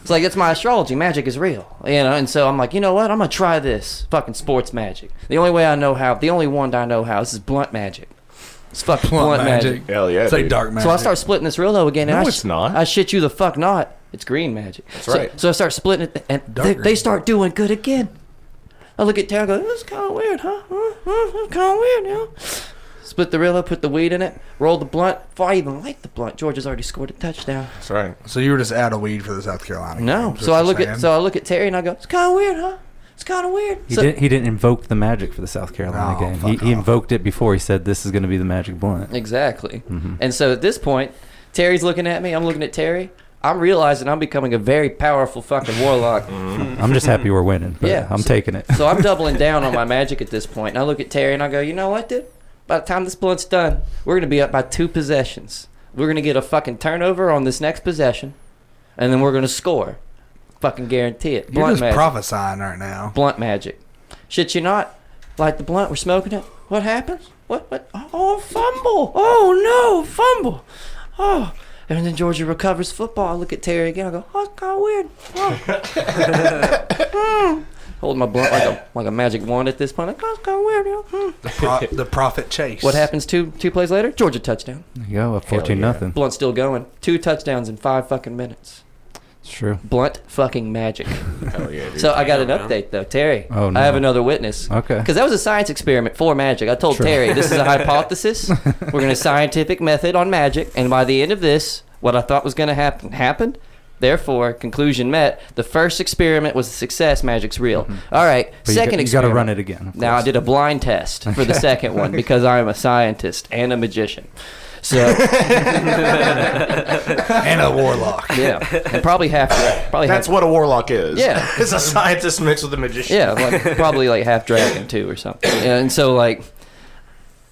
A: it's like it's my astrology. Magic is real. You know, and so I'm like, you know what? I'm gonna try this fucking sports magic. The only way I know how, the only one that I know how, this is blunt magic. It's fucking
B: Blunt
A: blunt,
B: magic.
A: magic.
C: Hell yeah.
B: It's like
C: dude.
B: dark
A: So I
B: magic.
A: start splitting this real though again. And
C: No,
A: I
C: it's not.
A: I shit you the fuck not. It's green magic. That's
C: right.
A: So I start splitting it, and they, they start doing good again. I look at Tara, go, this is kind of weird, huh? Huh? Huh? Huh? kind of weird, you know? Split the Rillo, put the weed in it, roll the blunt. Before I even light the blunt, George has already scored a touchdown.
C: That's right.
B: So you were just out of weed for the South Carolina.
A: No,
B: game, is
A: Oh, so
B: what
A: I
B: you're
A: look
B: saying?
A: at so I look at Terry and I go, it's kind of weird, huh? It's kind of weird.
F: He
A: So-
F: didn't. He didn't invoke the magic for the South Carolina
A: Oh,
F: game. He, he invoked it before. He said, "This is going to be the magic blunt."
A: Exactly.
F: Mhm.
A: And so at this point, Terry's looking at me. I'm looking at Terry. I'm realizing I'm becoming a very powerful fucking warlock.
F: I'm just happy we're winning. But
A: Yeah,
F: I'm
A: so-
F: taking it.
A: so I'm doubling down on my magic at this point. And I look at Terry and I go, you know what, dude? By the time this blunt's done, we're going to be up by two possessions. We're going to get a fucking turnover on this next possession, and then we're going to score. Fucking guarantee it.
B: You're
A: Blunt
B: just
A: magic.
B: prophesying right now.
A: Blunt magic. Shit, you not? Light the blunt. We're smoking it. What happens? What? What? Oh, fumble. Oh, no. Fumble. Oh. And then Georgia recovers football. I look at Terry again. I go, oh, it's kind of weird. Oh. hmm. Hold my blunt like a, like a magic wand at this point. Like, oh, it's kind of weird. you know. Hmm.
B: The, pro- the prophet chase.
A: What happens two two plays later? Georgia touchdown.
F: There you go. Up fourteen nothing.
A: Blunt's still going. Two touchdowns in five fucking minutes.
F: It's true.
A: Blunt fucking magic.
C: Hell yeah, dude.
A: So I got an
C: Damn, man.
A: update though, Terry.
F: Oh, no.
A: I have another witness.
F: Okay.
A: Because that was a science experiment for magic. I told
F: Sure.
A: Terry this is a hypothesis. We're going to scientific method on magic, and by the end of this, what I thought was going to happen happened. Therefore, conclusion met. The first experiment was a success. Magic's real. All right.
F: Mm-hmm. But you
A: second
F: got- you gotta
A: experiment.
F: run it again, of
A: Now I did a blind test for the
F: Okay.
A: second one because I am a scientist and a magician. So
B: and a warlock.
A: Yeah, and probably half. Probably
C: That's
A: half,
C: what a warlock is.
A: Yeah.
C: it's a scientist mixed with a magician.
A: Yeah, like probably like half dragon too or something. And so like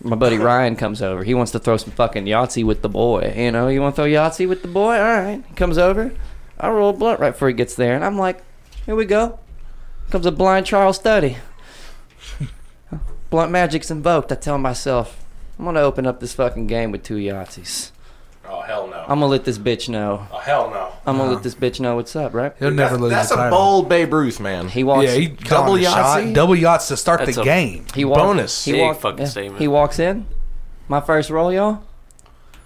A: my buddy Ryan comes over. He wants to throw some fucking Yahtzee with the boy. You know, you want to throw Yahtzee with the boy? All right. He comes over. I roll a blunt right before he gets there, and I'm like, here we go. Comes a blind trial study. Blunt magic's invoked. I tell myself, I'm gonna open up this fucking game with two Yahtzees.
C: Oh hell no.
A: I'm gonna let this bitch know.
C: Oh hell no.
A: I'm gonna let this bitch know what's up, right?
B: He'll never lose.
C: That's
B: the
C: a
B: title.
C: bold Babe Ruth, man.
A: He walks.
B: Yeah, he double yachts. Double yachts to start the game.
A: He walks,
C: Bonus.
A: He
C: Big
A: walks.
C: fucking
A: yeah,
C: statement.
A: He walks in. My first roll, y'all.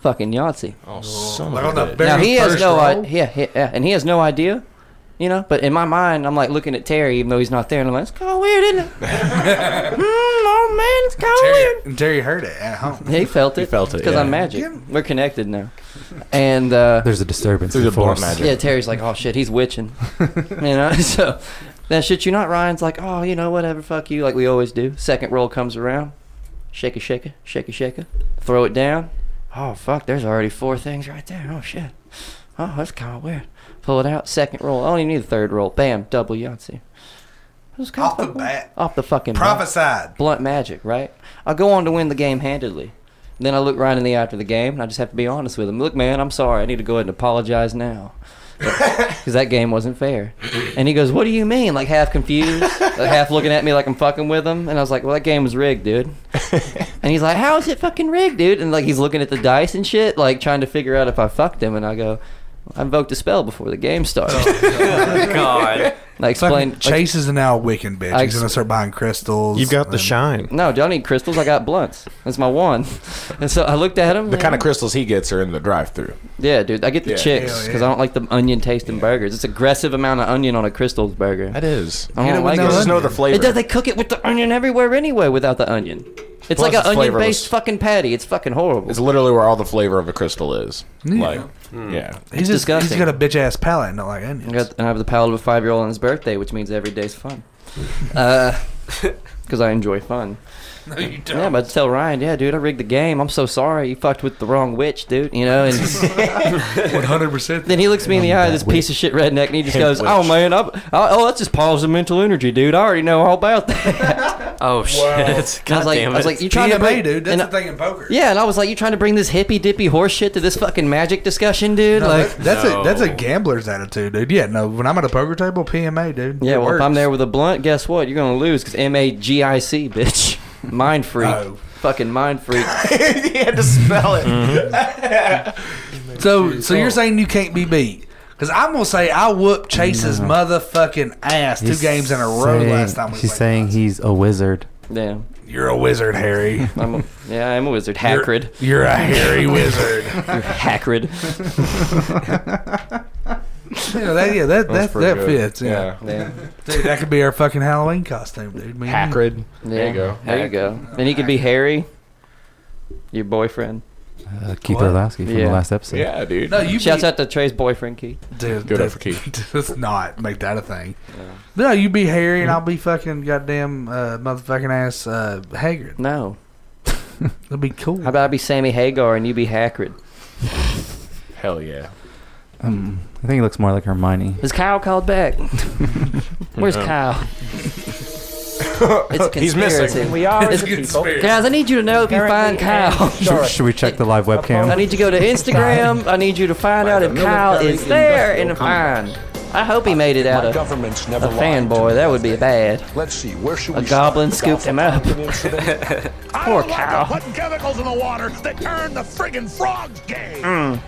A: Fucking Yahtzee.
C: Oh, son
B: Like
C: of
B: on
C: a
B: the
C: bitch.
B: very
A: now he has
B: first
A: no
B: roll?
A: idea. Yeah, he- yeah, and he has no idea. You know, but in my mind, I'm like looking at Terry, even though he's not there, and I'm like, it's kind of weird, isn't it? mm, oh man, it's kind of weird.
B: And Terry heard it at home.
A: He felt it. He
C: felt it,
A: because
C: yeah.
A: I'm magic. We're connected now. And uh,
F: There's a disturbance. in force.
A: Yeah, Terry's like, oh shit, he's witching. you know, so that shit you not. Ryan's like, oh, you know, whatever, fuck you, like we always do. Second roll comes around, shake a shaker, shake a shaker, throw it down. Oh fuck, there's already four things right there. Oh shit. Oh, that's kind of weird. Pull it out, second roll. I don't even need a third roll. Bam, double Yahtzee.
B: Off the bat.
A: Off the fucking bat.
B: Prophesied.
A: Blunt magic, right? I go on to win the game handedly. Then I look Ryan in the eye after the game, and I just have to be honest with him. Look, man, I'm sorry. I need to go ahead and apologize now. Because that game wasn't fair. And he goes, What do you mean? Like half confused, like half looking at me like I'm fucking with him. And I was like, Well, that game was rigged, dude. And he's like, How is it fucking rigged, dude? And like he's looking at the dice and shit, like trying to figure out if I fucked him. And I go, I invoked a spell before the game started.
J: Oh, God.
A: And I explained.
B: Fucking Chase is now a Wiccan bitch.
A: I
B: He's gonna
A: ex-
B: start buying crystals.
A: You've got
B: the
P: shine.
A: No, Johnny crystals. I got blunts. That's my wand. And so I looked at him.
C: The kind of
A: and-
C: crystals he gets are in the drive-through.
A: Yeah, dude. I get the
C: Yeah.
A: chicks
C: Hell
A: because I don't like the onion taste in burgers. It's aggressive amount of onion on a crystals burger. That
C: is.
A: I
C: You
A: don't
C: don't
A: like
C: know
A: it.
C: There's no other flavor.
A: It does, they cook it with the onion everywhere anyway without the onion. It's
C: Plus
A: like
C: it's
A: an onion
C: flavorless.
A: based fucking patty. It's fucking horrible.
C: It's literally where all the flavor of a crystal is. Like, yeah.
A: It's
B: Hmm. He's just,
A: disgusting.
B: He's got a bitch ass palate, and not like onions.
A: I, got, I have the palate of a five year old on his birthday, which means every day's fun. because I enjoy fun.
B: No, you don't.
A: Yeah, but I tell Ryan, yeah, dude, I rigged the game. I'm so sorry. You fucked with the wrong witch, dude. You know, and
B: 100%.
A: Then he looks me in the eye, this piece of shit redneck, and he just
G: Hemp
A: goes,
G: witch.
A: "Oh man, I'm, I, oh that's just positive mental energy, dude. I already know all about that."
G: Oh shit! God
A: I was like,
G: damn it.
A: I was like, you trying to bring,
B: PMA, dude. That's
A: and
B: the thing in poker.
A: Yeah, and I was like, you trying to bring this hippy dippy horse shit to this fucking magic discussion, dude?
B: No,
A: like,
B: that- that's a that's a gambler's attitude, dude. Yeah, no. When I'm at a poker table, PMA, dude.
A: Yeah,
B: It
A: well, if
B: works.
A: I'm there with a blunt, guess what? You're gonna lose because M A G I C, bitch. Mind freak.
B: Oh.
A: Fucking mind freak.
C: he had to spell it.
B: So, so you're saying you can't be beat? Because I'm gonna say I whooped Chase's motherfucking ass two
F: He's
B: games in a row
F: saying-
B: last time. We
F: She's saying he's a wizard.
A: Yeah.
B: You're a wizard, Harry.
A: I'm a, yeah, I'm a wizard. Hacrid.
B: You're, you're a hairy wizard.
A: You're Hacrid.
B: yeah, that, yeah, that that, that fits. Yeah.
A: Yeah.
B: dude, that could be our fucking Halloween costume, dude. Me and you.
C: Hacrid.
A: Yeah, There you go. Then you could be Harry, your boyfriend.
F: Uh, Keith Orlowski from the last episode.
C: Yeah, dude.
B: No, you
A: Shouts
B: beat-
A: out to Trey's boyfriend, Keith.
B: Dude,
C: Good
B: that-
C: effort, Keith.
B: Let's not make that a thing. No, you be Harry and I'll be fucking goddamn uh, motherfucking ass uh, Hagrid.
A: No.
B: That'd be cool.
A: How about I be Sammy Hagar and you be Hacrid?
C: Hell yeah.
F: Um, I think he looks more like Hermione.
A: Is Kyle called back? Where's
F: No.
A: Kyle? It's a
C: He's missing.
A: conspiracy.
C: We are
A: It's
C: the people.
A: conspiracy. Guys, I need you to know if you find Kyle.
F: Should, should we check the live
A: I
F: webcam?
A: need you to go to Instagram. I need you to find out if Kyle is there and find. I hope he made it out of a
Q: government's never lied to
A: fanboy. That would be bad.
Q: Let's see, where should
A: A
Q: we
A: goblin
Q: start?
A: scooped him up. Poor Kyle.
Q: Putting chemicals in the water that turn the friggin' frogs gay.
A: Mm.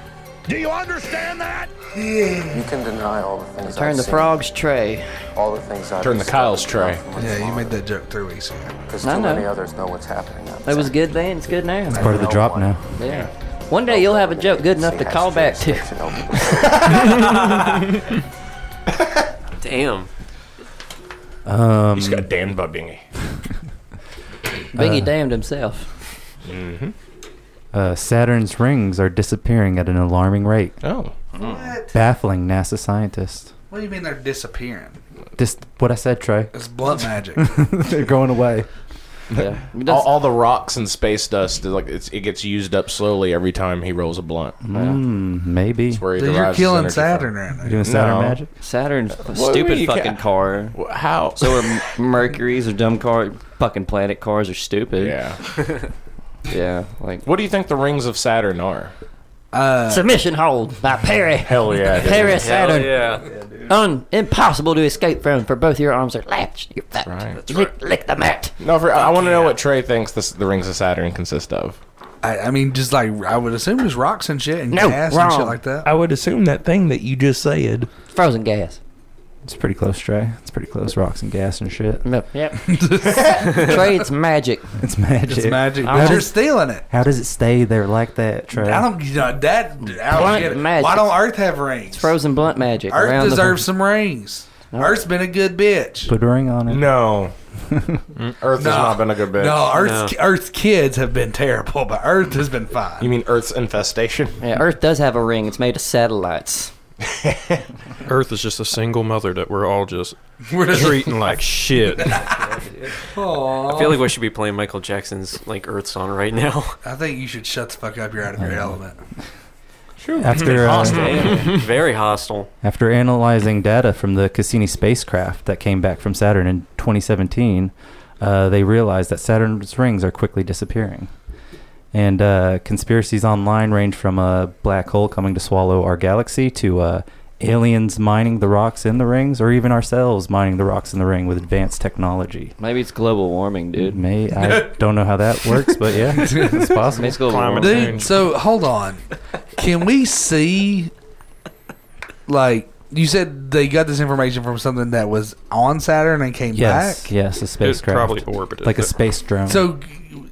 Q: Do you understand that? You can deny all the things.
A: Turn the frog's tray.
Q: All the things I've
A: Turn the Kyle's tray.
B: Yeah, you made that joke three weeks ago.
Q: Because
A: I know.
Q: others know what's happening.
A: It was good then. It's good now.
F: It's part of the drop now.
A: Yeah. One day you'll have a joke good enough to call back to.
G: Damn.
F: Um,
C: He's got damned by Bingy.
A: Bingy
F: Uh,
A: damned himself.
C: Mm-hmm.
F: uh, Saturn's rings are disappearing at an alarming rate.
C: Oh.
B: What?
F: Baffling NASA scientists.
B: What do you mean they're disappearing?
F: Just what I said, Trey.
B: It's blunt magic.
F: They're going away.
A: Yeah.
C: All, all the rocks and space dust, like it's, it gets used up slowly every time he rolls a blunt.
A: Hmm,
F: Mm, maybe.
C: where he
B: Dude, you're
C: derives his
B: killing
C: energy from.
B: Saturn right now.
F: You're doing Saturn
C: No.
F: magic?
A: Saturn's a
C: What do you mean
A: stupid
C: you
A: fucking
C: can't-
A: car.
C: How?
A: So are Mercury's or dumb car. Fucking planet cars are stupid.
C: Yeah.
A: yeah. Like
C: What do you think the rings of Saturn are?
B: Uh,
A: Submission hold by Perry.
C: Hell yeah. dude.
A: Perry Saturn.
G: Yeah.
A: Un- impossible to escape from, for both your arms are latched. You're fat. Lick, lick the mat.
C: No, for, I want to know what Trey thinks this, the rings of Saturn consist of.
B: I, I mean, just like I would assume it's rocks and shit and
A: No,
B: gas and
A: wrong.
B: shit like that.
R: I would assume that thing that you just said.
A: Frozen gas.
F: It's pretty close, Trey. It's pretty close. Rocks and gas and shit.
A: Yep. Trey, it's magic.
F: It's magic.
B: It's magic.
F: How
B: But you're
F: does,
B: stealing it.
F: how does it stay there like that, Trey?
B: I don't you know, that. I don't
A: Blunt
B: get it.
A: magic.
B: Why don't Earth have rings?
A: It's frozen blunt magic.
B: Earth
A: around the-
B: deserves some rings. Earth's been a good bitch.
F: Put a ring on it.
C: No. Earth has not been a good bitch.
B: No, Earth's Earth's kids have been terrible, but Earth has been fine.
C: You mean Earth's infestation?
A: yeah, Earth does have a ring. It's made of satellites.
H: Earth is just a single mother that we're all just
B: We're just-
H: treating like shit.
G: I feel like we should be playing Michael Jackson's like Earth song right now.
B: I think you should shut the fuck up. You're out of your element.
F: After, uh,
G: Hostile. Very hostile.
F: After analyzing data from the Cassini spacecraft that came back from Saturn in 2017, uh, they realized that Saturn's rings are quickly disappearing. And uh, conspiracies online range from a black hole coming to swallow our galaxy to uh, aliens mining the rocks in the rings, or even ourselves mining the rocks in the ring with advanced technology.
A: Maybe it's global warming, dude.
F: May I don't know how that works, but yeah, it's possible.
A: It's global warming.
B: Dude, so hold on. Can we see? Like you said, they got this information from something that was on Saturn and came
F: Yes,
B: back.
F: yes, a spacecraft.
H: probably orbited,
F: like a
H: but-
F: space drone.
B: So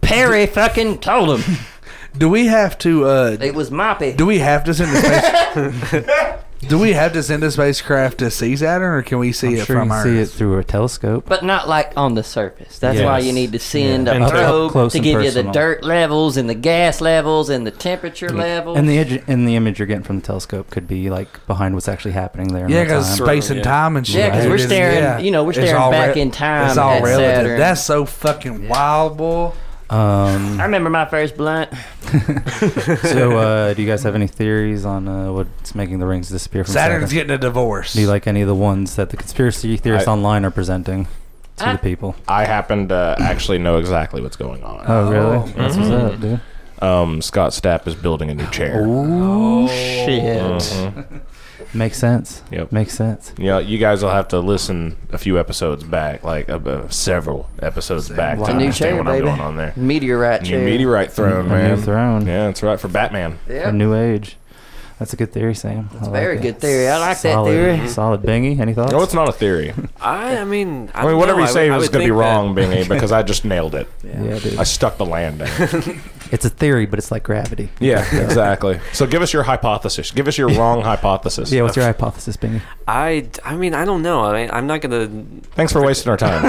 A: Perry fucking told him.
B: do we have to? uh
A: It was Moppy.
B: Do we have to send a space? Do we have to send a spacecraft to see Saturn, or can we see it
F: sure you
B: from
F: can
B: Earth?
F: see it through a telescope.
A: But not like on the surface. That's
F: Yes.
A: why you need to send
F: Yeah. And
A: a
F: up- up
A: probe
F: close
A: to
F: and
A: give you the
F: personal.
A: dirt levels and the gas levels and the temperature levels.
F: And the edge, and the image you're getting from the telescope could be like behind what's actually happening there. in
B: Yeah,
F: real
B: 'cause
F: time.
B: space and Yeah. time and shit.
A: Yeah, 'cause we're
F: Right.
A: staring- Yeah. you know, we're
B: It's
A: staring
B: all
A: back in time
B: It's all
A: at
B: relative.
A: Saturn.
B: That's so fucking wild, boy.
F: Um,
A: I remember my first blunt.
F: so, uh, do you guys have any theories on uh, what's making the rings disappear from
B: Saturn's
F: Saturn?
B: getting a divorce.
F: Do you like any of the ones that the conspiracy theorists
C: I-
F: online are presenting to
A: I-
F: the people?
C: I happen to actually know exactly what's going on.
F: Oh, really? That's what's up, dude.
C: Um, Scott Stapp is building a new chair.
F: Oh, shit.
C: Mhm.
F: Makes sense.
C: Yep.
F: Makes sense.
C: Yeah, you guys will have to listen a few episodes back, like uh, uh, several episodes back,
A: It's
C: to
A: a new
C: understand
A: chair,
C: what
A: baby.
C: I'm doing on there. Mm-hmm.
A: Meteorite
C: New
A: chair.
C: meteorite throne,
R: Mm,
F: A new
C: man.
F: throne.
C: Yeah, that's right for Batman.
F: A new age. That's a good theory, Sam. That's
A: very good theory. I like that
F: solid,
A: theory. Mm-hmm.
F: Solid bingy. Any thoughts?
C: No, it's not a theory.
G: I, I mean, I,
C: I mean,
G: don't
C: whatever
G: know.
C: you say
G: I, would- I
C: was
G: would
C: going to be
G: think
C: wrong,
G: that-
C: Bingy, because I just nailed it.
F: Yeah, Yeah, dude.
C: I stuck the landing.
F: It's a theory, but it's like gravity.
C: yeah, exactly. So give us your hypothesis. Give us your wrong hypothesis.
F: Yeah, what's your hypothesis, Bingy?
G: I, I mean, I don't know. I mean, I'm not gonna.
C: Thanks for wasting our time.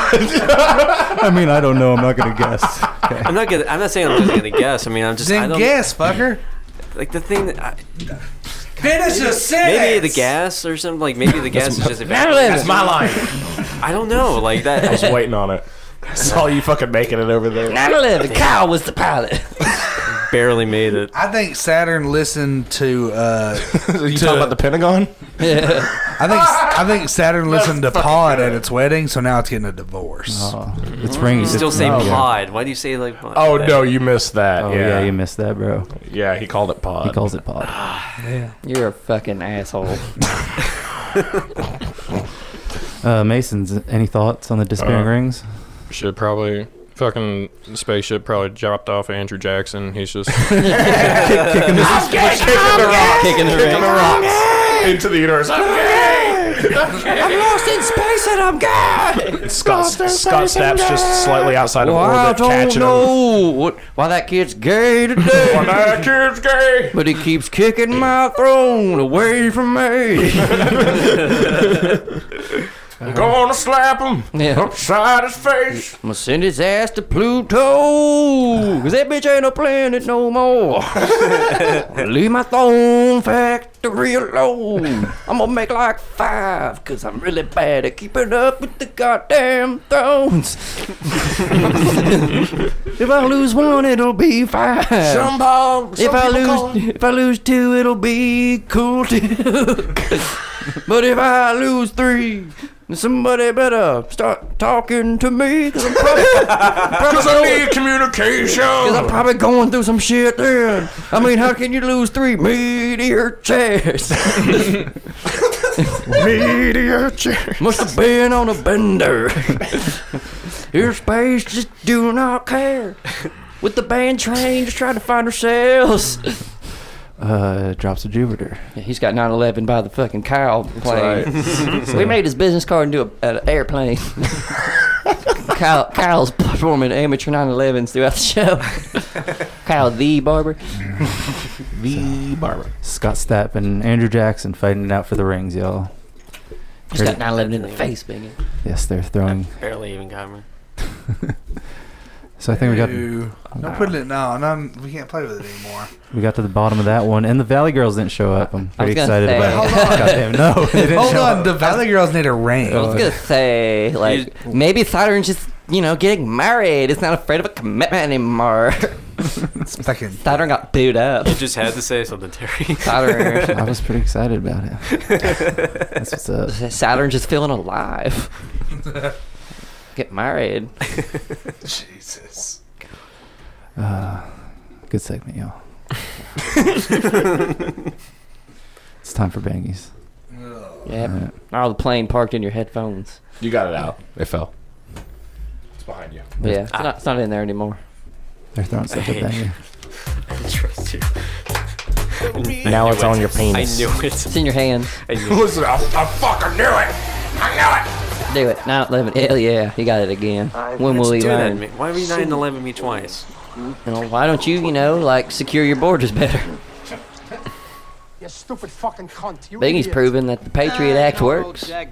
F: I mean, I don't know. I'm not going to guess.
G: I'm not gonna. I'm not saying I'm just gonna guess. I mean, I'm just. I
B: Then
G: don't,
B: guess, fucker.
G: Like the thing that. I,
B: Finish your sentence.
G: Maybe the gas or something. Like maybe the gas is just.
C: Madeline, that's my line.
G: I don't know. Like that.
C: I was waiting on it. Saw you fucking making it over there.
A: 9/11. Kyle was the pilot.
G: Barely made it.
B: I think Saturn listened to. Uh,
C: you talking about the Pentagon?
B: I think I think Saturn listened to Pod at its wedding, so now it's getting a divorce. Mm-hmm.
F: it's ringing.
G: You still say
F: Oh, yeah.
G: pod. Why do you say like? pod?
C: Oh no, you missed that.
F: Oh,
C: yeah.
F: yeah. you missed that, bro.
C: Yeah, he called it pod.
F: He calls it pod.
G: Ah,
A: You're a fucking asshole.
F: Uh, Mason's, any thoughts on the disappearing
H: Uh,
F: rings?
H: Should probably fucking spaceship probably dropped off Andrew Jackson. He's just
F: kicking the-
C: I'm gay, kicking the rocks, kicking the, rocks into the universe. I'm gay.
J: I'm lost in space and I'm gay.
C: Scott,
J: Lost in
C: Scott
J: space and
C: Stapp's just slightly outside of
J: Well, I
C: orbit,
J: don't
C: catching him.
J: know
A: what, why that kid's gay today.
C: Why that kid's gay.
A: But he keeps kicking my throne away from me.
C: I'm gonna slap him
A: Yeah.
C: upside his face.
A: I'ma send his ass to Pluto. Cause that bitch ain't a planet no more. Leave my thorn factory alone. I'm gonna make like five, cause I'm really bad at keeping up with the goddamn thrones. if I lose one, it'll be five.
J: Some ball-
A: if
J: some
A: I
J: people
A: lose,
J: call 'em-
A: if I lose two, it'll be cool too. but if I lose three, somebody better start talking to me. Cause I'm probably, probably
J: Because I
A: going-
J: need communication.
A: 'cause I'm probably going through some shit then. I mean, how can you lose three meteor chairs? meteor chairs. Must have been on a bender. Your space just do not care. With the band train just trying to find ourselves.
F: Uh, drops of Jupiter.
A: Yeah, he's got 911 by the fucking cow plane.
F: right.
A: we made his business card into a, an airplane. Kyle, Kyle's performing amateur 911s throughout the show. Kyle the barber.
C: The barber.
F: Scott Stapp and Andrew Jackson fighting it out for the rings, y'all.
A: He's got 911 in the face, Bingy.
F: Yes, they're throwing.
G: Barely even got me.
F: So I think we got
B: Ew. No, putting it. No, no, we can't play with it anymore.
F: we got to the bottom of that one, and the Valley Girls didn't show up. I'm pretty
A: gonna
F: excited
A: say-
F: about it.
A: Hold on.
F: Goddamn, no, they didn't
B: Hold
F: show
B: on,
F: up.
B: the Valley Girls need a ring.
A: I was gonna say, like, maybe Saturn's just, you know, getting married. It's not afraid of a commitment anymore.
B: Fucking
A: Saturn got booed up.
G: You just had to say something, Terry.
A: Saturn.
F: I was pretty excited about it. That's what's up.
A: Saturn's just feeling alive. Get married.
B: Jesus.
F: Uh, good segment, y'all. it's time for bangies.
A: Yep.
F: Alright.
A: All the plane parked in your headphones.
C: You got it out. It fell. It's behind you.
A: yeah, it's, not, it's not in there anymore.
F: They're throwing stuff at
G: Ah. hate
F: bangy.
G: I trust you.
C: Now it's on your
G: penis. I knew it.
A: It's in your hands.
G: I knew it.
C: Listen, I, I fucking knew it. I
A: Do it. 9 11. Hell yeah. You got it again. when will
G: Let's
A: we
G: do that,
A: learn?
G: man. Why are we 9 and 11 me twice?
A: You know, why don't you, you know, like secure your borders better?
S: you stupid fucking cunt. You
J: Biggie's
S: idiot.
J: proven that the Patriot Act works.
G: God.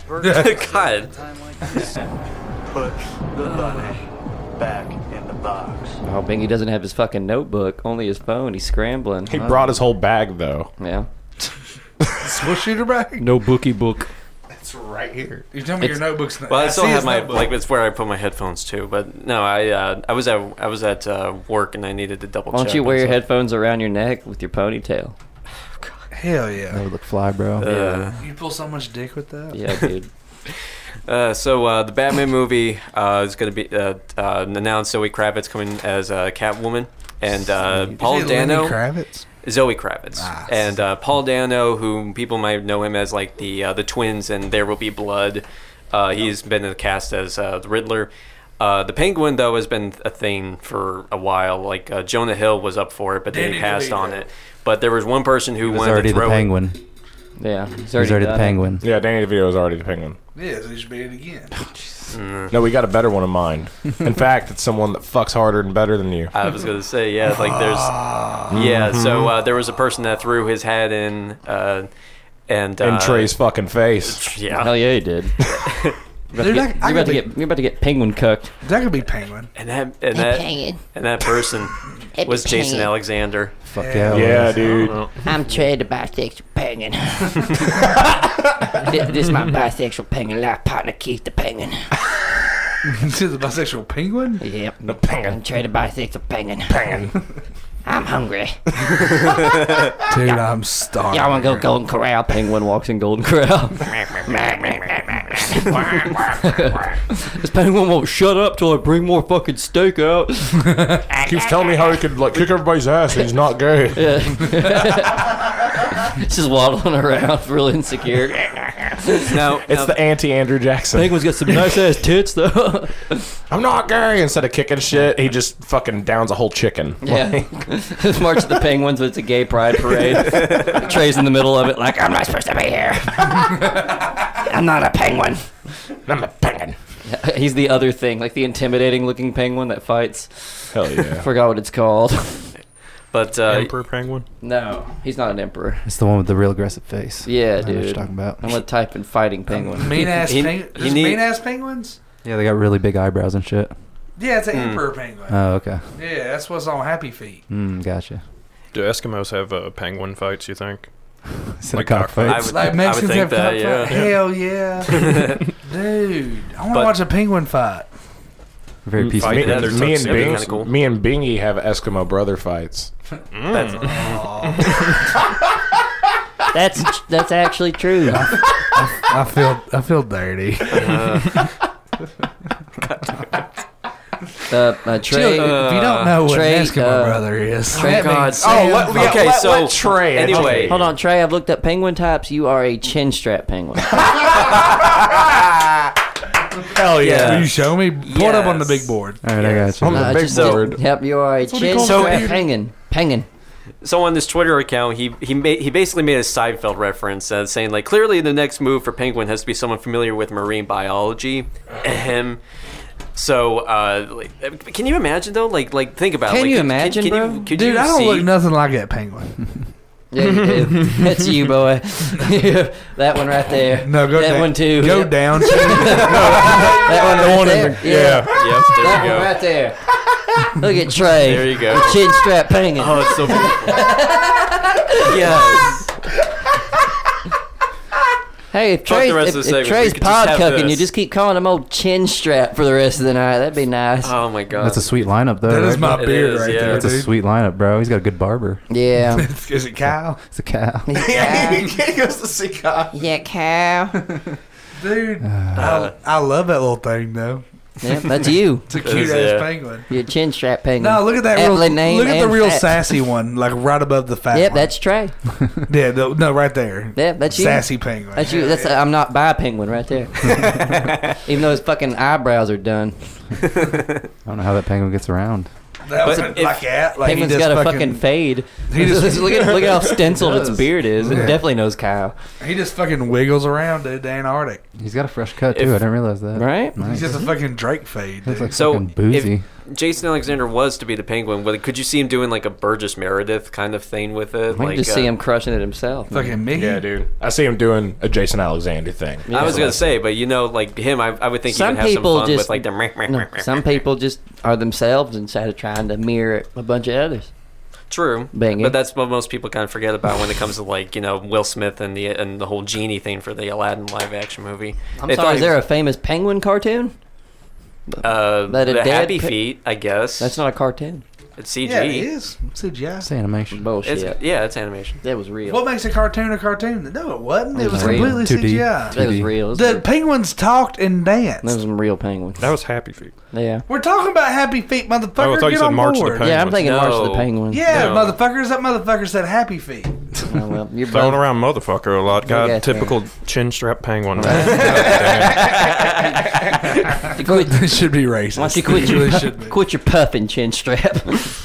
T: Put the bunny back in the box.
A: Oh, Bingy doesn't have his fucking notebook, only his phone. He's scrambling.
C: He brought his whole bag though.
A: Yeah.
B: Swiss shooter bag?
A: No bookie book.
C: It's right here.
B: You tell me your notebook's not.
G: Well, I, still
B: see
G: have
B: his
G: my
B: notebook.
G: like. That's where I put my headphones too. But no, I uh, I was at I was at uh, work and I needed to double.
A: Why don't
G: check
A: you wear your
G: myself.
A: headphones around your neck with your ponytail?
B: Hell yeah.
F: That would look fly,
G: Uh,
F: bro.
G: Yeah.
B: You pull so much dick with that?
A: Yeah, dude.
G: Uh, so uh, the Batman movie uh, is going to be uh, uh, announced. Zoe Kravitz coming as uh, Catwoman, and uh, Paul
B: Is it Lenny
G: Dano.
B: Kravitz? Ah,
G: Zoe Kravitz and uh, Paul Dano, whom people might know him as like the uh, the twins and There Will Be Blood. Uh, he's been in the cast as uh, the Riddler. Uh, the Penguin though has been a thing for a while. Like uh, Jonah Hill was up for it, but then he
F: Danny
G: passed
F: DeVito.
G: on it. But there was one person who
F: He was
G: wanted
F: already
G: to
F: the
G: throw it-
F: penguin.
A: Yeah, he's
F: He's already already the done it. penguin.
C: Yeah, Danny DeVito is already the penguin.
B: Yeah, so you should be it again.
G: Mm-hmm.
C: No, we got a better one in mind. In fact, it's someone that fucks harder and better than you.
G: I was gonna say, yeah, like there's, yeah. So uh, there was a person that threw his hat in, uh, and uh,
C: in Trey's fucking face.
G: Yeah.
A: Hell yeah, he did. You're about, to
G: Dude, I-
A: get, you're
G: I
A: about
G: could
A: to
G: be-
A: get- you're about to get penguin cooked.
B: That could be penguin.
G: and that and that
J: Penguin.
G: and that person
J: It
G: was Jason
J: penguin.
G: Alexander.
F: Fuck
A: yeah, it Yeah, was. dude.
J: I'm trying to bisexual penguin. this, this is my bisexual penguin life partner, Keith the penguin.
B: This is a bisexual penguin?
J: Yep.
C: The penguin.
J: I'm trying to bisexual penguin. Penguin. I'm hungry.
B: Dude, I'm starving.
J: Y'all want to go Golden Corral?
A: Penguin walks in Golden Corral. this penguin won't shut up till I bring more fucking steak out.
C: Keeps telling me how he could like kick everybody's ass and he's not gay.
A: Just waddling around, real insecure.
G: No,
C: it's the anti-Andrew Jackson.
A: Penguin's got some nice ass tits though.
C: I'm not gay. Instead of kicking shit, he just fucking downs a whole chicken.
A: Yeah. It's March of the Penguins, but it's a gay pride parade. Trey's in the middle of it, like, I'm not supposed to be here.
J: I'm not a penguin.
C: I'm a penguin.
A: He's the other thing, like the intimidating looking penguin that fights.
C: Hell yeah.
A: Forgot what it's called.
G: But uh,
H: Emperor penguin.
A: No, he's not an emperor.
F: It's the one with the real aggressive face.
A: Yeah,
F: I know what
A: dude.
F: you're talking about.
A: I'm gonna type in fighting penguin.
B: Mean ass
A: He-
B: penguin.
A: he
B: There's
A: need-
B: mean ass penguins?
F: Yeah, they got really big eyebrows and shit.
B: Yeah, it's an
A: Hmm.
B: emperor penguin.
F: Oh, okay.
B: Yeah, that's what's on Happy Feet.
F: Mm, gotcha.
H: Do Eskimos have uh, penguin fights? You think?
F: Instead of cockfights.
H: I would-
B: like
H: I would
B: Mexicans
H: think
B: have
H: that,
B: cock
H: yeah.
B: fight. Hell yeah, dude! I want to
C: But-
B: watch a penguin fight.
F: Very peaceful.
C: Mm. Me, me
F: Yeah,
C: and
F: they're toxic. That'd be
C: Bing,
F: kinda cool. Mm.
C: me and Bingy have Eskimo brother fights.
H: Mm.
C: Mm.
J: That's that's actually true.
B: I feel I feel dirty.
A: Uh, uh, Trey,
B: Children, if you don't know what an Eskimo brother is,
A: uh, Trey,
B: that
A: God,
B: means Sam.
A: Oh, let-
B: Okay,
A: let-
B: so,
A: let
B: anyway.
A: hold on, Trey. I've looked up penguin types. You are a chin strap penguin.
B: Oh,
C: Hell
A: yeah.
B: Will you show me? Pull it up on the big board.
F: All right, I got you.
A: Uh, just- just- Yep, you are a
B: what he
A: chin
B: calls
A: strap
B: it.
A: penguin. Penguin.
G: So on this Twitter account, he he made he basically made a Seinfeld reference, uh, saying like clearly the next move for Penguin has to be someone familiar with marine biology. Ahem. So, uh, like, can you imagine though? Like, like think about. it.
A: Can
G: Like,
A: you imagine, bro?
G: could
B: Dude,
G: you
B: I don't
G: see-
B: look nothing like that penguin.
A: Yeah, you do. That's you, boy. that one right there.
B: No, go
A: that
B: down.
A: one too.
B: Go
A: Yep.
B: down.
A: that one.
B: The
A: right
B: one in
A: there.
B: the-
A: yeah.
B: yeah.
G: Yep, there
A: that
G: you
A: one right there.
G: go.
A: Look at Trey.
G: There you go.
A: The chin strap penguin.
G: Oh, it's so beautiful. yes.
A: Hey, if
G: Fuck
A: Trey's,
G: the rest
A: if,
G: of the
A: if
G: segment.
A: Trey's
G: We could just
A: pod
G: have
A: cooking, you
G: this.
A: just keep calling him old chin strap for the rest of the night. That'd be nice.
G: Oh my god.
A: Uh,
F: That's a sweet lineup, though.
B: That is
F: right?
B: my It beard is, right yeah. there,
F: That's a
B: dude.
F: sweet lineup, bro. He's got a good barber.
A: Yeah.
B: Is it Kyle?
F: It's a cow.
C: he goes to see Kyle.
J: Yeah, cow.
B: Dude, I, I love that little thing though.
A: Yeah, that's you.
B: it's a cute ass penguin.
A: You're a chin strap penguin.
B: No, look at that
A: Aptly
B: real,
A: named
B: look at the
A: and
B: real
A: fat.
B: sassy one, like right above the fat.
A: Yep,
B: one.
A: that's Trey.
B: yeah, no, no, right there.
A: Yeah, that's you.
B: Sassy penguin.
A: That's you. That's I'm not by penguin right there. Even though his fucking eyebrows are done.
F: I don't know how that penguin gets around.
B: That was
A: But
B: a- like that. Like he
A: Penguin's
B: just
A: got a fucking,
B: fucking
A: fade.
B: He just-
A: look, at, look at how stenciled
B: He
A: its
B: does.
A: beard is. It
B: Yeah.
A: definitely knows Kyle.
B: He just fucking wiggles around, dude. The Antarctic.
F: He's got a fresh cut too. I didn't realize that.
A: Right?
B: He's just a fucking Drake fade.
F: Looks
B: Dude.
F: like fucking boozy.
G: If, Jason Alexander was to be the Penguin, but could you see him doing like a Burgess Meredith kind of thing with it?
A: I
G: like
A: can just
G: uh,
A: see him crushing it himself.
C: Yeah, dude. I see him doing a Jason Alexander thing.
G: I was gonna say, but you know, like him, I, I would think
A: Some
G: he would have some
A: people
G: fun
A: just-
G: with like the. meh, meh,
A: No,
G: meh, meh.
A: some people just are themselves instead of trying to mirror a bunch of others.
G: True,
A: Banging.
G: but that's what most people kind of forget about when it comes to like you know Will Smith and the and the whole genie thing for the Aladdin live action movie.
A: I'm
G: They
A: sorry,
G: thought
A: is
G: he
A: there a famous penguin cartoon?
G: was- uh,
A: that a
G: the
A: dead
G: Happy
A: pe-
G: Feet? I guess
A: That's not a cartoon.
G: it's CG.
B: Yeah, it is. It's CGI.
F: It's animation.
A: Bullshit.
G: It's- yeah, it's animation.
A: That was real.
B: What makes a cartoon a cartoon? No, it wasn't. It was
A: real.
B: completely
A: 2D.
B: CGI.
A: That was real. It was
B: The penguins talked and danced.
A: That was some real penguins. That
H: was Happy Feet.
A: Yeah.
B: We're talking about Happy Feet, motherfucker.
A: Oh, I thought you
B: Get
A: said
B: on
A: March of the
B: board.
A: Penguins. Yeah, I'm thinking March of the No. Penguins.
B: Yeah,
A: No.
B: motherfuckers. That motherfucker said Happy Feet.
A: Oh, well, you're
H: Throwing
A: both-
H: around motherfucker a lot.
A: Big
H: God,
A: ass man.
H: typical chin strap penguin.
B: this should be racist.
A: Why don't you quit
B: It
A: your,
B: really
A: pu-
B: should be.
A: quit your puffing chin strap?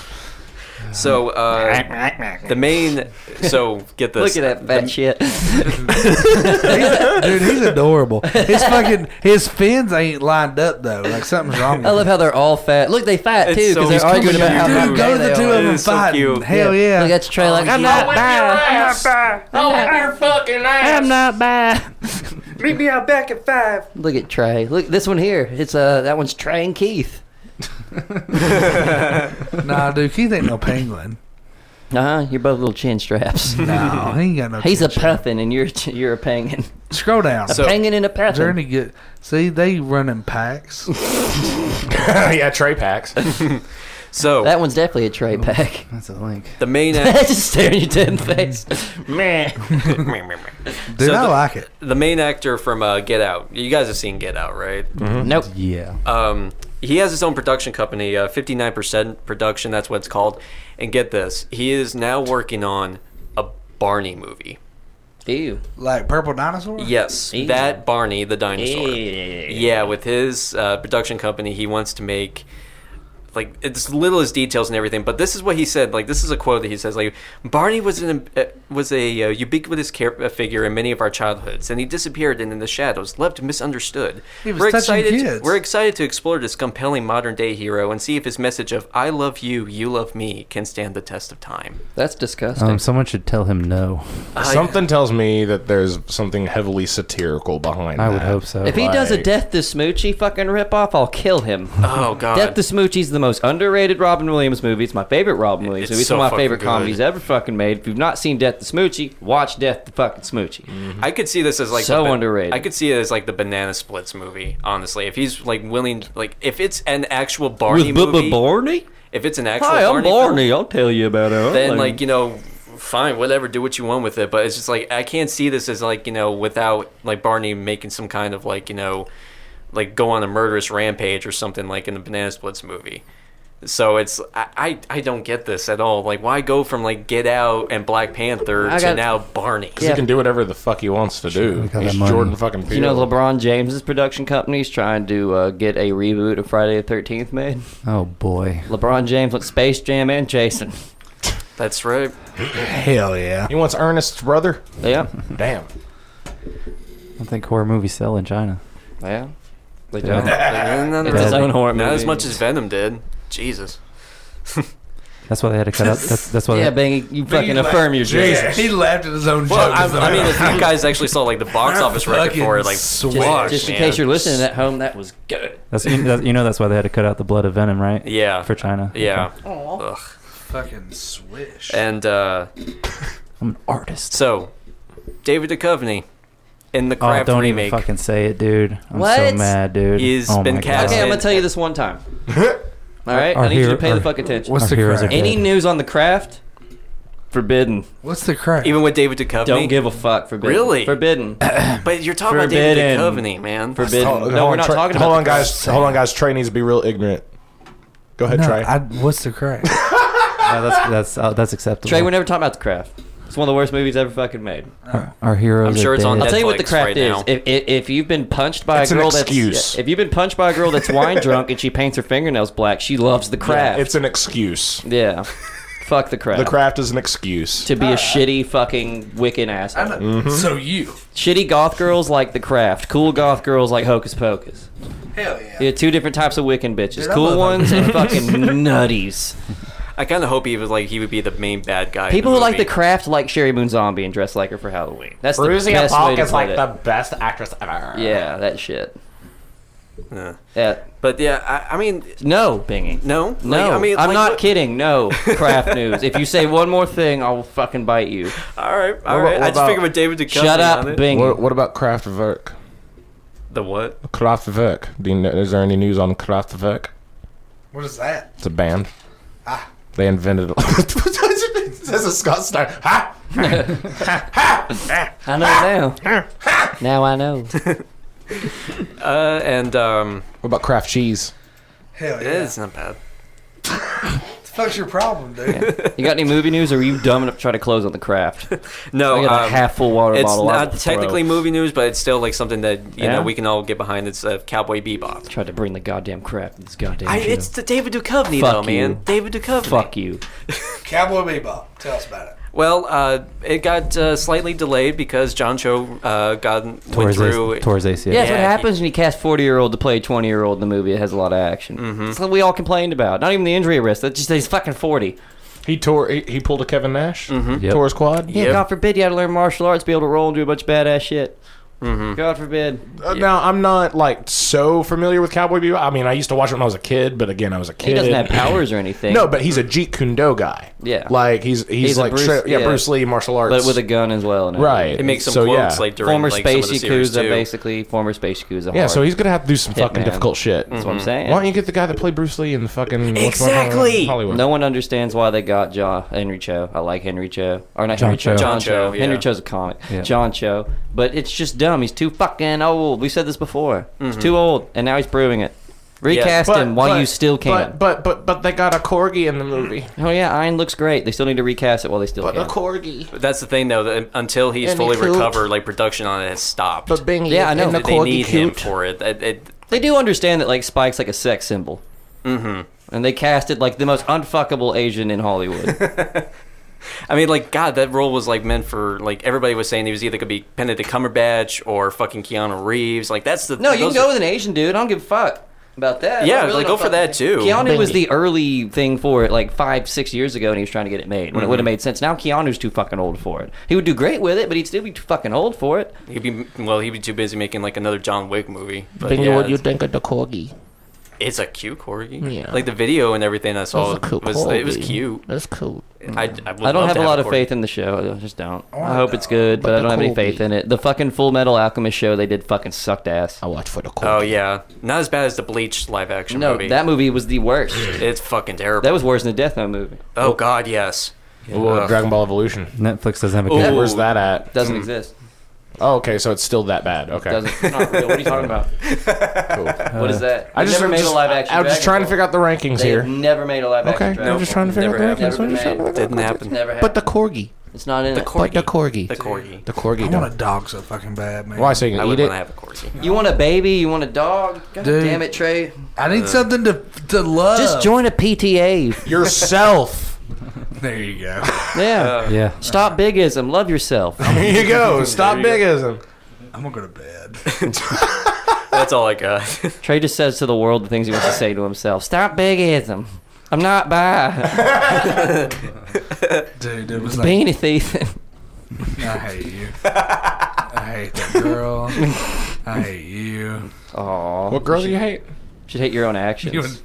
G: So uh, the main, so get this.
A: Look at that fat shit.
B: Dude, he's adorable. His fucking his fins ain't lined up though. Like something's wrong.
A: I love how they're all fat. Look, they fat too
B: It's
A: because
B: so
A: they're arguing
B: cute.
A: about how fat
B: Dude, go to the
A: they
B: two
A: are.
B: of 'em
A: It's so
B: fighting.
A: cute.
B: Hell yeah.
A: Look, that's Trey. Like I'm
O: I'll
A: not
O: whip
A: bad.
O: your ass. I'll whip your fucking ass.
A: I'm not bad.
O: Meet me out back at five.
A: Look at Trey. Look this one here. It's uh that one's Trey and Keith.
B: nah, dude, Keith ain't no penguin.
A: Uh huh. You're both little chin straps.
B: No, he ain't got no
A: He's
B: chin
A: a puffin, and you're you're a penguin.
B: Scroll down.
A: A penguin and a puffin.
B: Is there any good? See, they run in packs.
C: yeah, Trey packs.
G: so
A: that one's definitely a
B: Oh,
A: Trey pack.
F: That's a link.
G: The main
A: just staring you dead in the face.
G: Meh.
B: Dude, I
G: the,
B: like it.
G: The main actor from uh, Get Out. You guys have seen Get Out, right?
F: Mm-hmm.
A: Mm-hmm. Nope.
F: Yeah.
G: Um, he has his own production company, uh, 59% Production, that's what it's called. And get this, he is now working on a Barney movie.
A: Ew.
B: Like purple dinosaur.
G: Yes,
B: Ew.
G: that Barney the dinosaur. Yeah, with his uh, production company, he wants to make like it's little as details and everything. But this is what he said. Like this is a quote that he says. Like Barney was an uh, was a uh, ubiquitous care- uh, figure in many of our childhoods, and he disappeared and in the shadows, left misunderstood.
B: He was
G: we're
B: touching
G: excited.
B: kids.
G: We're excited to explore this compelling modern day hero and see if his message of "I love you, you love me" can stand the test of time.
A: That's disgusting.
F: Um, someone should tell him no.
C: Something tells me that there's something heavily satirical behind.
F: I would
C: that.
F: hope so.
A: If he does a
C: Like-
A: Death to Smoochie fucking ripoff, I'll kill him.
G: Oh, God.
A: Death to Smoochie's the most underrated Robin Williams movie. It's my favorite Robin Williams
G: It's
A: movie. It's
G: so
A: one of my
G: fucking
A: favorite
G: good.
A: comedies ever fucking made. If you've not seen Death to Smoochie, watch Death to fucking Smoochie.
G: Mm-hmm. I could see this as like
A: So
G: the ba-
A: underrated.
G: I could see it as like the Banana Splits movie. Honestly, if he's like willing, like if it's an actual Barney
A: With Bubba
G: movie,
A: Barney?
G: if it's an actual
A: Hi, I'm
G: Barney, film,
A: Barney. I'll tell you about it.
G: then like you know, fine, whatever, do what you want with it. But it's just like I can't see this as like you know without like Barney making some kind of like you know, like go on a murderous rampage or something like in the Banana Splits movie. So it's I, I I don't get this at all. Like why go from like Get Out and Black Panther
A: I
G: to
A: got-
G: now Barney?
C: 'Cause He can do whatever the fuck he wants to do.
F: got
C: He's
F: that money.
C: Jordan fucking Peele.
A: you know LeBron James's production company is trying to uh, get a reboot of Friday the Thirteenth made.
F: Oh boy.
A: LeBron James went Space Jam and Jason.
G: That's right.
B: Hell yeah.
C: he wants Ernest's brother.
A: Yeah.
C: Damn.
F: I don't think horror movies sell in China.
A: Yeah. They
F: Yeah.
A: don't. it's
F: Bad.
A: his own horror
G: Not as
A: movie.
G: much as Venom did. Jesus.
F: That's why they had to cut out. That's, that's why.
A: Yeah,
F: they,
A: Bingy, you fucking
B: He
A: affirm
B: laughed-
A: your Jesus.
B: He laughed at his own
G: Well,
B: joke.
G: I, I mean, if you guys actually saw like the box office record
B: Fucking
G: for it, like
A: Just,
B: swash,
A: just in
G: man.
A: case you're listening at home, that was good.
F: that's, you, that's, you know that's why they had to cut out the blood of venom, right?
G: Yeah.
F: For China.
G: Yeah.
F: Okay.
G: Ugh.
B: fucking swish.
G: And uh,
F: I'm an artist.
G: So, David Duchovny in the
F: Oh,
G: Craft
F: don't
G: remake.
F: even fucking say it, dude. I'm
A: What?
F: so mad, dude.
G: He's
F: oh
G: been
F: my
G: cast-
A: Okay, I'm
G: Uh,
A: gonna tell you this one time. All right,
F: Our
A: I need you to
F: hero-
A: pay
F: our-
A: the fuck attention.
F: What's our the heroes craft? are
A: Any
F: dead.
A: news on the craft? Forbidden.
B: What's the crack?
G: Even with David Duchovny.
A: Don't give a fuck. Forbidden.
G: Really?
A: Forbidden.
G: But you're talking about David Duchovny, man.
A: Forbidden. no,
C: Hold- hold
A: we're
C: on,
A: not
C: Trey-
A: talking about.
C: Hold
A: the
C: on,
A: craft.
C: guys. Hold on, guys. Trey needs to be real ignorant. Go ahead,
B: no,
C: Trey.
B: I, what's the crack?
F: No, that's that's uh, that's acceptable.
A: Trey, we're never talking about the craft. It's one of the worst movies ever fucking made.
F: our, our heroes.
G: I'm sure
F: are
G: it's
F: dead.
G: on
A: I'll tell you what the
G: Netflix
A: craft
G: right
A: is.
G: now.
A: If, if, if you've been punched by
C: It's
A: a
C: an
A: girl
C: excuse.
A: that's if you've been punched by a girl that's wine drunk and she paints her fingernails black, she loves the craft.
C: It's an excuse.
A: yeah. Fuck the craft.
C: The craft is an excuse. Mm-hmm.
A: To be a shitty fucking Wiccan asshole.
B: So you.
A: Shitty goth girls like the craft. Cool goth girls like Hocus Pocus.
B: Hell yeah.
A: Yeah, two different types of Wiccan bitches.
G: Dude, I
A: cool
G: love
A: ones
G: that.
A: and fucking nutties.
G: I kind of hope he was like he would be the main bad guy. in
A: People
G: the
A: who like the
G: movie.
A: craft like Sherry Moon Zombie and dress like her for Halloween. That's
C: Brucia
A: the best
C: Balk
A: way to
C: E. is
A: put
C: like
A: it.
C: the best actress ever.
A: Yeah, that shit.
G: Yeah.
A: Yeah.
G: But yeah, I, I mean,
A: No, Bingy.
G: No, Like,
A: no.
G: I mean,
A: I'm
G: like,
A: not
G: what-
A: kidding. No, craft news. If you say one more thing, I'll fucking bite you.
G: All right, all right. I just figured with David Duchovny
A: Shut up,
G: on it.
A: Bingy.
C: What, what about Kraftwerk?
G: The what?
C: Kraftwerk. Do you know, is there any news on Kraftwerk?
B: What is that?
C: It's a band.
B: Ah.
C: They invented
B: That's a Scott Star. Ha!
A: I know now. now I know.
G: Uh, and um,
C: what about Kraft cheese?
B: Hell yeah.
G: yeah, it's not bad.
B: What the fuck's your problem, dude?
A: You got any movie news, or are you dumb enough to try to close on the craft?
G: No,
A: I got a
G: um,
A: half full water
G: it's
A: bottle. I'll
G: not
A: throw.
G: technically movie news, but it's still like something that you
A: Yeah?
G: know we can all get behind. It's uh, Cowboy Bebop.
A: Tried to bring the goddamn crap in this goddamn
G: I,
A: show.
G: it's the David Duchovny
A: Fuck
G: though, man.
A: you.
G: David Duchovny.
A: Fuck you.
B: Cowboy Bebop. Tell us about it.
G: Well, uh, it got uh, slightly delayed because John Cho uh, got went
A: Towards
G: through.
A: Yeah, that's what happens when you cast 40 year old to play 20 year old in the movie. It has a lot of action.
C: Mm-hmm.
A: That's what we all complained about. Not even the injury risk. That's just that he's fucking 40.
C: He tore. He, he pulled a Kevin Nash. Mm-hmm. Tore his quad.
A: Yeah, God forbid you had to learn martial arts, be able to roll and do a bunch of badass shit.
C: Mhm.
A: God forbid.
C: Uh, Now I'm not like so familiar with Cowboy Bebop. I mean, I used to watch it when I was a kid, but again, I was a kid.
A: He doesn't have powers or anything.
C: No, but he's a Jeet Kune Do guy.
A: Yeah.
C: like he's he's,
A: a
C: like straight- yeah, Bruce Lee martial arts,
A: But with a gun as well. and
C: Right.
A: everything.
C: It makes some So, quotes, yeah. like, during,
A: Former
C: like, some
A: Space
C: of the series,
A: Yakuza,
C: too.
A: basically. Former Space Yakuza.
C: Yeah,
A: hard.
C: so he's gonna have to do some fucking
A: Hitman.
C: difficult shit.
A: That's what I'm saying.
C: Why don't you get the guy that played Bruce Lee in the fucking what's going on in Hollywood?
A: No one understands why they got John Henry Cho. I like Henry Cho. Or not
F: John
A: Henry Cho.
F: Cho. John
A: John Cho.
F: Cho,
A: Henry
F: yeah.
A: Cho's a comic.
F: Yeah.
A: John Cho. But it's just dumb. He's too fucking old. We said this before. He's
C: Mhm.
A: too old, and now he's proving it. Recast
C: But-
A: him while
C: but-
A: you still can.
C: But, but but but they got a corgi in the movie.
A: oh yeah, Iron looks great. They still need to recast it while they still
C: But
A: can.
C: a corgi.
G: But that's the thing though. That until he's
C: And
G: fully
C: he cooped.
G: recovered, like production on it has stopped.
C: But being
A: Yeah, I know.
G: And
A: And
G: they
A: Nicole
G: need him
A: Kidman.
G: for it. It- it-
A: They do understand that like Spike's like a sex symbol. Mm-hmm. And they cast it like the most unfuckable Asian in Hollywood.
G: I mean, like God, that role was like meant for like everybody was saying he was either gonna be Benedict Cumberbatch or fucking Keanu Reeves. Like that's the
A: no, you can
G: those
A: go
G: are-
A: with an Asian dude. I don't give a fuck about that.
G: Yeah,
A: I really
G: like,
A: don't
G: go for that,
A: fucking-
G: too.
A: Keanu was
G: Bingy.
A: the early thing for it, like five, six years ago, and he was trying to get it made when it
G: Mhm.
A: would have made sense. Now Keanu's too fucking old for it. He would do great with it, but he'd still be too fucking old for it.
G: He'd be well. He'd be too busy making like another John Wick movie. But
A: Bingo,
G: yeah,
A: what do you
G: it's-
C: of the corgi?
G: It's a cute corgi.
C: Yeah.
G: Like the video and everything I saw
A: That's a cool
G: was it was
A: corgi.
G: cute.
C: That's cool.
G: I, I, would
A: I don't
G: love
A: have
G: to
A: a lot of
G: corgi.
A: faith in the show. I just don't. I
G: I
A: hope it's good, but,
G: But
A: I don't
G: the
A: have any
G: Colby.
A: faith in it. The fucking Full Metal Alchemist show they did fucking sucked ass. I
C: watched for the
G: Oh yeah, not as bad as the Bleach live action
A: No,
G: movie.
A: that movie was the worst.
G: it's fucking terrible.
A: That was worse than the Death Note movie.
G: Oh God, yes.
C: Well,
G: Ugh.
C: Dragon Ball Evolution.
F: Netflix doesn't have a
C: Ooh,
F: good.
C: where's that at?
A: Doesn't exist.
C: Oh, okay, so it's still that bad. Okay.
A: Doesn't. Not real. What are you talking about? What is that?
C: I
A: They've
C: just
A: never made a live action.
C: I'm just
A: Dragon
C: trying to
A: Ball.
C: figure out the rankings
A: They
C: here.
A: have never made a live action.
C: Okay,
A: Dragon
C: I'm just
A: Ball.
C: trying to figure out
A: Never
C: the
A: happened.
C: rankings. I'm
A: Never
C: just trying
A: been made.
C: to figure out the rankings.
A: Never
C: But the
A: happened.
C: corgi.
A: It's not in
C: The
A: it.
C: corgi. The corgi. The
G: corgi.
C: The corgi.
B: I want
C: dog.
B: a dog so fucking bad, man.
C: Why, so you can I eat would it? wanna have
G: a corgi.
A: You want a baby? You want a dog? God
B: Dude.
A: damn it, Trey.
B: I need something to to love.
A: Just join a PTA.
C: Yourself.
B: there you go.
A: Yeah.
F: yeah.
A: Stop bigism. Love yourself.
C: Here you go. Stop
A: There
C: bigism.
B: I'm gonna go to bed.
G: That's all I got.
A: Trey just says to the world the things he wants to say to himself. Stop bigism. I'm not bi.
B: Dude, it was like
A: Beanie thief.
B: I hate you. I hate that girl. I hate you.
A: Aww.
C: What girl do you hate?
A: Should hate your own actions.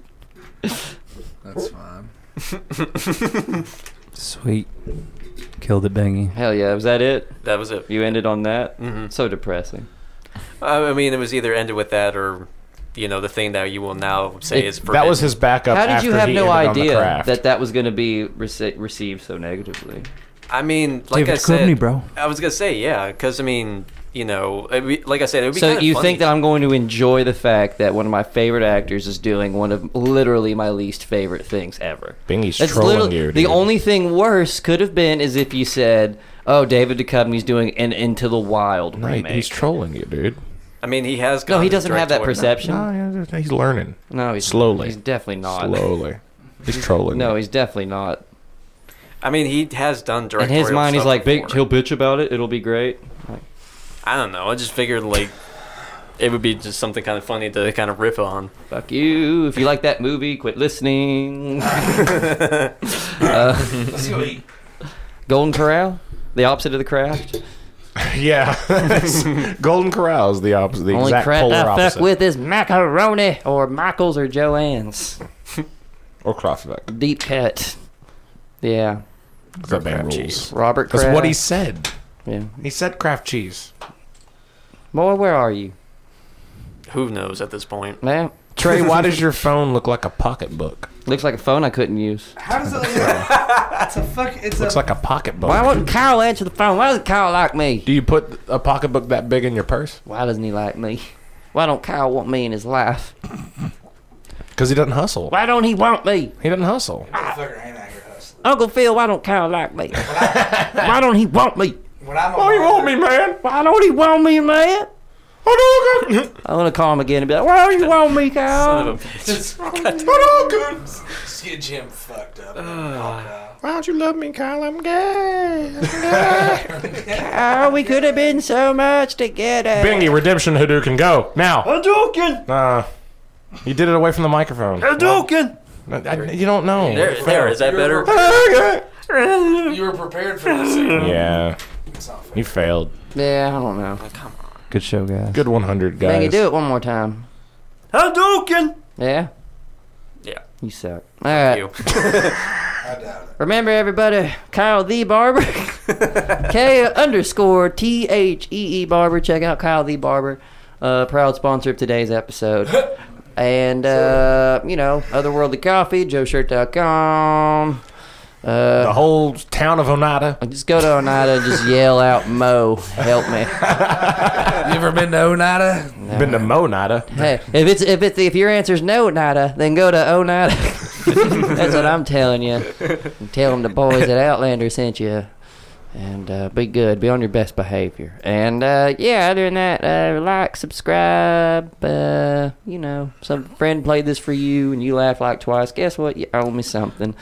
B: That's fine.
F: Sweet. Killed it, Bangy.
A: Hell yeah. Was that it?
G: That was it.
A: You ended on that? Mm-hmm. So depressing.
G: I I mean, it was either ended with that or, you know, the thing that you will now say
A: It-
G: is
A: that
G: forbidden.
C: was his backup
A: How did you
C: after
A: have
C: he
A: no
C: ended on the
A: idea
C: craft?
A: that that was going to be rece- received so negatively?
G: I mean, like
A: David
G: I said,
A: Duchovny, bro.
G: I was gonna say, yeah, because I mean, you know, it'd be, like I said, it would be
A: So
G: kinda
A: you
G: funny.
A: think that I'm going to enjoy the fact that one of my favorite actors is doing one of literally my least favorite things ever?
C: Bingy's
A: That's
C: trolling
A: literally-
C: you,
A: The
C: dude.
A: only thing worse could have been is if you said, "Oh, David Duchovny's doing an Into the Wild
C: Right,
A: remake."
C: he's trolling you, dude.
G: I mean, he has.
A: No,
G: gone
A: he doesn't have that
G: direct to it.
A: perception.
C: No, yeah, he's learning.
A: No, he's
C: slowly.
A: He's definitely not.
C: Slowly. He's trolling.
A: No, he's definitely not.
G: I mean, he has done
A: In
G: direct.
A: his mind, he's like, "Big, he'll bitch about it. It'll be great." Like,
G: I don't know. I just figured like it would be just something kind of funny to kind of riff on.
A: Fuck you. If you like that movie, quit listening. Uh,
G: Let's go eat.
A: Golden Corral, the opposite of the craft.
C: yeah, Golden Corral is the opposite, the
J: Only
C: exact
J: crap
C: polar
J: I
C: opposite.
J: fuck with is macaroni or Michaels or Joanne's.
C: or Kraftwerk.
J: Deep cut.
A: Yeah.
C: The man rules.
A: Robert
C: That's
A: Kraft.
C: what he said.
A: Yeah.
C: He said Kraft cheese.
A: Boy, where are you?
G: Who knows at this point?
A: Man.
C: Trey, why does your phone look like a pocketbook?
A: Looks like a phone I couldn't use.
O: How does it look? it's a fuck. It's
C: Looks
O: a.
C: like a pocketbook.
A: Why wouldn't Kyle answer the phone? Why doesn't Kyle like me?
C: Do you put a pocketbook that big in your purse?
A: Why doesn't he like me? Why don't Kyle want me in his life?
C: Because he doesn't hustle.
J: Why don't he want me?
C: He doesn't hustle.
J: Uncle Phil, why don't Kyle like me? why don't he want me?
O: Why
C: you want me, man?
J: Why don't he want me, man?
A: I'm gonna call him again and be like, "Why don't you want me, Kyle?"
O: Just get Jim fucked up.
C: Why don't you love me, Kyle? I'm gay.
J: Kyle, we could have been so much together.
C: Bingy, redemption hoodoo can go now.
J: Hadouken!
C: Uh, you did it away from the microphone.
J: Hadouken!
C: I- I- you don't know.
G: There, there is that better?
O: You were prepared for this.
C: Yeah, you failed.
A: Yeah, I don't know.
F: Good show, guys.
C: Good 100,
A: Bingy,
C: guys.
A: do it one more time.
G: Hadouken!
A: Yeah.
G: Yeah.
A: You suck. All right.
G: You.
A: Remember, everybody, Kyle the Barber, K underscore T H E E Barber. Check out Kyle the Barber, uh, proud sponsor of today's episode. and, uh, you know, Otherworldly Coffee, joeshirt.com. Uh, the
C: whole town of Oneida.
A: Just go to Oneida and just yell out, Mo, help me.
B: You ever been to Oneida?
C: Been to Mo Nida.
A: Hey, if it's if it's if your answer's no, Nada, then go to oh Nada. That's what I'm telling you. And tell them the boys at Outlander sent you, and uh, be good, be on your best behavior, and uh, yeah. Other than that, uh, like, subscribe. Uh, you know, some friend played this for you, and you laughed like twice. Guess what? You owe me something.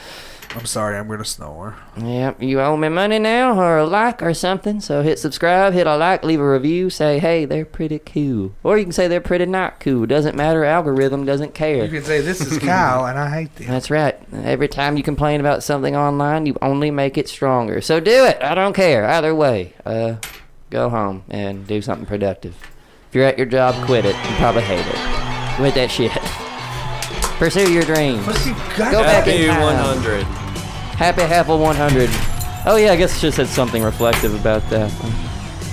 B: I'm sorry, I'm gonna snore.
A: Yep, you owe me money now, or a like, or something. So hit subscribe, hit a like, leave a review, say hey, they're pretty cool, or you can say they're pretty not cool. Doesn't matter. Algorithm doesn't care.
B: You can say this is Kyle, and I hate this.
A: That's right. Every time you complain about something online, you only make it stronger. So do it. I don't care. Either way, uh, go home and do something productive. If you're at your job, quit it. You probably hate it. Quit that shit. Pursue your dreams. Go back in
G: Happy
A: time.
G: 100.
A: Happy Halfle 100. Oh yeah, I guess I should have said something reflective about that.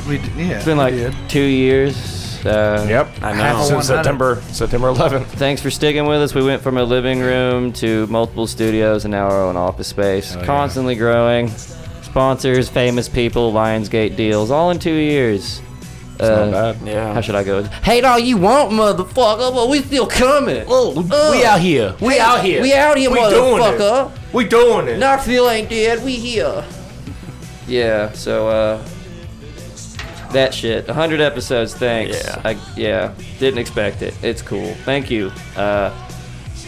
B: We d- yeah.
A: It's been like two years. Uh,
C: yep.
A: I
C: Half
A: know.
C: of Since 100. September- September 11th.
A: Thanks for sticking with us. We went from a living room to multiple studios and now our own office space.
C: yeah.
A: Constantly growing. Sponsors, famous people, Lionsgate deals, all in two years.
C: not
A: bad. Yeah. How should I go? Hate all you want, motherfucker, but we still coming.
C: Oh,
A: Uh,
C: we out here. We out here.
A: We out here,
C: We doing it.
A: motherfucker.
C: We doing it.
A: Knoxville ain't dead. We here. Yeah. So uh, that shit. hundred episodes. Thanks. Yeah. I, yeah. Didn't expect it. It's cool. Thank you. Uh,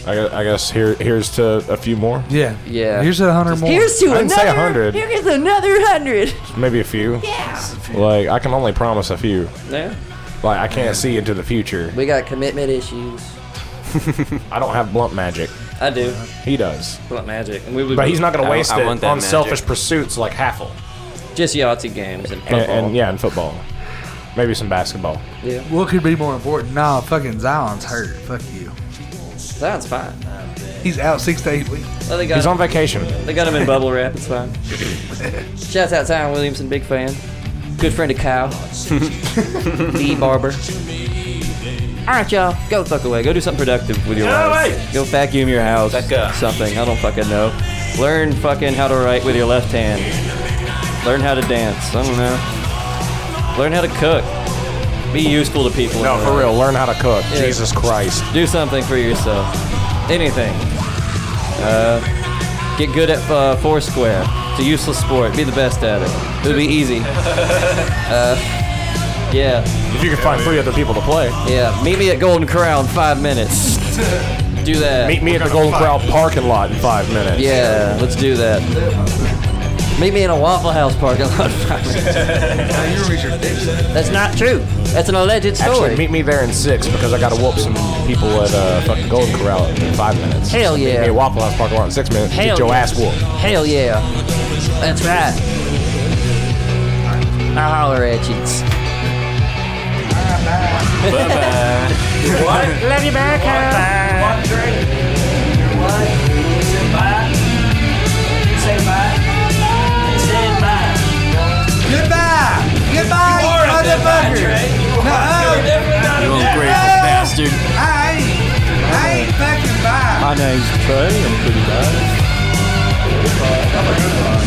C: I, gu- I guess here here's to a few more.
B: Yeah.
A: Yeah.
B: Here's a hundred more.
J: Here's to
C: I didn't
J: another.
C: say 100.
J: Here's another hundred.
C: Maybe a few.
J: Yeah.
C: Like I can only promise a few.
A: Yeah.
C: Like I can't see into the future.
A: We got commitment issues.
C: I don't have blunt magic.
A: I do.
C: He does.
A: Blunt magic. And we would-
C: But he's not going
A: I-
C: to waste
A: I
C: it on
A: want that magic.
C: selfish pursuits like Halfle.
A: Just Yahtzee games and
C: And,
A: football.
C: and yeah, and football. Maybe some basketball.
A: Yeah.
B: What could be more important? Nah, fucking Zion's hurt. Fuck you.
A: Sounds fine.
B: He's out six to eight weeks.
A: Well, they got
B: He's on
C: vacation.
A: They got him in bubble wrap. It's fine. Shouts out Zion Williamson, big fan. Good friend of Kyle. the barber. All right, y'all. Go fuck away. Go do something productive with your
G: Get
A: lives.
G: away.
A: Go vacuum your house. Something. I don't fucking know. Learn fucking how to write with your left hand. Learn how to dance. I don't know. Learn how to cook. Be useful to people.
C: No,
A: in
C: for
A: life.
C: real, learn how to cook.
A: Yeah.
C: Jesus Christ.
A: Do something for yourself. Anything. Uh, get good at uh, Foursquare. It's a useless sport. Be the best at it. It would be easy. Uh, yeah.
C: If you can find three other people to play.
A: Yeah. Meet me at Golden Corral in five minutes. do that.
C: Meet me at the Golden Corral parking lot in five minutes.
A: Yeah, let's do that. Meet me in a Waffle House parking lot Friday. That's not true. That's an alleged story.
C: Actually, meet me there in six because I got to whoop some people at uh, fucking Golden Corral in five minutes.
A: Hell
C: Meet
A: yeah.
C: me at Waffle House parking lot in six minutes.
A: Hell
C: Get your
A: yeah.
C: ass whooped.
A: Hell yeah. That's right. I'll holler at you.
J: What?
A: Love you back,
J: One drink. What? You said bye. You said bye. You said bye.
B: Goodbye. Goodbye,
J: You are a
B: motherfucker.
J: You're definitely not a dead bye.
B: bastard. I ain't. I ain't fucking bye.
D: My name's Trey. I'm pretty bad.
B: I'm a good one.